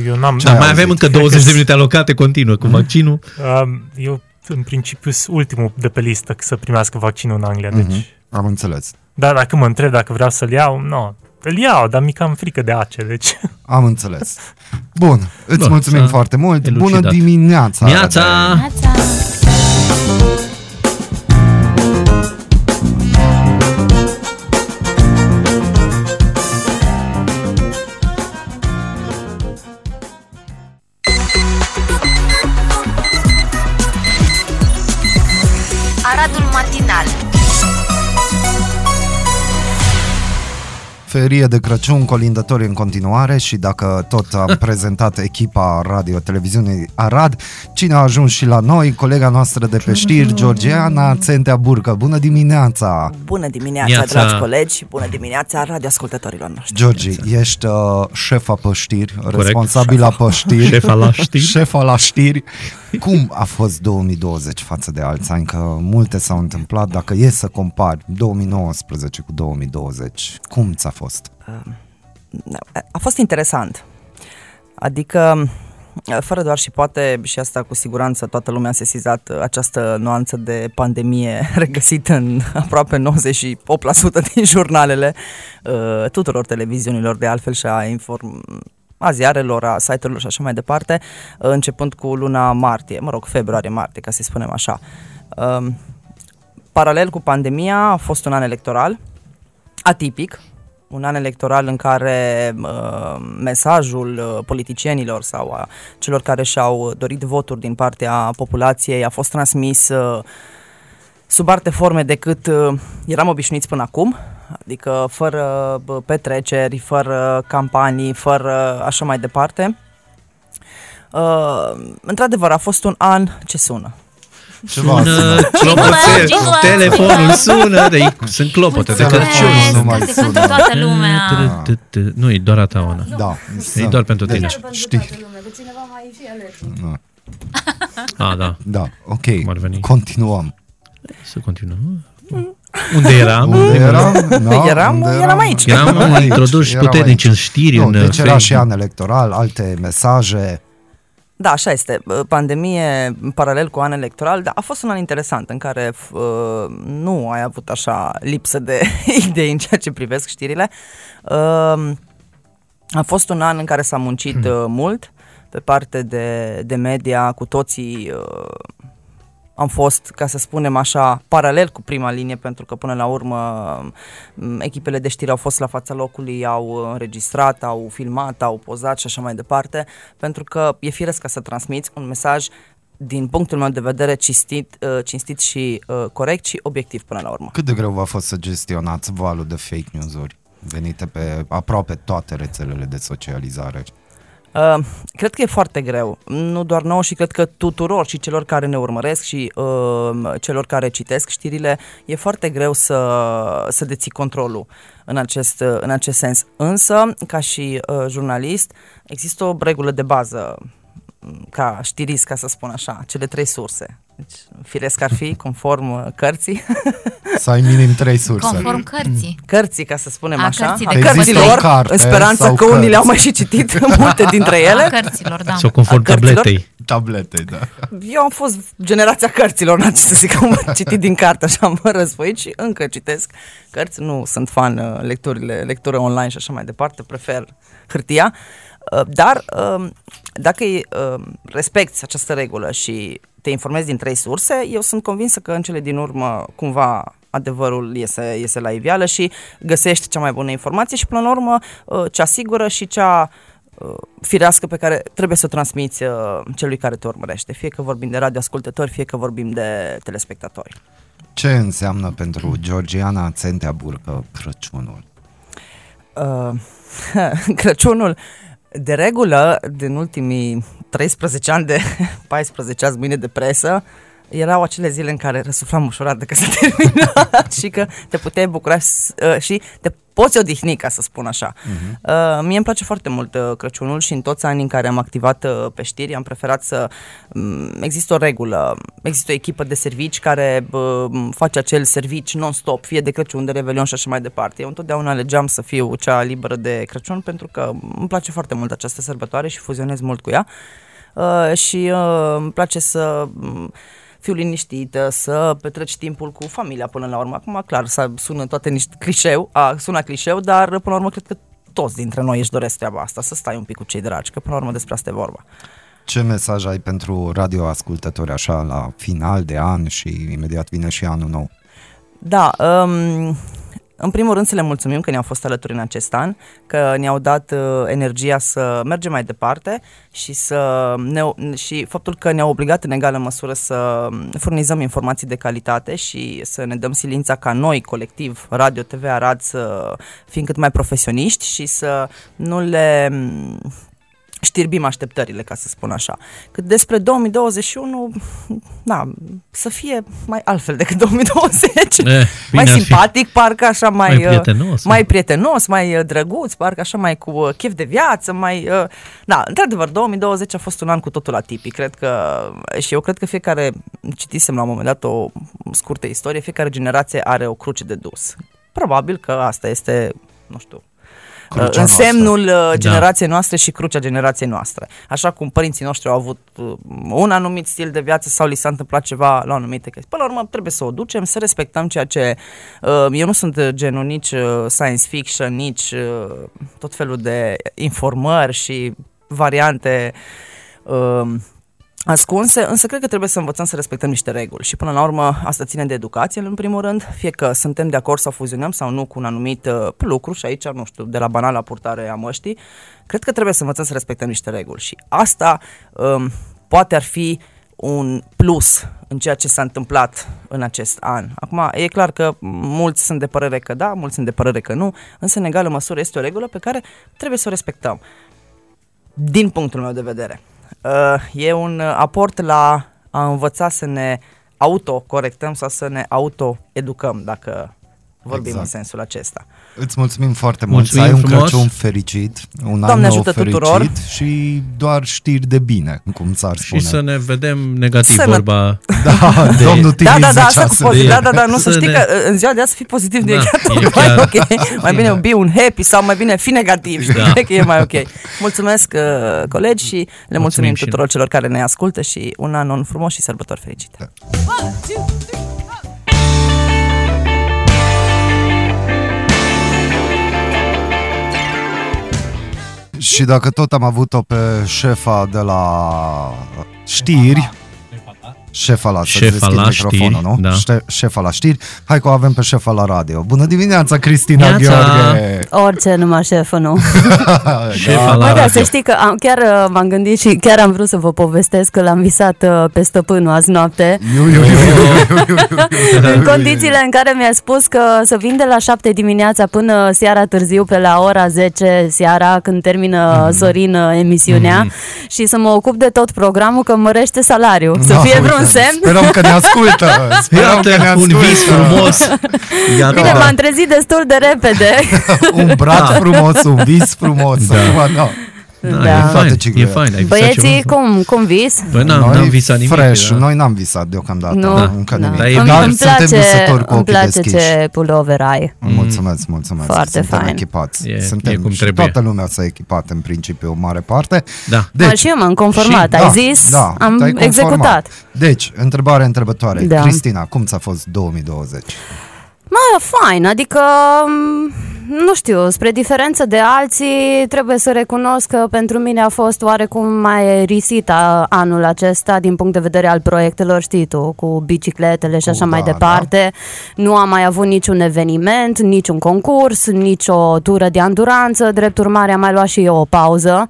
H: Eu n-am...
D: Dar Mhm. Mm-hmm. Da, mai
B: auzit?
D: avem încă
H: Cred că
D: 20 de
H: s-
D: minute alocate continuă cu vaccinul.
H: Um, eu, în principiu, sunt ultimul de pe listă să primească vaccinul în Anglia, deci...
B: Mhm. Am înțeles.
H: Da, dacă mă întreb dacă vreau să-l iau, nu. No. Îl iau, dar mi cam frică de ace, deci...
B: Am înțeles. Bun, îți
D: Bun,
B: mulțumim
D: s-a
B: foarte mult.
D: elucidat.
B: Bună dimineața!
D: Neața!
C: Neața.
E: Aradul matinal
B: Ferie de Crăciun, colindători în continuare și dacă tot am prezentat echipa Radio Televiziunii Arad, cine a ajuns și la noi, colega noastră de pe știri, Georgiana Țentea Burcă. Bună dimineața!
I: Bună dimineața,
D: Neața.
I: Iața. dragi colegi! Bună dimineața, radioascultătorilor noștri!
B: Georgi, ești uh, șefa pe știri, responsabilă pe știri.
D: Șefa la știri.
B: Șefa la știri. Cum a fost 2020 față de alți ani? Că multe s-au întâmplat. Dacă e să compari 2019 cu 2020, cum
I: Um,
B: ți-a fost?
I: A fost interesant. Adică Fără doar și poate, și asta cu siguranță toată lumea a sesizat uh, această nuanță de pandemie regăsită în aproape 98% din jurnalele uh, tuturor televiziunilor de altfel și a inform a ziarelor, a site-urilor și așa mai departe, uh, începând cu luna martie, mă rog, februarie-martie, ca să spunem așa. Um, Paralel cu pandemia a fost un an electoral, atipic, un an electoral în care uh, mesajul uh, politicienilor sau a celor care și-au dorit voturi din partea populației a fost transmis uh, sub alte forme decât uh, eram obișnuiți până acum, adică fără uh, petreceri, fără campanii, fără așa mai departe. Uh, într-adevăr, a fost un an ce sună.
B: Ceva
D: Sună clopoțel,
C: Jingle,
D: telefonul
C: jingle.
D: sună, de, sunt clopote de
B: Mulțumesc.
D: Crăciun.
B: nu mai
C: Mulțumesc, că cântă
B: sună.
C: toată lumea.
D: Nu, e doar a ta, Ana.
B: Da.
D: E doar pentru tine.
B: Știi.
D: A, da,
B: Da, ok.
D: Cum ar veni?
B: Continuăm.
D: să continuăm. Unde eram?
B: Unde eram? Da,
I: Eram-
B: unde
I: eram aici.
D: Eram uh, introduși
B: eram
D: puternici
B: aici.
D: în știri,
B: Nu,
D: în uh,
B: deci era
D: Facebook.
B: și an electoral, alte mesaje.
I: Da, așa este. Pandemie, în paralel cu an electoral, dar a fost un an interesant în care f- uh, nu ai avut așa lipsă de idei în ceea ce privesc știrile. Uh, A fost un an în care s-a muncit uh, mult pe parte de, de media, cu toții uh, am fost, ca să spunem așa, paralel cu prima linie, pentru că până la urmă m, echipele de știri au fost la fața locului, au înregistrat, au filmat, au pozat și așa mai departe, pentru că e firesc ca să transmiți un mesaj din punctul meu de vedere cinstit, uh, cinstit și uh, corect și obiectiv până la urmă.
B: Cât de greu v-a fost să gestionați valul de fake news-uri venite pe aproape toate rețelele de socializare?
I: Uh, cred că e foarte greu, nu doar nouă și cred că tuturor și celor care ne urmăresc și uh, celor care citesc știrile, e foarte greu să, să deții controlul în acest, în acest sens. Însă, ca și uh, jurnalist, există o regulă de bază m, ca știrist, ca să spun așa, cele trei surse. Deci, firesc ar fi, conform uh, cărții,
B: Să ai minim trei surse.
C: Conform cărții.
I: cărții, ca să spunem
C: A
I: așa,
C: cărții
I: a
C: de
B: Există o
I: cărților,
B: carte
I: în speranța
B: sau
I: că unii
B: cărți?
I: le-au mai și citit multe dintre
C: A
I: ele.
C: cărților, da.
D: Sau conform
I: A cărților?
D: tabletei.
B: Tablete, da.
I: Eu am fost generația cărților, n-am ce să zic, am citit din carte, așa am răsfoit și încă citesc cărți. Nu sunt fan uh, lecturile, lectură online și așa mai departe, prefer hârtia. Uh, Dar um, dacă îi, um, respecti această regulă și te informezi din trei surse, eu sunt convinsă că în cele din urmă cumva adevărul iese, iese la iveală și găsești cea mai bună informație și până la urmă uh, cea sigură și cea uh, firească pe care trebuie să o transmiți uh, celui care te urmărește, fie că vorbim de radioascultători, fie că vorbim de telespectatori.
B: Ce înseamnă pentru Georgiana Țentea Burcă Crăciunul?
I: Uh, Crăciunul, de regulă, din ultimii 13 ani de 14 ani mâine de presă, erau acele zile în care răsuflam ușurat de că se termină și că te puteai bucura s- uh, și te poți odihni, ca să spun așa. Uh, Mie îmi place foarte mult uh, Crăciunul și în toți anii în care am activat uh, pe știri, am preferat să... um, Există o regulă, există o echipă de servici care bă, face acel servici non-stop, fie de Crăciun, de Revelion și așa mai departe. Eu întotdeauna alegeam să fiu cea liberă de Crăciun pentru că îmi place foarte mult această sărbătoare și fuzionez mult cu ea. Uh, și uh, îmi place să m, fiu liniștită, să petreci timpul cu familia până la urmă. Acum, clar, să sună toate niște clișeu, a, sună clișeu, dar până la urmă cred că toți dintre noi își doresc treaba asta, să stai un pic cu cei dragi, că până la urmă despre asta e vorba.
B: Ce mesaj ai pentru radioascultători așa la final de an și imediat vine și anul nou?
I: Da, um, în primul rând să le mulțumim că ne-au fost alături în acest an, că ne-au dat uh, energia să mergem mai departe și, să ne, și faptul că ne-au obligat în egală măsură să um, furnizăm informații de calitate și să ne dăm silința ca noi, colectiv, Radio TV Arad, să fim cât mai profesioniști și să nu le mm, știrbim așteptările, ca să spun așa. Cât despre 2021, da, să fie mai altfel decât 2020
D: Eh, bine
I: mai
D: ar fi.
I: simpatic, parcă așa mai,
D: Mai
I: uh,
D: prietenos.
I: mai prietenos, mai uh, drăguț, parcă așa mai cu uh, chef de viață, mai... uh, Da, într-adevăr, 2020 a fost un an cu totul atipic, cred că... Și eu cred că fiecare, citisem la un moment dat o scurtă istorie, fiecare generație are o cruce de dus. Probabil că asta este, nu știu, uh,
B: Crucea
I: însemnul uh, generației noastre și crucea generației noastre. Așa cum părinții noștri au avut uh, un anumit stil de viață sau li s-a întâmplat ceva la anumite chestii. Până la urmă trebuie să o ducem, să respectăm ceea ce... uh, Eu nu sunt uh, genul nici uh, science fiction, nici uh, tot felul de informări și variante um, ascunse, însă cred că trebuie să învățăm să respectăm niște reguli și până la urmă asta ține de educație în primul rând, fie că suntem de acord sau fuzionăm sau nu cu un anumit uh, lucru și aici, nu știu, de la banal la purtare a măștii, cred că trebuie să învățăm să respectăm niște reguli și asta um, poate ar fi un plus în ceea ce s-a întâmplat în acest an. Acum, e clar că mulți sunt de părere că da, mulți sunt de părere că nu, însă în egală măsură este o regulă pe care trebuie să o respectăm din punctul meu de vedere. Uh, E un uh, aport la a învăța să ne autocorectăm sau să ne autoeducăm, dacă vorbim
B: Exact.
I: exact. în sensul acesta.
B: Îți mulțumim foarte mult.
D: Mulțumim
B: să ai un
D: frumos.
B: Crăciun fericit, un an
I: Doamne
B: nou
I: ajută
B: fericit
I: tuturor.
B: și doar știri de bine, cum s-ar spune.
D: Și să ne vedem negativ
I: Sănă-
D: vorba.
B: Da,
D: de-
B: domnul Timi
I: da, da, da,
B: zicea
I: asta cu
B: să-
I: pozi,
D: de-
I: da, da, da, nu să,
D: să
I: știi
D: ne-
I: că uh, în ziua de azi să fii pozitiv da,
D: Da,
I: e
D: e
I: chiar,
D: chiar-
I: mai ok. Mai bine be un happy sau mai bine fi negativ, știi,
D: Da.
I: da. că e mai ok. Mulțumesc uh, colegi și le mulțumim, mulțumim
D: și
I: tuturor celor care ne ascultă și un an nou frumos și sărbători fericite.
B: Și dacă tot am avut-o pe șefa de la uh, știri, șefa la, să-ți
D: Șefa
B: deschid
D: la
B: microfonul,
D: știri,
B: nu?
D: da.
B: Ște- Șefa la știri. Hai că o avem pe șefa la radio. Bună dimineața, Cristina
D: Neața.
B: Gheorghe!
J: Orice numai șefă, nu.
D: Șefa la
J: Bă, da, să
D: radio.
J: știi că am, chiar uh, m-am gândit și chiar am vrut să vă povestesc că l-am visat uh, pe stăpânul azi noapte.
B: Iu, iu, iu, iu, iu, iu, iu, iu,
J: În
B: iu.
J: condițiile în care mi-a spus că să vin de la 7 dimineața până seara târziu, pe la ora 10 seara, când
B: Mhm.
J: termină Sorin uh, emisiunea, și să mă ocup de tot programul, că mărește salariul. Să
B: Da,
J: fie
B: uite,
J: vreun semn.
B: Sperăm că ne ascultă! Sperăm că ne
D: Iată un
B: ascultă!
D: vis frumos. Iată,
J: Bine,
D: da.
J: m-am trezit destul de repede.
B: Un brat frumos, un vis frumos. Acum, da.
D: Da,
J: Da.
D: E fain,
B: Toate ciclurile.
D: e fain. Ai visat
J: Băieții,
D: ceva?
J: cum, cum vis?
D: Păi n-am,
B: noi
D: n-am visat nimic.
B: fresh,
D: da.
B: noi n-am visat deocamdată,
J: Nu,
B: da. încă
J: da.
B: nimic.
D: Dar e
J: Îmi,
D: bine.
B: Dar
J: îmi
B: suntem
J: place,
B: dusători cu
J: îmi
B: ochii
J: place
B: deschiși.
J: ce pullover ai.
B: Mulțumesc, mulțumesc.
J: Foarte
B: Suntem
J: fain.
B: echipați.
D: Mm. E-
B: Suntem
D: e cum
B: și
D: trebuie.
B: toată lumea s-a echipat în principiu, în mare parte. Deci,
D: Da.
J: Mă, și eu m-am conformat.
B: și-
J: ai
B: da,
J: zis,
B: da,
J: am
B: te-ai conformat.
J: executat.
B: Deci, întrebare întrebătoare.
J: Da.
B: Cristina, cum ți-a fost 2020?
J: Mă, fain, adică, m, nu știu, spre diferență de alții, trebuie să recunosc că pentru mine a fost oarecum mai risita anul acesta din punct de vedere al proiectelor, știi tu, cu bicicletele și
B: Cu-
J: așa mai
B: da,
J: departe. Nu am mai avut niciun eveniment, niciun concurs, nicio tură de anduranță, drept urmare am mai luat și eu o pauză.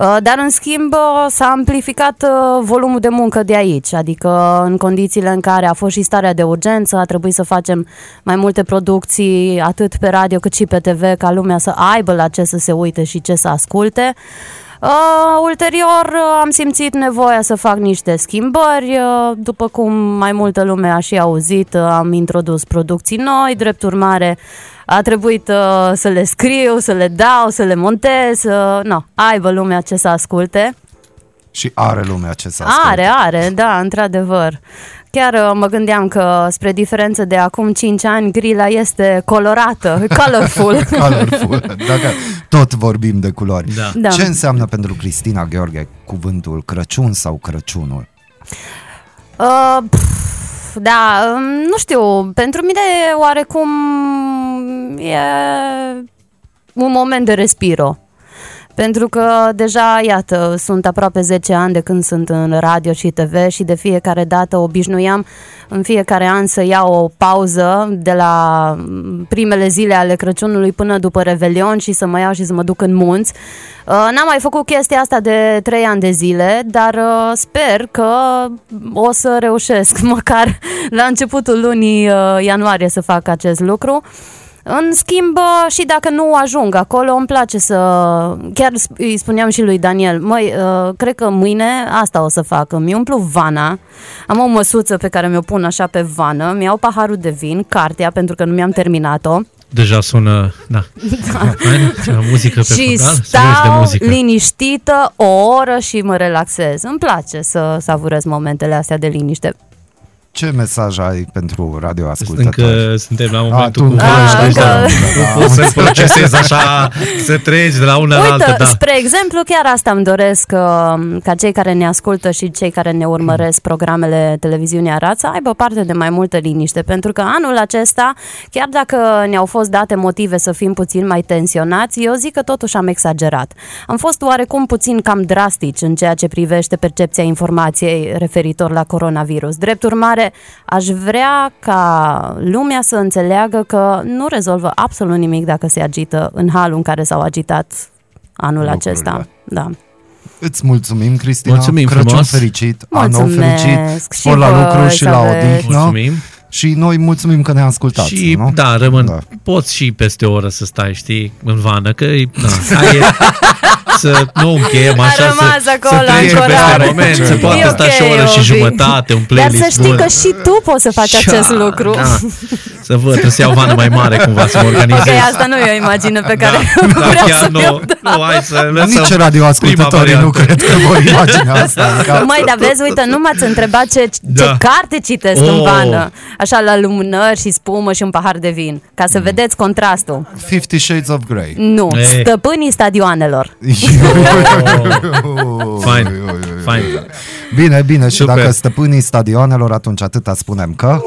J: Uh, Dar, în schimb, uh, s-a amplificat uh, volumul de muncă de aici, adică în condițiile în care a fost și starea de urgență, a trebuit să facem mai multe producții, atât pe radio cât și pe TV, ca lumea să aibă la ce să se uite și ce să asculte. Uh, ulterior uh, am simțit nevoia să fac niște schimbări, uh, după cum mai multă lume a și auzit, uh, am introdus producții noi, drept urmare a trebuit uh, să le scriu, să le dau, să le montez, uh, no, aibă lumea ce să asculte.
B: Și are lumea ce să asculte.
J: Are, are, da, într-adevăr. Chiar uh, mă gândeam că, spre diferență de acum 5 ani, grila este colorată, colorful.
B: Colorful. Dacă tot vorbim de culori.
D: Da.
J: Da.
B: Ce înseamnă pentru Cristina Gheorghe cuvântul Crăciun sau Crăciunul?
J: Uh, pf, da, um, nu știu, pentru mine oarecum e un moment de respiro. Pentru că deja, iată, sunt aproape 10 ani de când sunt în radio și TV și de fiecare dată obișnuiam în fiecare an să iau o pauză de la mm, primele zile ale Crăciunului până după Revelion și să mă iau și să mă duc în munți. Uh, N-am mai făcut chestia asta de 3 ani de zile, dar uh, sper că o să reușesc măcar la începutul lunii uh, ianuarie să fac acest lucru. În schimb, bă, și dacă nu ajung acolo, îmi place să... Chiar sp- îi spuneam și lui Daniel, măi, uh, cred că mâine asta o să fac. Îmi umplu vana, am o măsuță pe care mi-o pun așa pe vană, mi-au paharul de vin, cartea, pentru că nu mi-am terminat-o.
D: Deja sună, da. Hai, ceva muzică pe
J: și
D: fund, da? Sunești de
J: stau
D: muzică.
J: liniștită o oră și mă relaxez. Îmi place să savurez momentele astea de liniște.
B: Ce mesaj ai pentru radioascultători?
D: Încă suntem la
B: tu
D: momentul cu
B: încă
J: Ah,
D: vorbești,
B: ești,
D: da.
B: da.
D: Nu poți să procesezi așa, să treci de la una la
J: Uite,
D: alta, da.
J: spre exemplu, chiar asta îmi doresc uh, ca cei care ne ascultă și cei care ne urmăresc programele televiziunii Arad să aibă parte de mai multă liniște, pentru că anul acesta, chiar dacă ne-au fost date motive să fim puțin mai tensionați, eu zic că totuși am exagerat. Am fost oarecum puțin cam drastici în ceea ce privește percepția informației referitor la coronavirus. Drept urmare, aș vrea ca lumea să înțeleagă că nu rezolvă absolut nimic dacă se agită în halul în care s-au agitat anul
B: Lucrurile.
J: acesta. Da.
B: Îți mulțumim, Cristina.
D: Mulțumim
B: Crăciun
D: frumos.
B: fericit, anul
J: Mulțumesc
B: fericit,
J: și
B: spor la
J: voi
B: lucru și
J: să
B: la
J: aveți.
B: odihnă.
D: Mulțumim.
B: Și noi mulțumim că ne ascultați.
D: Și
B: nu?
D: da, rămân,
B: Da.
D: da. poți și peste o oră să stai, știi, în vană, că e, na, hai, e, să nu încheiem așa,
J: A rămas
D: să,
J: acolo,
D: să trecem
J: ancorat.
D: peste moment, să
J: E
D: poate sta și o
J: ok,
D: oră și
J: Ovi.
D: jumătate, un
J: Dar
D: playlist
J: să știi
D: bun.
J: că și tu poți să faci
D: Și-a,
J: acest lucru.
D: Da. Să văd, trebuie să iau vană mai mare cumva, să mă organizez.
J: Ok, asta nu e o imagine pe care
D: da,
J: vreau
D: chiar
J: să
D: nu, nu, hai să lăsăm
B: Nici radioascultătorii
D: prima
B: nu
D: variantă.
B: cred că vor imagina asta. în cap.
J: Mai, dar vezi, uite, nu m-ați întrebat ce,
D: Da.
J: ce carte citesc
D: Oh.
J: în vană. Așa la lumânări și spumă și un pahar de vin. Ca
D: Mm.
J: să vedeți contrastul.
B: Fifty Shades of Grey.
J: Nu,
D: Ei.
J: stăpânii stadioanelor.
D: Fain, fain.
B: Bine, bine, și
D: Super.
B: dacă stăpânii stadioanelor, atunci atâta spunem că...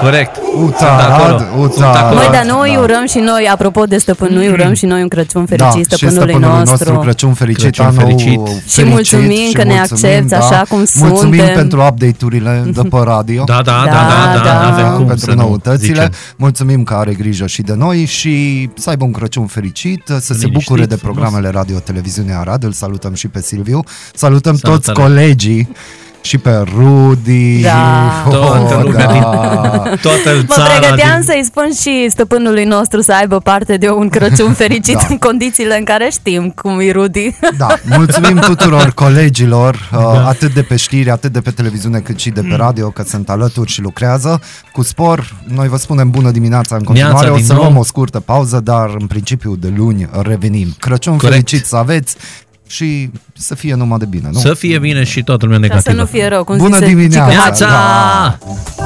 D: Corect. Sunt acolo.
B: Uțarad,
D: Sunt acolo.
J: Măi,
B: Uțarad.
J: dar noi da. urăm și noi, apropo de stăpân, noi
D: Mm.
J: urăm și noi un Crăciun
B: Da,
J: fericit
B: și
J: stăpânului nostru.
B: Crăciun fericit,
D: Crăciun
B: anul
D: fericit.
B: fericit
J: Și mulțumim că ne accepti așa cum
B: mulțumim Mulțumim
J: suntem.
B: pentru update-urile de pe radio.
D: Da, da, da, da, da,
J: da.
D: da, avem cum
B: pentru
D: să nu
B: noutățile.
D: zicem.
B: Mulțumim că are grijă și de noi și să aibă un Crăciun fericit, să se
D: Liniștit,
B: bucure de
D: frumos.
B: programele Radio Televiziune Arad. Îl salutăm și pe Silviu. Salutăm toți
D: Salutare.
B: colegii și pe Rudi. da.
J: Da.
B: Oh,
D: Toată lumea din toată
J: Mă
D: țara
J: pregăteam
D: din
J: să-i spun și stăpânului nostru să aibă parte de un Crăciun fericit
B: Da.
J: în condițiile în care știm cum e Rudi.
B: Da, mulțumim tuturor colegilor, uh,
D: Da.
B: atât de pe știri, atât de pe televiziune, cât și de
D: Mm.
B: pe radio, că sunt alături și lucrează. Cu spor, noi vă spunem bună dimineața în continuare,
D: Neața
B: o
D: din
B: să
D: nou.
B: luăm o scurtă pauză, dar în principiu de luni revenim. Crăciun
D: Corect.
B: fericit să aveți și să fie numai de bine, nu?
D: Să fie bine și toată lumea
J: Ca să
D: negativă.
J: nu fie rău, cum
B: Bună
J: zise
B: dimineața!
J: Cică Maci.
D: Neața! Ah,
B: Da.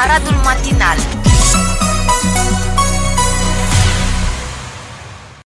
E: Aradul matinal